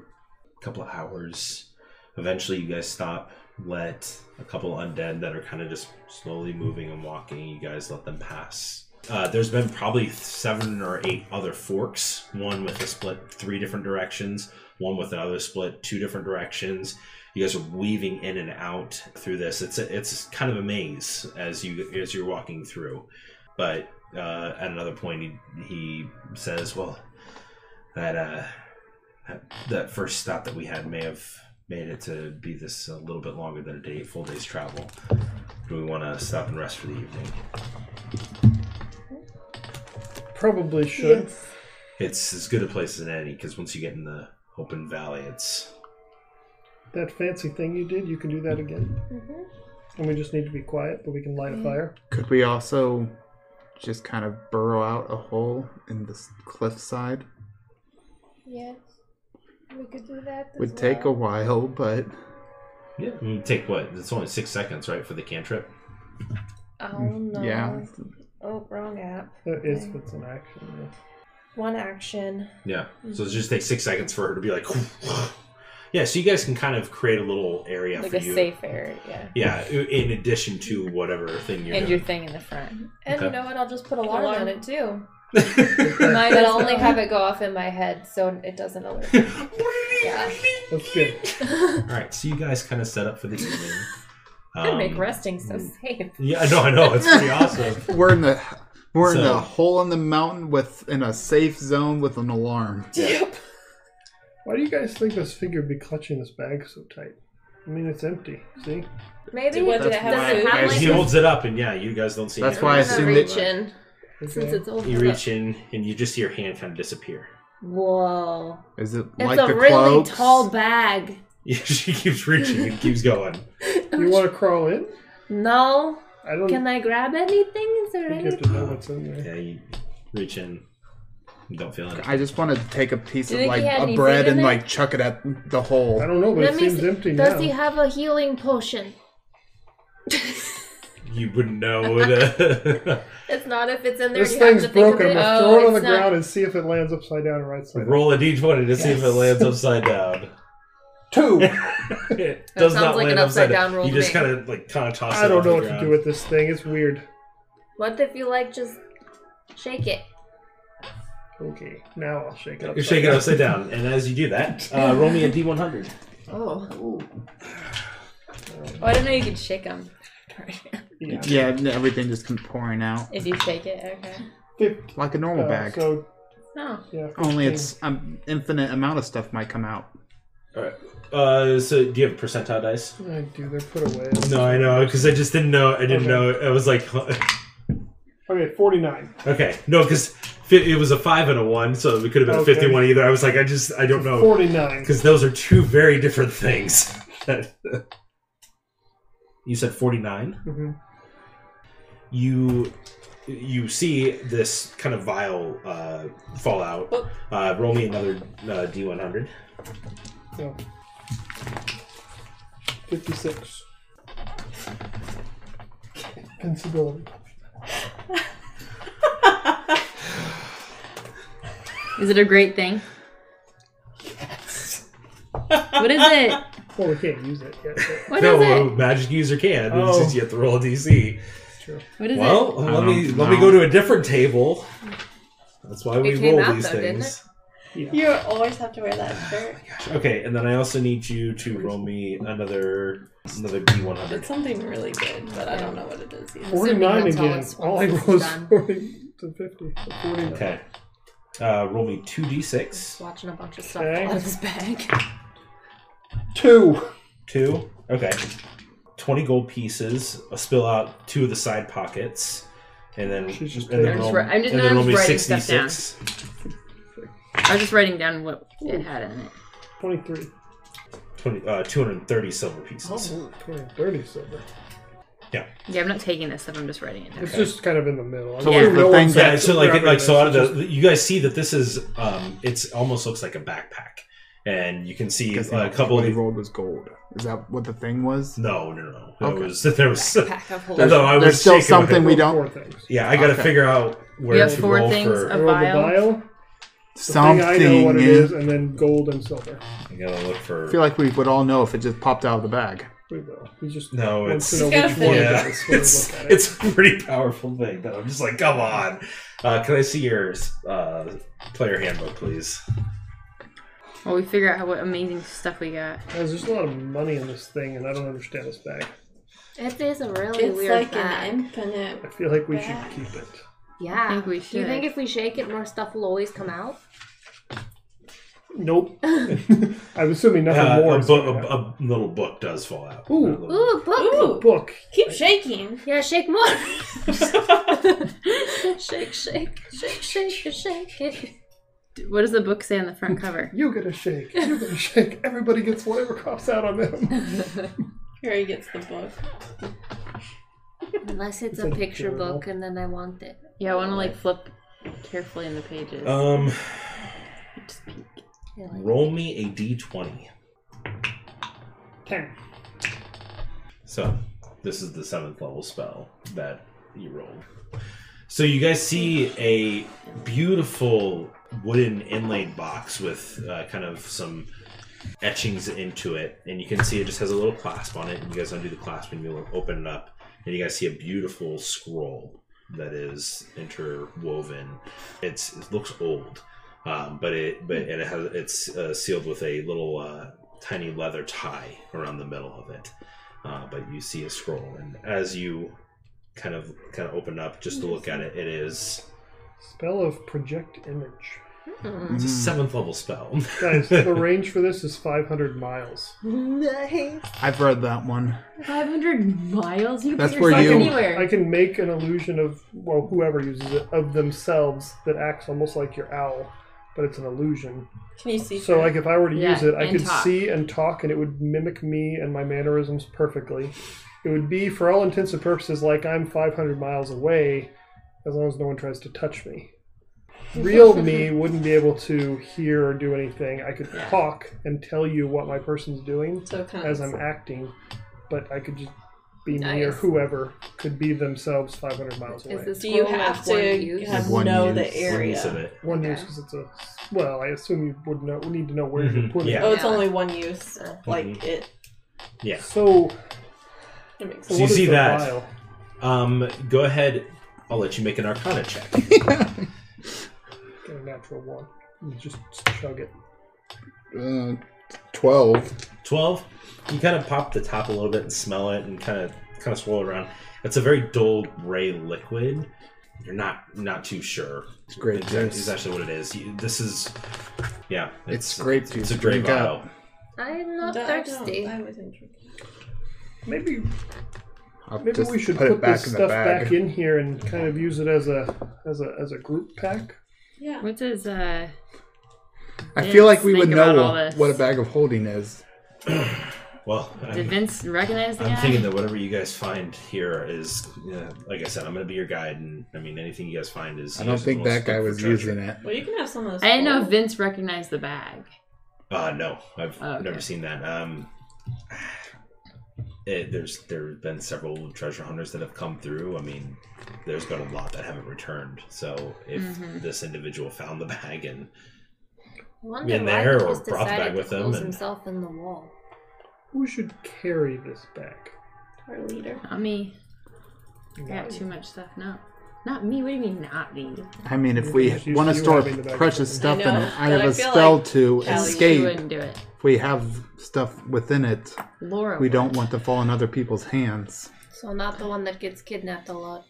couple of hours. Eventually, you guys stop. Let a couple undead that are kind of just slowly moving and walking. You guys let them pass. Uh, there's been probably seven or eight other forks. One with a split three different directions. One with another split two different directions. You guys are weaving in and out through this. It's a, it's kind of a maze as you as you're walking through. But uh, at another point, he he says, "Well, that uh, that, that first stop that we had may have made it to be this a little bit longer than a day, full day's travel. Do we want to stop and rest for the evening?" Probably should. It's as good a place as any because once you get in the open valley, it's That fancy thing you did, you can do that again. Mm-hmm. And we just need to be quiet, but we can light a fire. Could we also just kind of burrow out a hole in this cliffside? Yes. We could do that. as Would take a well. while, but yeah. You take what? It's only six seconds, right, for the cantrip. Oh no. yeah. Oh, wrong app. That is what's an action. yeah. One action. Yeah. Mm-hmm. So it just takes six seconds for her to be like. Yeah, so you guys can kind of create a little area like for a you. safe area? Yeah. Yeah, i- in addition to whatever thing you're and your doing. thing in the front. And you Okay. know what? I'll just put alarm, Alarm. on it too. But as I'll only well. have it go off in my head so it doesn't alert. yeah. That's good. All right, so you guys kind of set up for the evening. Gonna make Um, resting so safe. Yeah, no, I know it's pretty awesome. we're in the we're in So- a hole in the mountain with in a safe zone with an alarm. Why do you guys think this figure would be clutching this bag so tight? I mean, it's empty. See? Maybe Did- what does did it it have That's food? have why- like he holds it up, and yeah, you guys don't see. That's it. why I I'm gonna assume reach that in since it's old. You reach in, and you just see your hand kind of disappear. Whoa. is it It's like a the really cloaks? tall bag. she keeps reaching and keeps going. You want to crawl in? No. I don't Can I grab anything? Is there think you have anything? to know what's in there. Yeah, you reach in, you don't feel anything. I just want to take a piece Do of you think like he had a any bread food in and it? like chuck it at the hole. I don't know, but Let it me seems see. empty Does now. he have a healing potion? you wouldn't know. The It's not if it's in there. This you have thing's to think of broken. I'm it. gonna Oh, throw it on the it's not- ground and see if it lands upside down or right side up. roll a d20 to see if it lands upside down. Two. it does sounds not like land an upside upside-down down. roll you to just me. kind of like kind of toss. I it don't onto know the what to ground. do with this thing. It's weird. What if you like just shake it? Okay, now I'll shake it. Upside You're shaking down. it upside down, and as you do that, uh, roll me a d100. Oh. Oh, I didn't know you could shake them. Yeah, and everything just comes pouring out If you shake it, okay. like a normal Uh, bag. So Oh. yeah, Only 15. it's an infinite amount of stuff might come out. All right. Uh, so do you have percentile dice? I do. They're put away. No, I know because I just didn't know. I didn't Okay. know. I was like, Okay, forty-nine. okay, no, because it was a five and a one, so it could have been Okay. a fifty-one either. I was like, I just, I don't know, Forty-nine. because those are two very different things. you said forty-nine. Mhm. You, you see this kind of vile uh, fallout. Uh, roll me another uh, d one hundred. So fifty-six. Invincibility. Is it a great thing? What is it? Well, we can't use it yet. but- What no, is Oh, it? a magic user can. Oh. Since you have to roll a DC. What is well, it? let I me don't let me know. go to a different table. That's why we It came roll out these though, didn't things. You always have to wear that shirt. Okay, and then I also need you to roll me another another D one It's hundred. something really good, but I don't know what it is. Either. Forty-nine that's all again. it's- All I it's rolled done. forty to fifty. So Forty-nine. Okay. Uh, roll me two D six. Watching a bunch of stuff Okay. out of his bag. Two. Two. Okay. Twenty gold pieces. I'll spill out two of the side pockets. And then, She's just and taking- then roll, I'm just- and no, then I'm roll me just writing sixty stuff down. six. I was just writing down what it had in it. Twenty-three. 20, uh, 230 silver pieces. Oh, 20, 30 silver. Yeah, I'm not taking this stuff. I'm just writing it down. It's just kind of in the middle. So mean, was the no thing one's Yeah, that- so like it- grabbing like so out of this, it's the you guys see that this is um it's almost looks like a backpack. And you can see Because uh, a couple what of he the, rolled was gold. Is that what the thing was? No, no, no. There Okay. was there was Pack of holes. although I There's was still shaking my something head. we just don't. Four things. Yeah, I gotta Okay. figure out where You have to four roll things, for a Roll the vial. vial. The Something. thing I know what it is- is, and then gold and silver. I gotta look for I feel like we would all know if it just popped out of the bag. We will. We just No, want to it's know gotta which one yeah, it is when we it's, look at it. it's a pretty powerful thing, but I'm just like, come on. Uh, can I see your uh, player handbook, please? Well, we figure out what amazing stuff we got. Guys, there's a lot of money in this thing, and I don't understand this bag. It is a really It's weird like bag. an infinite. I feel like we should keep it. Yeah. I think we Do you think should. if we shake it, more stuff will always come out? Nope. I'm assuming nothing Uh, more. a, is book, coming out. a, a little book does fall out. A Ooh. little- Ooh, book. Ooh, book. keep shaking. Yeah, shake more. shake, shake, shake, shake, shake it. D- What does the book say on the front cover? You get a shake. You get a shake. Everybody gets whatever comes out on them. Harry gets the book. Unless it's It's a like picture adorable. book, and then I want it. Yeah, I want to like flip carefully in the pages. Um, Just peek. I like roll me a d20. Ten. So, this is the seventh level spell that you rolled. So, you guys see a beautiful wooden inlaid box with uh, kind of some etchings into it, and you can see it just has a little clasp on it. And you guys undo the clasp and you open it up, and you guys see a beautiful scroll that is interwoven. It's it looks old, um, but it but and it has it's uh, sealed with a little uh, tiny leather tie around the middle of it. Uh, but you see a scroll, and as you kind of kind of open up just to look at it, it is Spell of project image. it. Mm. it's a seventh level spell. Guys, the range for this is 500 miles. I've read that one. 500 miles? You can That's put where yourself you- anywhere. I can make an illusion of, well, whoever uses it, of themselves that acts almost like your owl, but it's an illusion. Can you see? So, like, if I were to Yeah, use it, I and could talk. see and talk, and it would mimic me and my mannerisms perfectly. It would be, for all intents and purposes, like I'm 500 miles away, as long as no one tries to touch me. Real me wouldn't be able to hear or do anything. I could talk and tell you what my person's doing so kind as of I'm acting, but I could just be me or whoever could be themselves 500 miles away. this Do you scroll have like one to use? have One know use. the One area? use of it. One Okay. use 'cause it's a. Well, I assume you would know. We need to know where Mhm, you're putting yeah. it. Oh, it's only one use. Like Mhm. it. Yeah. So. It makes So sense. you see the that. vial? Um, go ahead. I'll let you make an Arcana check. Get a natural one. You just chug it. Uh, 12. 12? You kind of pop the top a little bit and smell it and kind of kind of swirl it around. It's a very dull gray liquid. You're not not too sure. It's grape juice. Is actually what it is. You, this is yeah. It's grape juice. It's a grape Drink up. vial. I'm not No, I don't. thirsty. I wasn't drinking. Maybe I'll Maybe just we should put put, it back this in the stuff bag. back in here and kind of use it as a as a as a group pack. Yeah. What does uh? I feel like Vince we would think about all know this? what a bag of holding is. Well, Did I'm, Vince recognize the I'm guy? thinking that whatever you guys find here is, yeah, like I said, I'm going to be your guide, and I mean anything you guys find is. I you don't guys think will that guy look for was treasure. using it. Well, you can have some of those. I didn't know if gold. Vince recognized the bag. Uh, no, I've Oh, okay. never seen that. Um, it, there's there have been several treasure hunters that have come through. I mean, there's been a lot that haven't returned. So if Mm-hmm. Mhm. this individual found the bag and Wonder been why there he or just brought the decided bag to with him close and- himself in the wall. Who should carry this back? Our leader. Not me. I got too much stuff. No, not me. What do you mean, not me? I mean, if we Just use want to you store having the bag. precious stuff in know, it, I but have I a feel spell like to Kelly, she escape. wouldn't do it. If we have stuff within it, Laura we don't want to fall in other people's hands. So not the one that gets kidnapped a lot.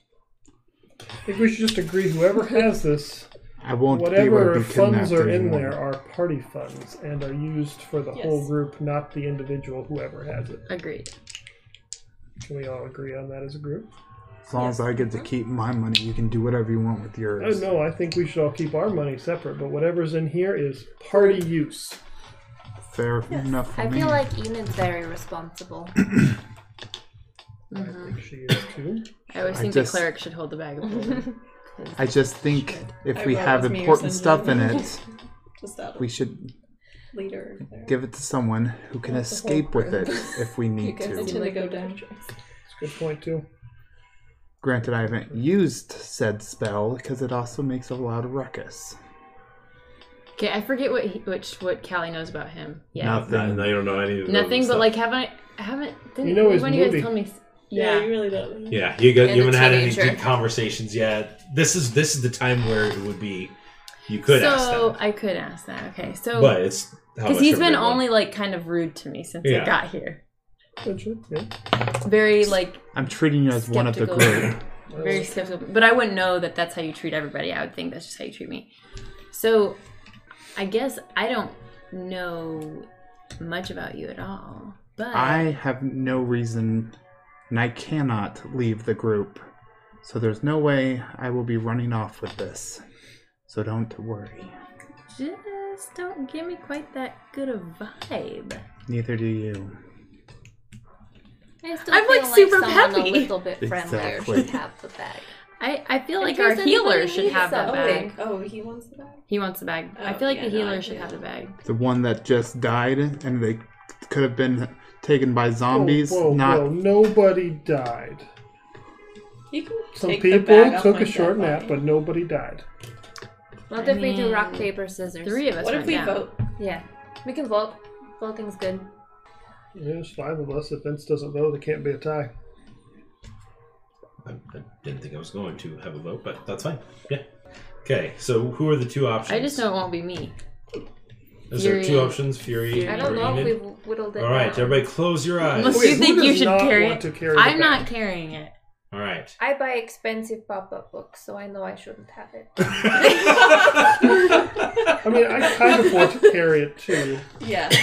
I think we should just agree whoever has this, I won't be able to whatever be funds kidnapped are in anymore. there are party funds and are used for the whole Yes. group, not the individual whoever has it. Agreed. Can we all agree on that as a group? As long as I get to keep my money, you can do whatever you want with I yours. don't know. I think we should all keep our money separate, but whatever's in here is party use. Fair enough for I me. feel like Enid's very responsible. Mm-hmm. I think she is too. I always I think just- the cleric should hold the bag of gold. I just think if I we wrote have with me or important something. stuff in it, Just out of we should leader. There. give it to someone who can That's the whole escape with it group. if we need you guys to. need to go down. It's a good point too. Granted, I haven't used said spell because it also makes a loud ruckus. okay, I forget what he, which what Callie knows about him. Yeah, Nothing. No, you don't know any of those nothing. stuff. But like, haven't I haven't? Didn't You know his one of you movie. guys tell me? Yeah, Yeah, you really don't. yeah, you got, And you haven't the had any teenager. deep conversations yet. This is this is the time where it would be you could so ask them, I could ask that. Okay, so but it's how because much Oh. he's of a been good one. only like kind of rude to me since Yeah. I got here. Potentially, yeah. Very like I'm treating you as one of the group. very skeptical. But I wouldn't know that that's how you treat everybody. I would think that's just how you treat me. So, I guess I don't know much about you at all. But I have no reason, and I cannot leave the group. So there's no way I will be running off with this. So don't worry. just don't give me quite that good a vibe. Neither do you. I still I'm, feel like, super someone peppy. A little bit friendlier Exactly. should have the bag. I, I feel In like case our anybody healer should needs have that something. bag. Oh, he wants the bag. He wants the bag. I Oh, feel like yeah, the no, healer I should do. have the bag. The one that just died, and they could have been taken by zombies. Whoa, whoa, not whoa. Nobody died. You can Some take the bag people off took my a dead short nap, body. but nobody died. What I if we do rock mean, paper scissors? Three of us. What went if we down. vote? Yeah, we can vote. Voting's good. There's five of us. If Vince doesn't vote, there can't be a tie. I, I didn't think I was going to have a vote, but that's fine. Yeah. Okay, so who are the two options? I just know it won't be me. Is there two Fury. options? Fury. Fury. I and don't know if Enid? we have whittled it. All right, down. everybody, close your eyes. Unless Wait, you who think you does should not carry want it. to carry the I'm bag? not carrying it. All right. I buy expensive pop-up books, so I know I shouldn't have it. I mean, I kind of want to carry it too. Yeah. So,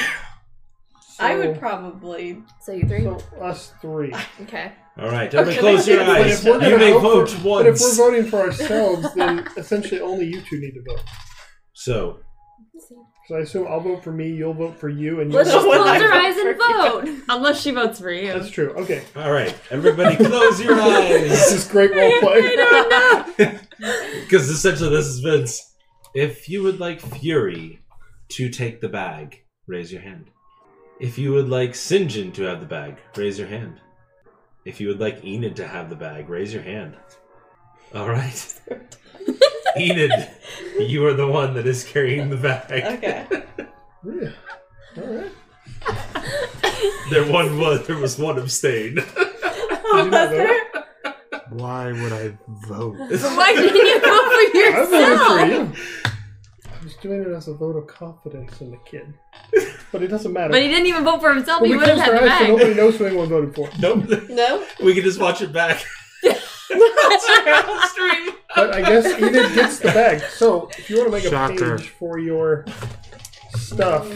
I would probably. So you three? So us three. Okay. All right, everybody, close your But eyes. if we're gonna You may vote vote for- But if we're once. voting for ourselves, then essentially only you two need to vote. So, Because I assume I'll vote for me, you'll vote for you, and you'll Let's vote just close our eyes for would I vote and for vote. Unless she votes for you. That's true. Okay. all right, everybody, close your This eyes. is great role play. Because essentially, this is Vince. If you would like Fury to take the bag, raise your hand. If you would like Sinjin to have the bag, raise your hand. If you would like Enid to have the bag, raise your hand. All right. Enid, you are the one that is carrying the bag. Okay. Yeah. All right. There one was there was one abstain. Oh, Why would I vote? Why didn't you vote for I voted yourself? for you. I was doing it as a vote of confidence in the kid, but it doesn't matter. But he didn't even vote for himself. When He we would have closed had our the eyes, so bag. nobody knows who anyone voted for. Nope. No? We can just watch it back. But I guess Enid gets the bag. So if you want to make Shocker. a page for your stuff,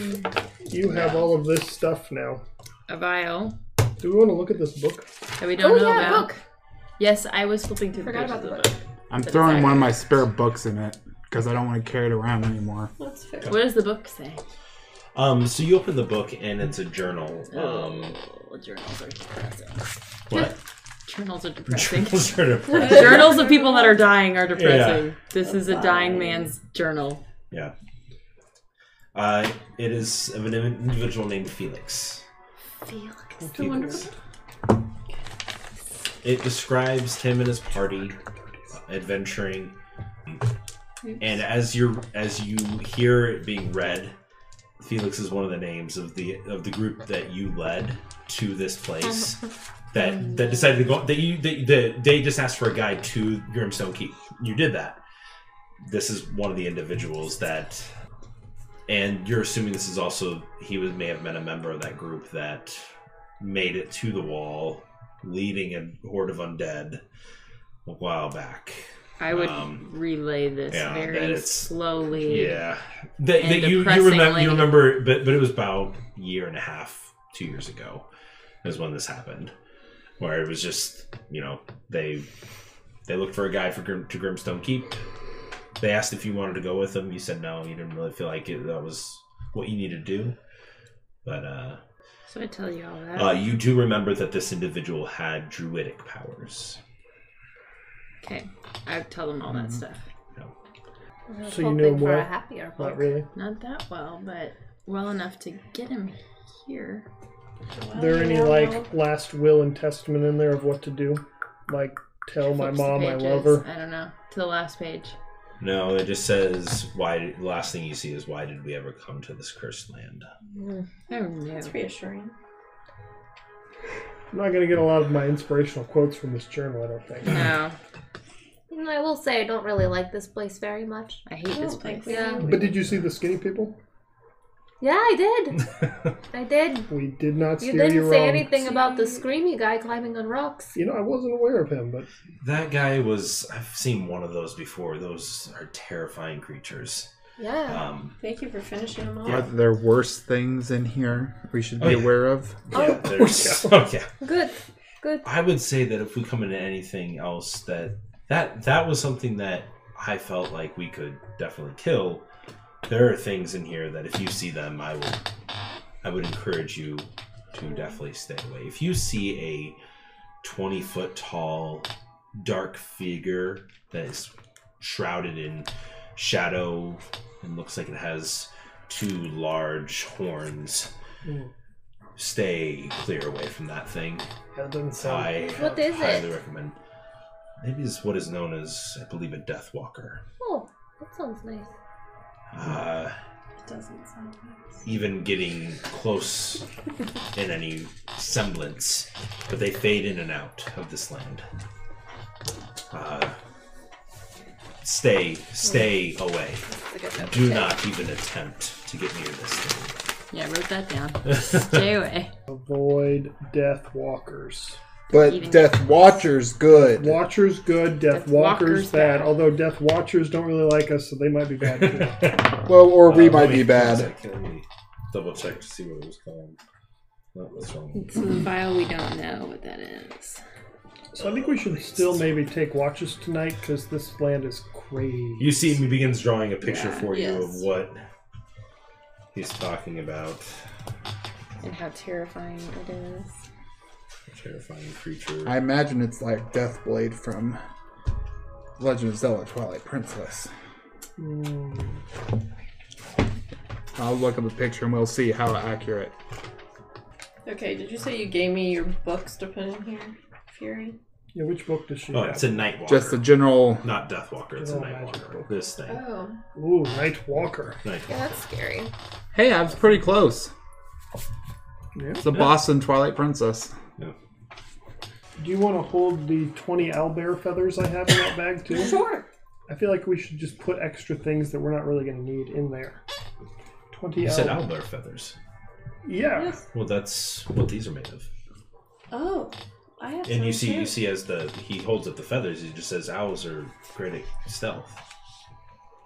you have all of this stuff now. A vial Do we want to look at this book? that we don't oh know yeah, about. book. Yes, I was flipping through Forgot the about pages the of book. the book. I'm But it's throwing all one of my spare books in it because I don't want to carry it around anymore. That's fair. What does the book say? Um, so you open the book and it's a journal. Um, Oh, journals are depressing. what? Journals are depressing. Journals are depressing. journals of people that are dying are depressing. This is a dying Fine. man's journal. Yeah. Uh, it is of an individual named Felix. Felix. Felix. It describes him and his party uh, adventuring, and as you as you hear it being read, Felix is one of the names of the of the group that you led to this place that that decided to go that you that, that they just asked for a guide to Grimstone Keep. You did that. This is one of the individuals that, and you're assuming this is also he was may have met a member of that group that made it to the wall, leading a horde of undead a while back. I would Um, relay this yeah, that very it's- slowly. Yeah, that, And that you you remember depressingly- you remember, but but it was about a year and a half, two years ago, is when this happened, where it was just you know they they looked for a guy for Grim, to Grimstone Keep. They asked if you wanted to go with them. You said no. You didn't really feel like it, that was what you needed to do. But uh, So I tell you all that. uh, you do remember that this individual had druidic powers. okay, I would tell them all Mm-hmm. that stuff. I was So you hoping know for more? a happier Not book. really. Not that well, but well enough to get him here. Are there any like last will and testament in there of what to do? Like tell Oh, my Flips the mom I love pages. her. I don't know. To the last page. No, it just says why. did- Last thing you see is why did we ever come to this cursed land? Oh no. That's reassuring. I'm not gonna get a lot of my inspirational quotes from this journal. I don't think. No, Mm, I will say I don't really like this place very much. I hate this don't think place. we- Yeah. But did you see the skinny people? Yeah, I did. I did. We did not You steer you, didn't say wrong. anything about the screamy guy climbing on rocks. You know, I wasn't aware of him, but That guy was. I've seen one of those before. Those are terrifying creatures. Yeah. Um, Thank you for finishing them all. Are there worse things in here we should Oh, be yeah. aware of? yeah, there's- oh, yeah. Good. Good. I would say that if we come into anything else, that that that was something that I felt like we could definitely kill. There are things in here that if you see them, I would I would encourage you to definitely stay away. If you see a twenty foot tall dark figure that is shrouded in shadow and looks like it has two large horns, Hmm. stay clear away from that thing. that doesn't sound. I What is highly it? recommend. Maybe it's what is known as, I believe, a death walker. Oh, that sounds nice. Uh, It doesn't sound nice. even getting close in any semblance, but they fade in and out of this land. Uh, stay, stay Hmm. away. That's a good note. Do not even attempt to get near this thing. Yeah, I wrote that down. Stay away. Avoid death walkers. Even- But Death Watcher's good. Watchers good, death, Death walkers, walkers bad. bad. Although death watchers don't really like us, so they might be bad. Too. Well, or we Uh, might let be me- bad. Let me double check to see what it was called. No, that's wrong. It's a file we don't know what that is. so I think we should still maybe take watches tonight because this land is crazy. You see, he begins drawing a picture Yeah, for you of yes. what he's talking about. And how terrifying it is. Terrifying creature. I imagine it's like Deathblade from Legend of Zelda Twilight Princess. Hmm. I'll look up a picture and we'll see how accurate. Okay, did you say you gave me your books to put in here? Fury. Yeah, which book does she Oh, have? it's a Nightwalker. Just the general. Not Deathwalker, it's a Nightwalker. This thing. Oh, Ooh, Night Walker. yeah, that's scary. Hey, I was pretty close. Yeah. It's the boss in Twilight Princess. Do you want to hold the 20 owlbear feathers I have in that bag, too? Sure. I feel like we should just put extra things that we're not really going to need in there. 20 You said owl- owlbear feathers. Yeah. Well, that's what these are made of. Oh, I have. And you some see, you too. see, as the he holds up the feathers, he just says owls are great at stealth.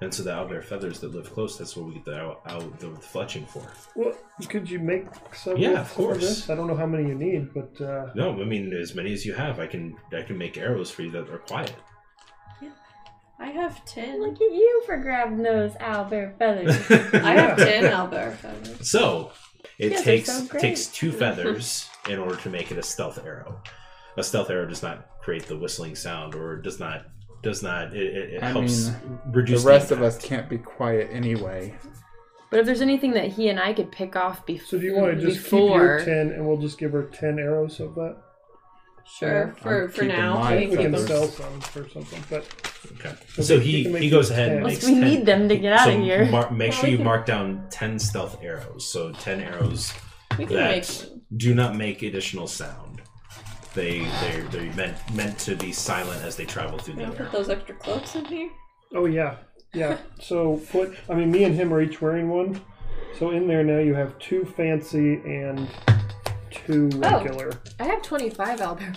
And so the owlbear feathers that live close, that's what we get the owl, owl the fletching for. Well, could you make some? Yeah, of some course. this? I don't know how many you need, but uh, No, I mean as many as you have, I can I can make arrows for you that are quiet. I have ten. Look at you for grabbing those owlbear feathers. I have ten owlbear feathers. So it Yes, that takes sounds great. takes two feathers in order to make it a stealth arrow. A stealth arrow does not create the whistling sound, or does not does not it, it, it I helps mean, reduce the rest of impact. us can't be quiet anyway. But if there's anything that he and I could pick off bef- so do you want to just keep before, your 10 and we'll just give her 10 arrows of that? Sure, for I'm for keeping now. mine I think we can feathers. sell some for something, but Okay. So So we- we he, can make he goes it ahead and ten. makes we 10 need them to get out so of here. Mar- make Well, sure we you can- mark down 10 stealth arrows. So 10 arrows We can that make do not make additional sound. They they're, they're meant meant to be silent as they travel through the Can I put air. those extra cloaks in here? oh yeah, yeah. So put. I mean, me and him are each wearing one. So in there now you have two fancy and two Oh. regular. I have 25 Albert.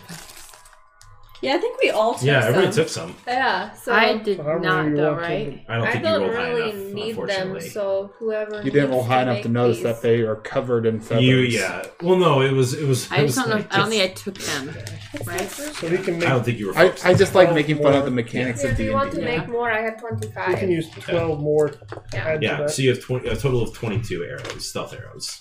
Yeah, I think we all took Yeah, some. everyone took some. Yeah, so I did So how many not you though, want to right? be? I don't I think don't you rolled high really enough, need them, unfortunately. so whoever You didn't needs roll high to enough to make notice these- that they are covered in feathers. You yeah. Well, no, it was it was. I it just was don't know. like I don't just- think I took them. Right? So he can I make. don't think you were. I, focused I on just that. like making fun of the mechanics Here, of Oh, do D you want to and make more? I have 25. He can use twelve more. to add to Yeah. that. So you have 20, a total of twenty-two arrows, stealth arrows.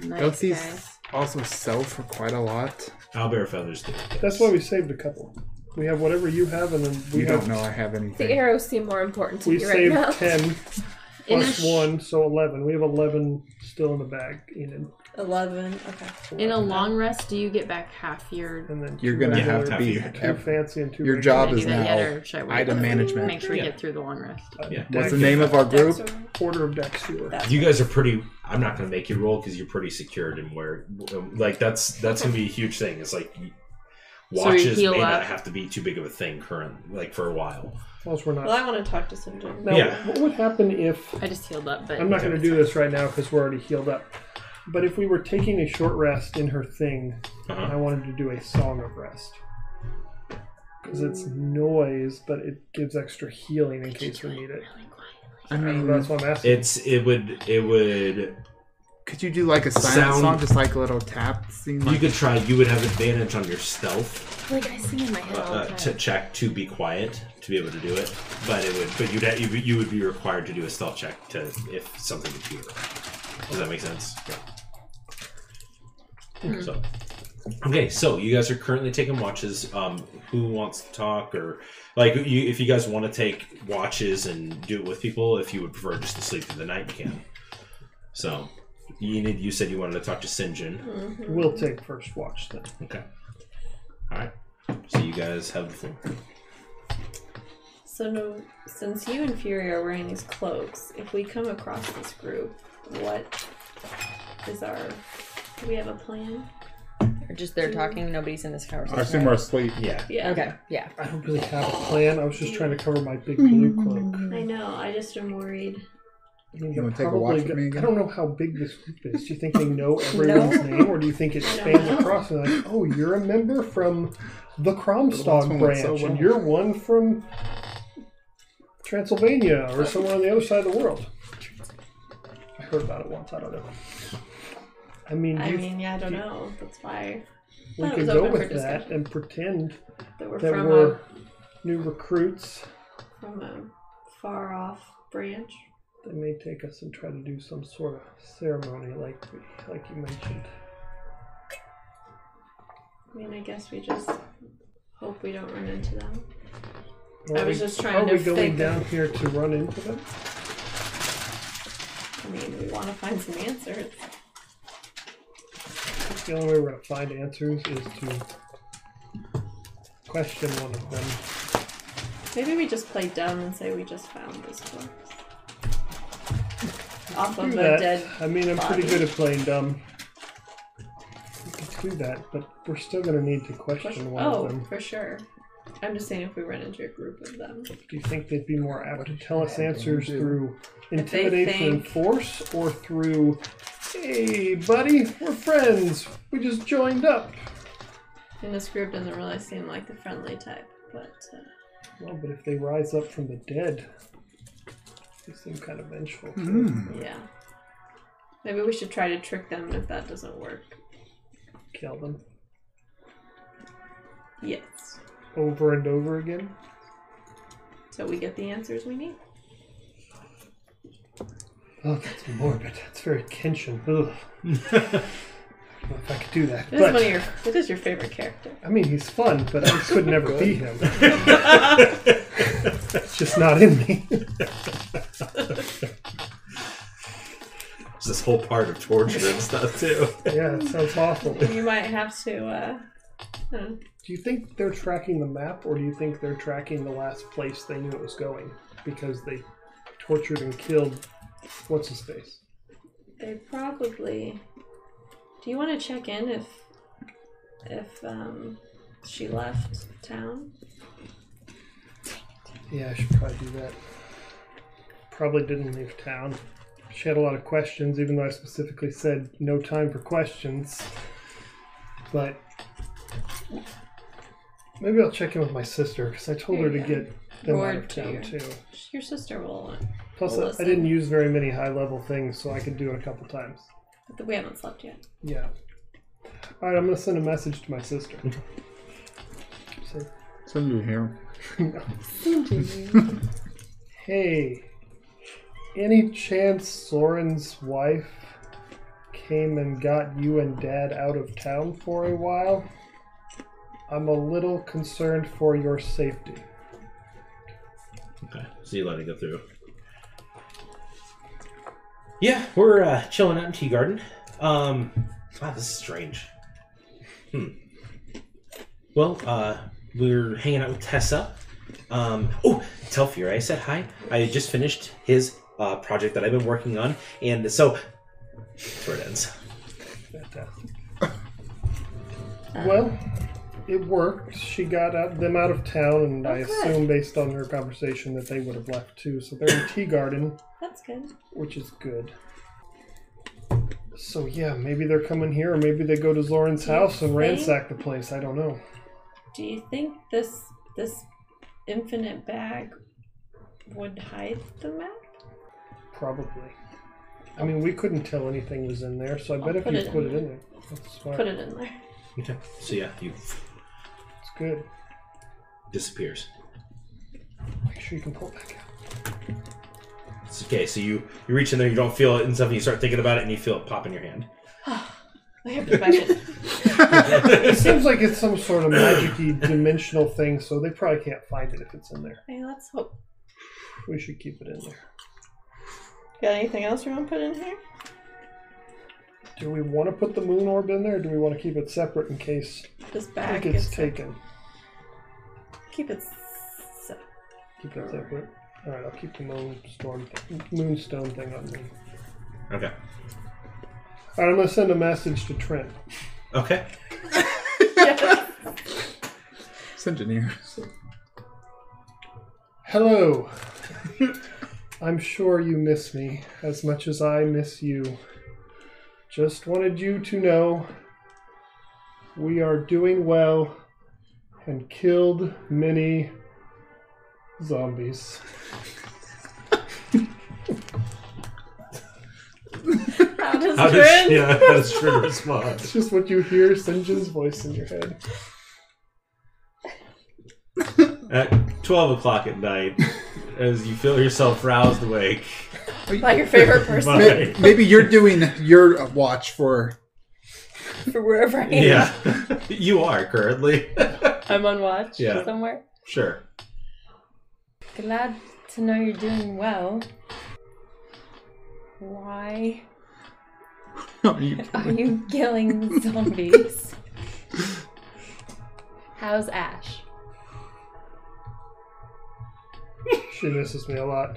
D. Nice, Don't these guys. also sell for quite a lot? Owlbear feathers do. yes. That's why we saved a couple. We have whatever you have, and then we You have, don't know I have The anything. arrows seem more important to We me right saved now. ten In a plus sh- one, so eleven. We have eleven still in the bag, Enid, Eleven. Okay. In a long rest, do you get back half your? and then You're two gonna regular, have to be. two fancy and two. Your regular. job Can I is do that yet, now or should I wait? item Make management. sure we Yeah. get through the long rest. Yeah. What's the name of our group? Order of Dexter. You guys are pretty. I'm not going to make you roll because you're pretty secured in where, like that's that's going to be a huge thing. It's like So we watches heal may not up. have to be too big of a thing current, like for a while. Plus, we're Well, not. I want to talk to some gentlemen. Now, Yeah. what would happen if I just healed up, but I'm not going to do this right now because we're already healed up? But if we were taking a short rest in her thing, and I Uh-huh. wanted to do a song of rest. Because it's noise, but it gives extra healing in case we need it. I Mm-hmm. that's mean, what I'm asking. It's it would it would could you do like a silent Sound- song, just like a little tap? Scene you could try. You would have advantage on your stealth Like I sing in my uh, head Oh, all the uh, time. to check to be quiet to be able to do it, but it would but you'd ha- you, you would be required to do a stealth check to if something would be around. Does that make sense? So, okay, so you guys are currently taking watches. Um, who wants to talk, or like, you, if you guys want to take watches and do it with people, if you would prefer just to sleep through the night, you can. So, Enid, you said you wanted to talk to Sinjin. We'll take first watch then. Okay. All right. So you guys have the floor. So no, since you and Fury are wearing these cloaks, if we come across this group, what is our? Do we have a plan? Or just they're talking, nobody's in this conversation. I assume we're asleep. Yeah. Yeah. Okay, yeah. I don't really have a plan. I was Mm-hmm. just trying to cover my big blue cloak. I know. I just am worried. I mean, You wanna take they're a probably watch with go- me again? I don't know how big this group is. Do you think they know everyone's name, or do you think it I don't spans know. across? And like, oh, you're a member from the last Cromstock one branch, went so and well. you're one from Transylvania or somewhere on the other side of the world. I heard about it once. I don't know. I mean, I you, mean, yeah, I don't know. That's why we that could was go open for with that discussion. and pretend that we're that from we're new recruits. a from a far off branch. They may take us and try to do some sort of ceremony, like like you mentioned. I mean, I guess we just hope we don't run into them. Are I was we- just are trying to we going think of- down here to run into them? I mean, we want to find some answers. The only way we're going to find answers is to question one of them. Maybe we just play dumb and say we just found this corpse. Off of Do the that. dead. I mean, I'm pretty body. good at playing dumb. We could do that, but we're still gonna need to question one Oh, of them. for sure. I'm just saying if we run into a group of them. Do you think they'd be more apt to tell us Yeah, answers they do. through If they intimidation and think- force, or through, "Hey, buddy, we're friends. We just joined up." And this group doesn't really seem like the friendly type, but uh, Well, but if they rise up from the dead, they seem kind of vengeful. too. yeah. Maybe we should try to trick them and if that doesn't work. Kill them Yes. over and over again. So we get the answers we need. Oh, that's morbid. That's very Kenshin. Ugh. I don't know if I could do that. This is but, one of your this is your favorite character. I mean, he's fun, but I could never be him. It's just not in me. It's this whole part of torture and stuff too. yeah, it sounds awful. Do You might have to uh hmm. you think they're tracking the map, or do you think they're tracking the last place they knew it was going? Because they tortured and killed what's his face? They probably. Do you want to check in if if um, she left town? Yeah, I should probably do that. Probably didn't leave town. She had a lot of questions, even though I specifically said no time for questions. But maybe I'll check in with my sister because I told There her to you go. get them Or out of to town your- too. Your sister will. Plus, will I, I listen. didn't use very many high level things, so I could do it a couple times. But We haven't slept yet. Yeah. All right, I'm gonna send a message to my sister. So, Send you here. Hey, any chance Soren's wife came and got you and Dad out of town for a while? I'm a little concerned for your safety. Okay, so you let it go through. Yeah, we're uh, chilling out in Tea Garden. Um, wow, this is strange. Hmm. Well, uh, we're hanging out with Tessa. Um, oh, tell Fury I said hi. I just finished his uh, project that I've been working on, and so that's where it ends. Fantastic. Well, it worked. She got out, them out of town, and I Oh, good. assume, based on her conversation, that they would have left too. So they're in Tea Garden. That's good. which is good. So yeah, maybe they're coming here, or maybe they go to Zoran's house and think- ransack the place. I don't know. Do you think this this infinite bag would hide the map? Probably. I mean, we couldn't tell anything was in there, so I bet I'll if put you it in put it in there. there, that's smart. Put it in there. Okay. So yeah, you It's good. disappears. Make sure you can pull it back out. It's okay. So you you reach in there, you don't feel it and stuff, and you start thinking about it, and you feel it pop in your hand. I have to find it. it seems like it's some sort of magic dimensional thing, so they probably can't find it if it's in there. Hey, let's hope. We should keep it in there. Got anything else you want to put in here? Do we want to put the moon orb in there, or do we want to keep it separate in case This it bag gets gets taken? Keep it. s- Keep it separate. All right, I'll keep the moon storm thing, moonstone thing on me. Okay. All right, I'm gonna send a message to Trent. Okay. Send it here. Hello. I'm sure you miss me as much as I miss you. Just wanted you to know we are doing well and killed many zombies. How does How Grin- does yeah? How does Trin respond? It's just what you hear Sinjin's voice in your head. At 12 o'clock at night, as you feel yourself roused awake. By your favorite person. May- Maybe you're doing your watch for. For wherever I am. Yeah. you are currently. I'm on watch Yeah. somewhere. Sure. Glad to know you're doing well. Why are you killing zombies? How's Ash? She misses me a lot.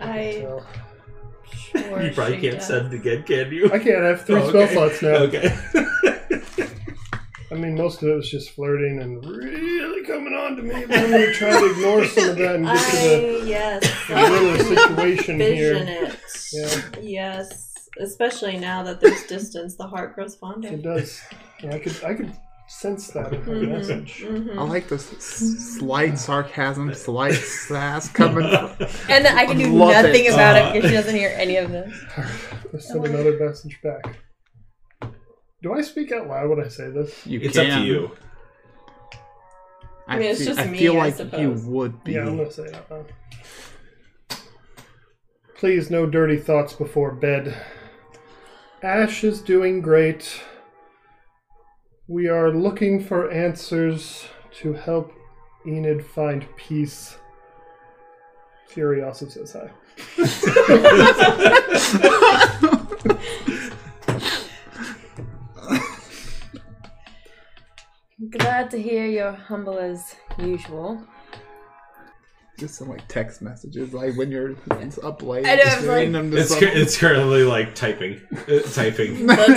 I So, sure you probably she can't does. send again, can you? I can't. I have three Oh, spell okay. slots now. Okay. I mean, most of it was just flirting and really coming on to me. But I'm going to try to ignore some of that and get to the I yes. the little situation Vision here. it. Yeah, Yes. Especially now that there's distance, the heart grows fonder. it does. Yeah, I could I could sense that in her Mhm. message. Mhm. I like this s- slight sarcasm, slight sass coming. And then I can do Love it. nothing about Uh, it because she doesn't hear any of this. Let's send another message back. Do I speak out loud when I say this? You It's can. up to you. I, I mean, it's fe- just I me, feel I like you suppose. would be. Yeah, I'm going to say it out loud. Please, no dirty thoughts before bed. Ash is doing great. We are looking for answers to help Enid find peace. Fury also says hi. Glad to hear you're humble as usual. Just some like text messages, like when you're it's up late. I know, just I was like- reading them to It's, cur- someone. it's currently like typing, uh, typing, dot, dot.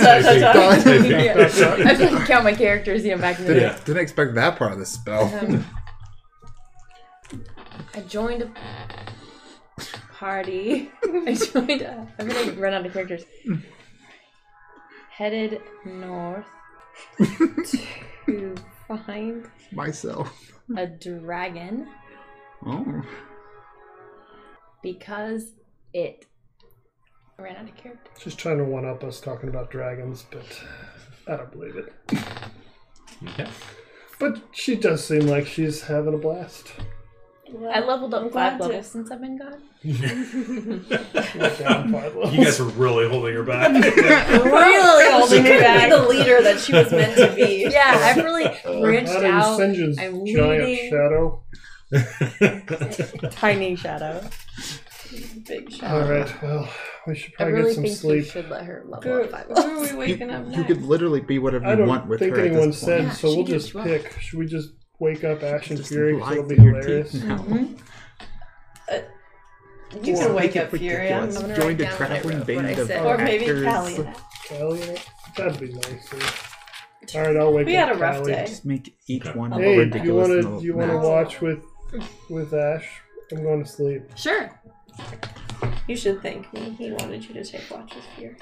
typing. Yeah. I have to like, count my characters, you know, back in the Didn't, day. Yeah. didn't expect that part of the spell. Um, Hmm. I joined a party. I joined. A, I'm gonna run out of characters. Headed north to find Myself. a dragon Oh. because it I ran out of characters. She's trying to one up us talking about dragons, but I don't believe it. Okay. But she does seem like she's having a blast. Well, I leveled I'm up glad five to- levels since I've been gone. We're down five levels. You guys are really holding her back. Really holding she me could back. be the leader that she was meant to be. Yeah, I've really branched Not in out. Sinjin's I'm giant leading. shadow. Tiny shadow. Big shot. All right, well, we should I probably really get some think sleep. you should let her level Who, up five who are we waking up You, next? you could literally be whatever I you want don't with think her. at this anyone point. said, Yeah, so she we'll did just well. pick. Should we just wake up Ash and Just Fury? lie Because it'll be in your teeth hilarious. now. You Or can make Mm-hmm. wake it up Fury. I'm ridiculous. gonna write Joined a down what I traveling wrote, band what I of said. Or maybe actors. Callie. Callie? That'd be nice. yeah. All right, I'll wake We up. had a rough Callie. day. Just make each Okay. one Hey, do you ridiculous. want little to? Do you want to map. watch with with Ash? I'm going to sleep. Sure. You should thank me. He wanted you to take watches here.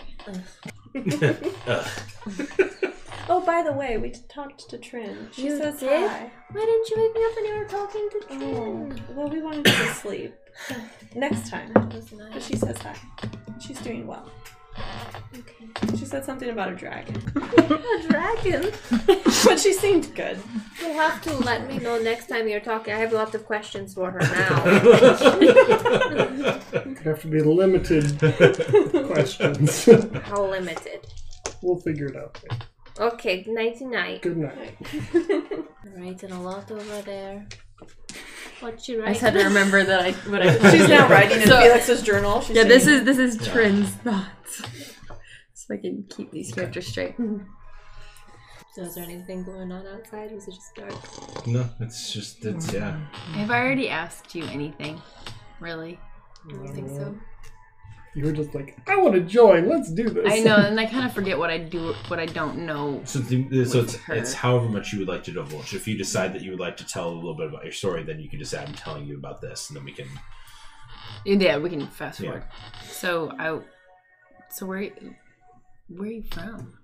Oh, by the way, we talked to Trin. She You says did? hi. Why didn't you wake me up when you were talking to Oh, well, we wanted you to sleep next time. But she says hi. She's doing well. Okay. She said something about a dragon, Oh. A dragon? but she seemed good. You'll have to let me know next time you're talking. I have lots of questions for her now. All It'd have to be limited questions. How limited. we'll figure it out. Okay, nighty night. Good night. Writing a lot over there. What you I write? just had to remember that I what I. She's now writing in So- Felix's journal. She's Yeah, this saying- is this is Trin's thoughts. So I can keep these characters straight. So is there anything going on outside? Was it just dark? no, it's just it's yeah. Have I already asked you anything? Really? I don't think so. You were just like, I want to join. Let's do this. I know, and I kind of forget what I do, what I don't know. So, the, so it's, With her. it's however much you would like to divulge. If you decide that you would like to tell a little bit about your story, then you can just say, I'm telling you about this, and then we can. Yeah, we can fast Yeah. forward. So I, so where, where are you from?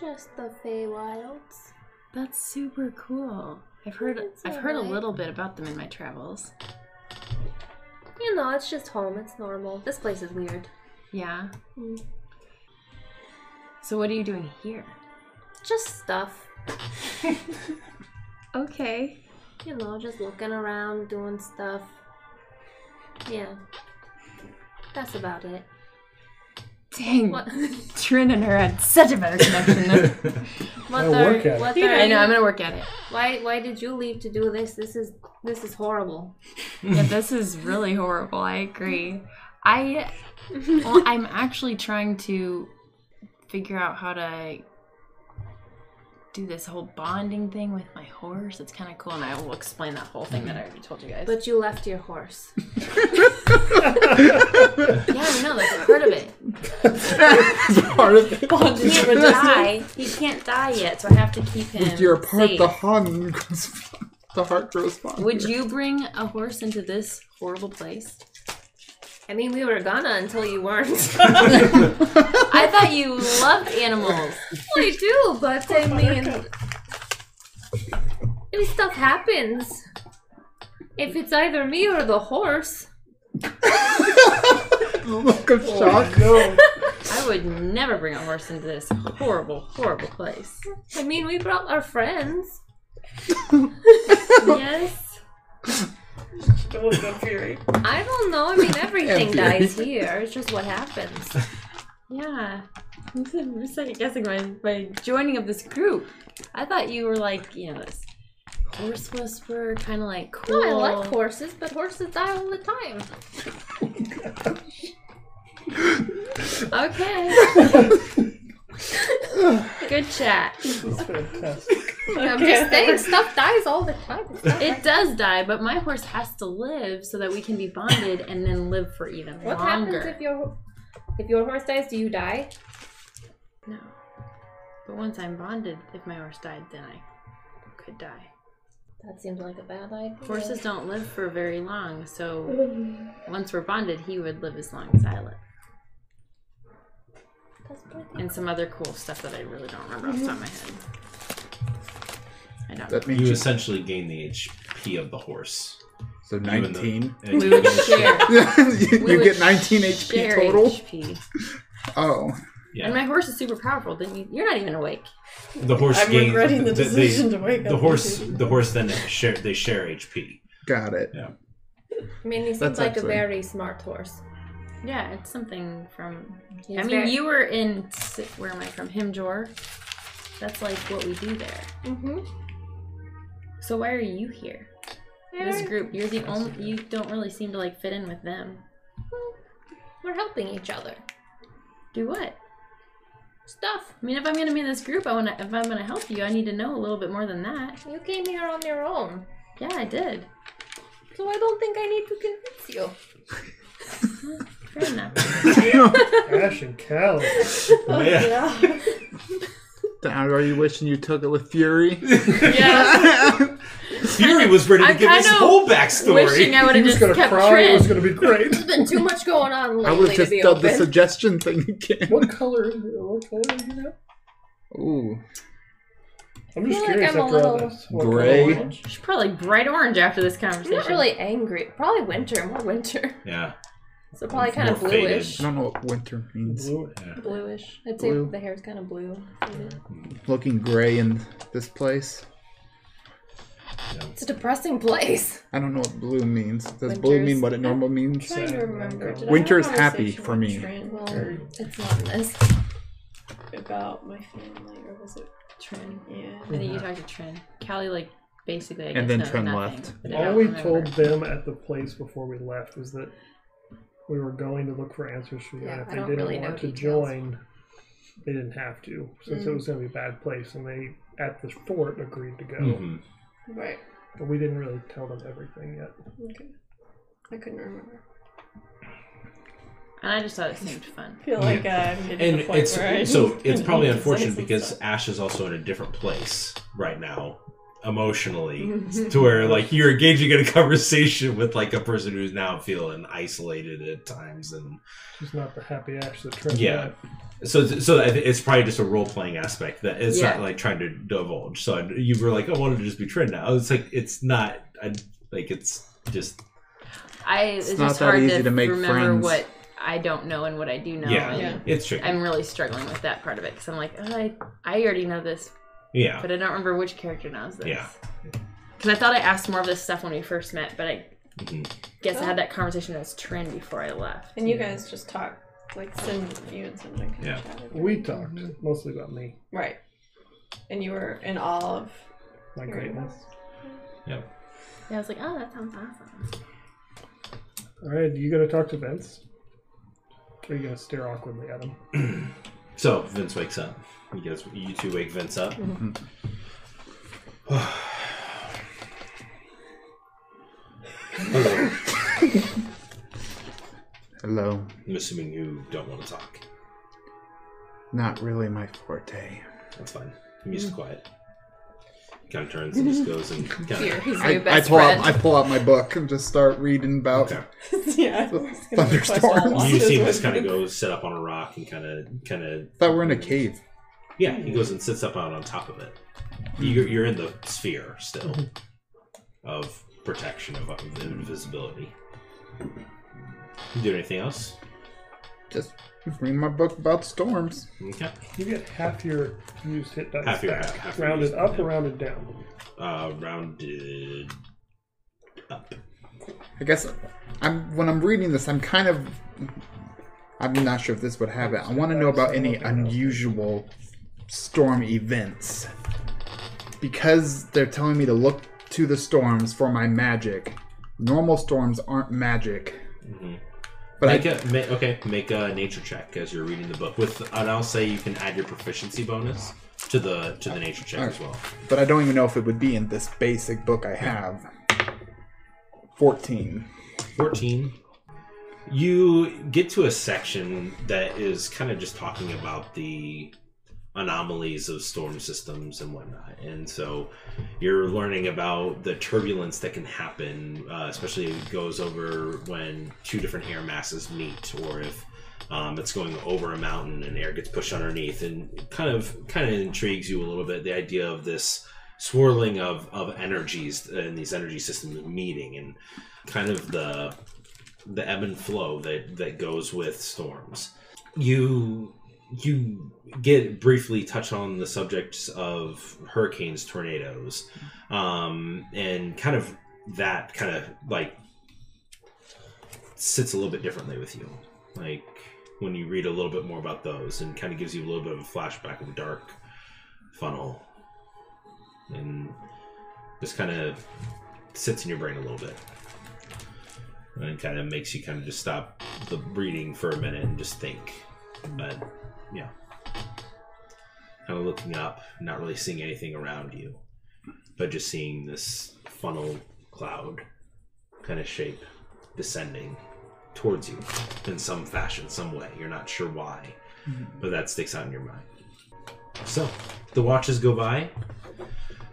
Just the Feywilds. That's super cool. I've heard It's I've heard alright. a little bit about them in my travels. You know, it's just home. It's normal. This place is weird. Yeah. Mm. So what are you doing here? Just stuff. Okay. You know, just looking around, doing stuff. Yeah. That's about it. Dang. What? Trin and her had such a better connection. Than- What Gotta are, work at it. what are I know. you- I'm gonna work at it. Why why did you leave to do this? This is this is horrible. Yeah, this is really horrible. I agree. I well, I'm actually trying to figure out how to do this whole bonding thing with my horse. It's kind of cool, and I will explain that whole thing that I already told you guys. But you left your horse. yeah, I know that's part of it. part of it. He can't die. He can't die yet, so I have to keep him. With your part, safe. the hun grows, the heart grows fonder. Would you bring a horse into this horrible place? I mean, we were gonna until you weren't. I thought you loved animals. I do, but I mean, if stuff happens, if it's either me or the horse, Look of shock. I would never bring a horse into this horrible, horrible place. I mean, we brought our friends. yes. I don't know. I mean, everything Empty. dies here. It's just what happens. Yeah. I'm just- I'm just second guessing my, my joining of this group. I thought you were like, you know, this horse whisperer, kind of like cool. No, I like horses, but horses die all the time. Okay. Good chat. I'm just saying, stuff dies all the time. It's not It does die, but my horse has to live so that we can be bonded and then live for even What longer. happens if your if your horse dies? Do you die? No. But once I'm bonded, if my horse died, then I could die. That seems like a bad idea. Horses don't live for very long, so once we're bonded, he would live as long as I live. That's pretty. And some other cool stuff that I really don't remember off the top of my head. I don't That You means you. essentially gain the HP of the horse. So Even though- 19? Yeah, We you would gain the share. you We you would get 19 HP share total? HP. Oh. And my horse is super powerful. Then you, you're not even awake. The horse I'm gain- regretting the they- decision to wake the up. horse the horse then share they share HP. Got it. Yeah. I mean, he seems That's like actually- a very smart horse. Yeah, it's something from. He's I mean, very- you were in. si- Where am I from? Himjor. That's like what we do there. Mm-hmm. So why are you here? This group, you're the only. You don't really seem to like fit in with them. We're helping each other. Do what? Stuff. I mean, if I'm gonna be in this group, I wanna. If I'm gonna help you, I need to know a little bit more than that. You came here on your own, Yeah, I did. so I don't think I need to convince you. Fair enough. Ash and Callus. Oh, Oh, yeah. Now, Are you wishing you took it with fury? Fury was ready to I'm give kind his of whole Wishing backstory. I would He have was just gonna kept cry. It was Trent. gonna be great. There's been too much going on I would lately have to just be done the open. suggestion thing again. What color? What color are you now? Ooh. I'm just feel like curious I'm after a all little- this. What Gray. color orange? She's probably bright orange after this I'm conversation. not really angry. Probably winter, more winter. Yeah. So probably kind of More faded. bluish. I don't know what winter means. Blue. Bluish. I'd say Blue. the hair's kind of blue. Looking gray in this place. It's a depressing place. I don't know what blue means. Does blue mean Winter's- what it normal means? trying to remember. Did I have a Winter's happy conversation for with me. Trent Well, it's not this. about my family, or was it Trent? Yeah. I think you talked to Trin. Callie, like, basically, I guess, And then knows Trin nothing, left. but I All don't we remember. told them at the place before we left was that we were going to look for answers for you. and Yeah, I if they don't didn't really know want to details. join, they didn't have to, since it Mm. was going to be a bad place. And they, at the fort, agreed to go. Mhm. Right. But we didn't really tell them everything yet. Okay. I couldn't remember. And I just thought it seemed fun. I feel like uh, I'm getting And to the point it's where I so it's probably need to say unfortunate some because stuff. Ash is also in a different place right now emotionally Mm-hmm. to where like you're engaging in a conversation with like a person who's now feeling isolated at times and She's not the happy ash that turned Yeah. out. So, so I thi- it's probably just a role playing aspect that it's not Yeah. like trying to divulge. So I- you were like, I wanted to just be Trin now. It's like it's not. I, like it's just I it's, not just that hard easy to, to make remember friends. what I don't know and what I do know. yeah, and Yeah. It's tricky. I'm really struggling with that part of it because I'm like, oh, I I already know this, yeah, but I don't remember which character knows this. Yeah. Because I thought I asked more of this stuff when we first met, but I Mhm. guess I had that conversation as Trin before I left. And you guys just talk, like, Sin, you and Sin like, Yeah. chatted. We talked mostly about me, Right. And you were in all of. my Here it greatness. Yeah, I was like, oh, that sounds awesome. All right, you going to talk to Vince? Or are you going to stare awkwardly at him? So Vince wakes up. You guys, you two wake Vince up. Mhm. Hello. Hello. I'm assuming you don't want to talk. Not really my forte. That's fine. I'm just quiet. Kind of turns and just goes and kind of. Here, he's I, I pull out I pull out my book and just start reading about yeah. thunderstorms. You see him just kind of go sit up on a rock and kind of, kind of. Thought we're in a cave. Yeah, he goes and sits up out on top of it. You're, you're in the sphere still of protection of of invisibility. You do anything else? Just reading my book about storms. Okay. You get half your used hit dice Half your- back. half your rounded used up hit. or rounded down. Uh, rounded up. I guess I'm when I'm reading this, I'm kind of. I'm not sure if this would happen. I want to know about any unusual storm events because they're telling me to look to the storms for my magic. Normal storms aren't magic, Mhm. but make I a ma- okay. Make a nature check as you're reading the book. With and I'll say you can add your proficiency bonus to the to the nature check as well. but I don't even know if it would be in this basic book I have. Fourteen. 14 you get to a section that is kind of just talking about the anomalies of storm systems and whatnot and so you're learning about the turbulence that can happen uh, especially if it goes over when two different air masses meet or if um, it's going over a mountain and air gets pushed underneath and kind of kind of intrigues you a little bit the idea of this swirling of of energies and these energy systems meeting and kind of the the ebb and flow that that goes with storms. You you get briefly touch on the subjects of hurricanes, tornadoes, um, and kind of that kind of like sits a little bit differently with you. Like when you read a little bit more about those, and kind of gives you a little bit of a flashback of a dark funnel, and just kind of sits in your brain a little bit and it kind of makes you kind of just stop the reading for a minute and just think. But yeah, kind of looking up, not really seeing anything around you, but just seeing this funnel cloud kind of shape descending towards you in some fashion, some way. You're not sure why, but that sticks out in your mind. So the watches go by.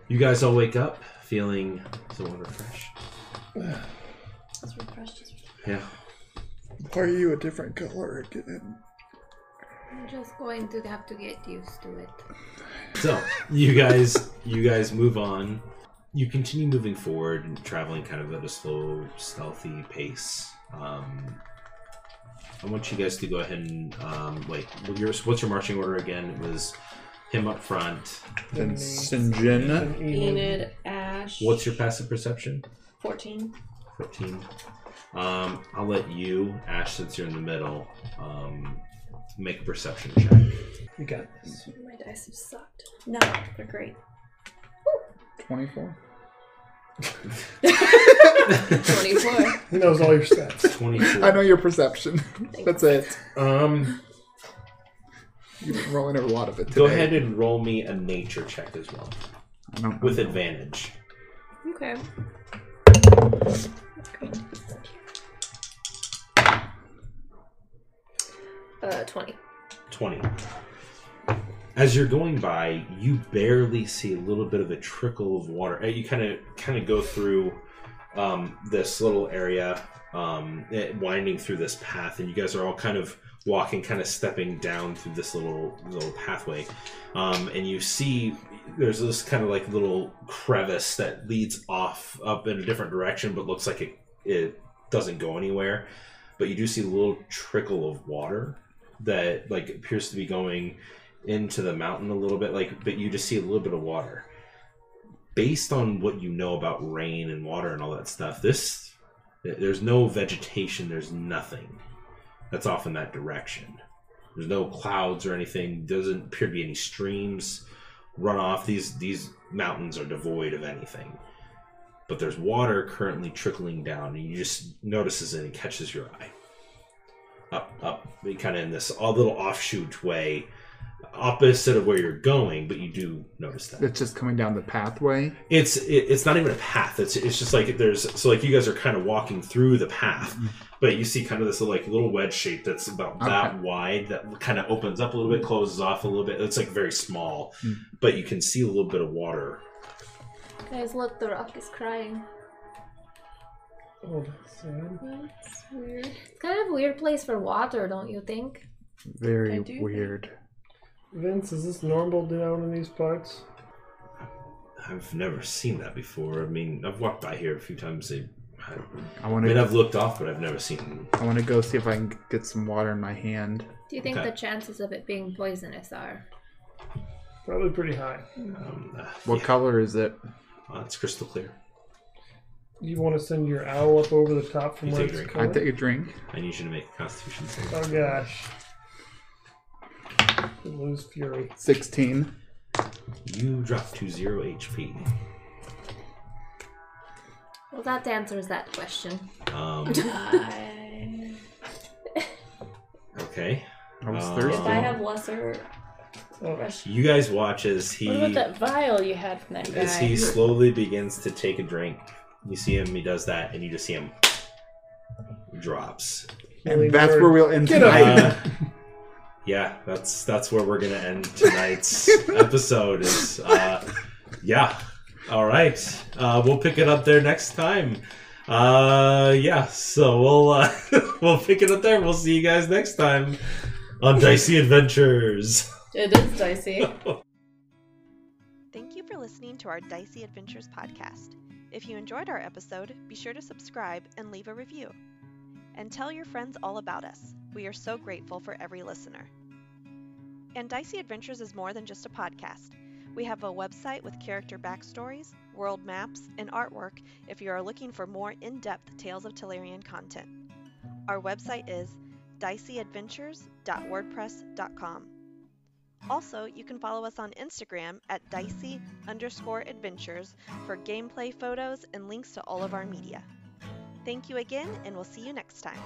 You guys all wake up feeling somewhat refreshed. Yeah. Why are you a different color again? I'm just going to have to get used to it. So you guys, you guys move on. You continue moving forward and traveling kind of at a slow, stealthy pace. Um, I want you guys to go ahead and um, like, what your, what's your marching order again? It was him up front. Then Sinjin. Enid, Ash. What's your passive perception? 14. Fifteen. Um, I'll let you, Ash, since you're in the middle, um, make a perception check. You got this. My dice have sucked. No, they're great. Twenty-four. 24. He knows all your stats. Twenty-four. I know your perception. That's it. Um, You've been rolling over a lot of it today. go ahead and roll me a nature check as well I don't- with advantage. Okay. Uh, 20. 20. As you're going by, you barely see a little bit of a trickle of water. Uh, You kind of kind of go through um, this little area, um, it- winding through this path, and you guys are all kind of walking, kind of stepping down through this little little pathway, um, and you see there's this kind of like little crevice that leads off up in a different direction, but looks like it it doesn't go anywhere. But you do see a little trickle of water that like appears to be going into the mountain a little bit like but you just see a little bit of water based on what you know about rain and water and all that stuff this th- there's no vegetation there's nothing that's off in that direction there's no clouds or anything doesn't appear to be any streams runoff these these mountains are devoid of anything but there's water currently trickling down and you just notices it and catches your eye up, up, kind of in this odd little offshoot way opposite of where you're going, but you do notice that. That's just coming down the pathway. It's it, it's not even a path. It's it's just like there's so like you guys are kind of walking through the path, Mm-hmm. but you see kind of this like little wedge shape that's about that wide that kind of opens up a little bit, Mm-hmm. closes off a little bit. It's like very small, but you can see a little bit of water. Guys, look, the rock is crying. Oh, that's sad. That's weird. It's kind of a weird place for water, don't you think? Very I do think- weird. Vince, is this normal down in these parts? I've never seen that before. I mean, I've walked by here a few times. I, I, I I wanna- mean, I've looked off, but I've never seen. I want to go see if I can get some water in my hand. Do you think Okay. the chances of it being poisonous are? Probably pretty high. Um, uh, What color is it? Uh, it's crystal clear. You want to send your owl up over the top from You where take a it's drink. I colored? take a drink. I need you to make a Constitution save. Oh gosh. You lose fury. 16. You drop to zero HP. Well, that answers that question. Um, okay. I was Um, thirsty. If I have lesser. fresh- You guys watch as What about he that vial you had from that guy? as he slowly begins to take a drink. You see him. He does that, and you just see him drops. And that's where we'll end Get up. tonight. Uh, yeah, that's that's where we're gonna end tonight's episode. Is uh, yeah, all right. Uh, we'll pick it up there next time. Uh, yeah, so we'll uh, we'll pick it up there. We'll see you guys next time on Dicey Adventures. It is dicey. Thank you for listening to our Dicey Adventures podcast. If you enjoyed our episode, be sure to subscribe and leave a review. And tell your friends all about us. We are so grateful for every listener. And Dicey Adventures is more than just a podcast. We have a website with character backstories, world maps, and artwork if you are looking for more in depth Tales of Telerian content. Our website is diceyadventures.wordpress.com. Also, you can follow us on Instagram at dicey underscore adventures for gameplay photos and links to all of our media. Thank you again, and we'll see you next time.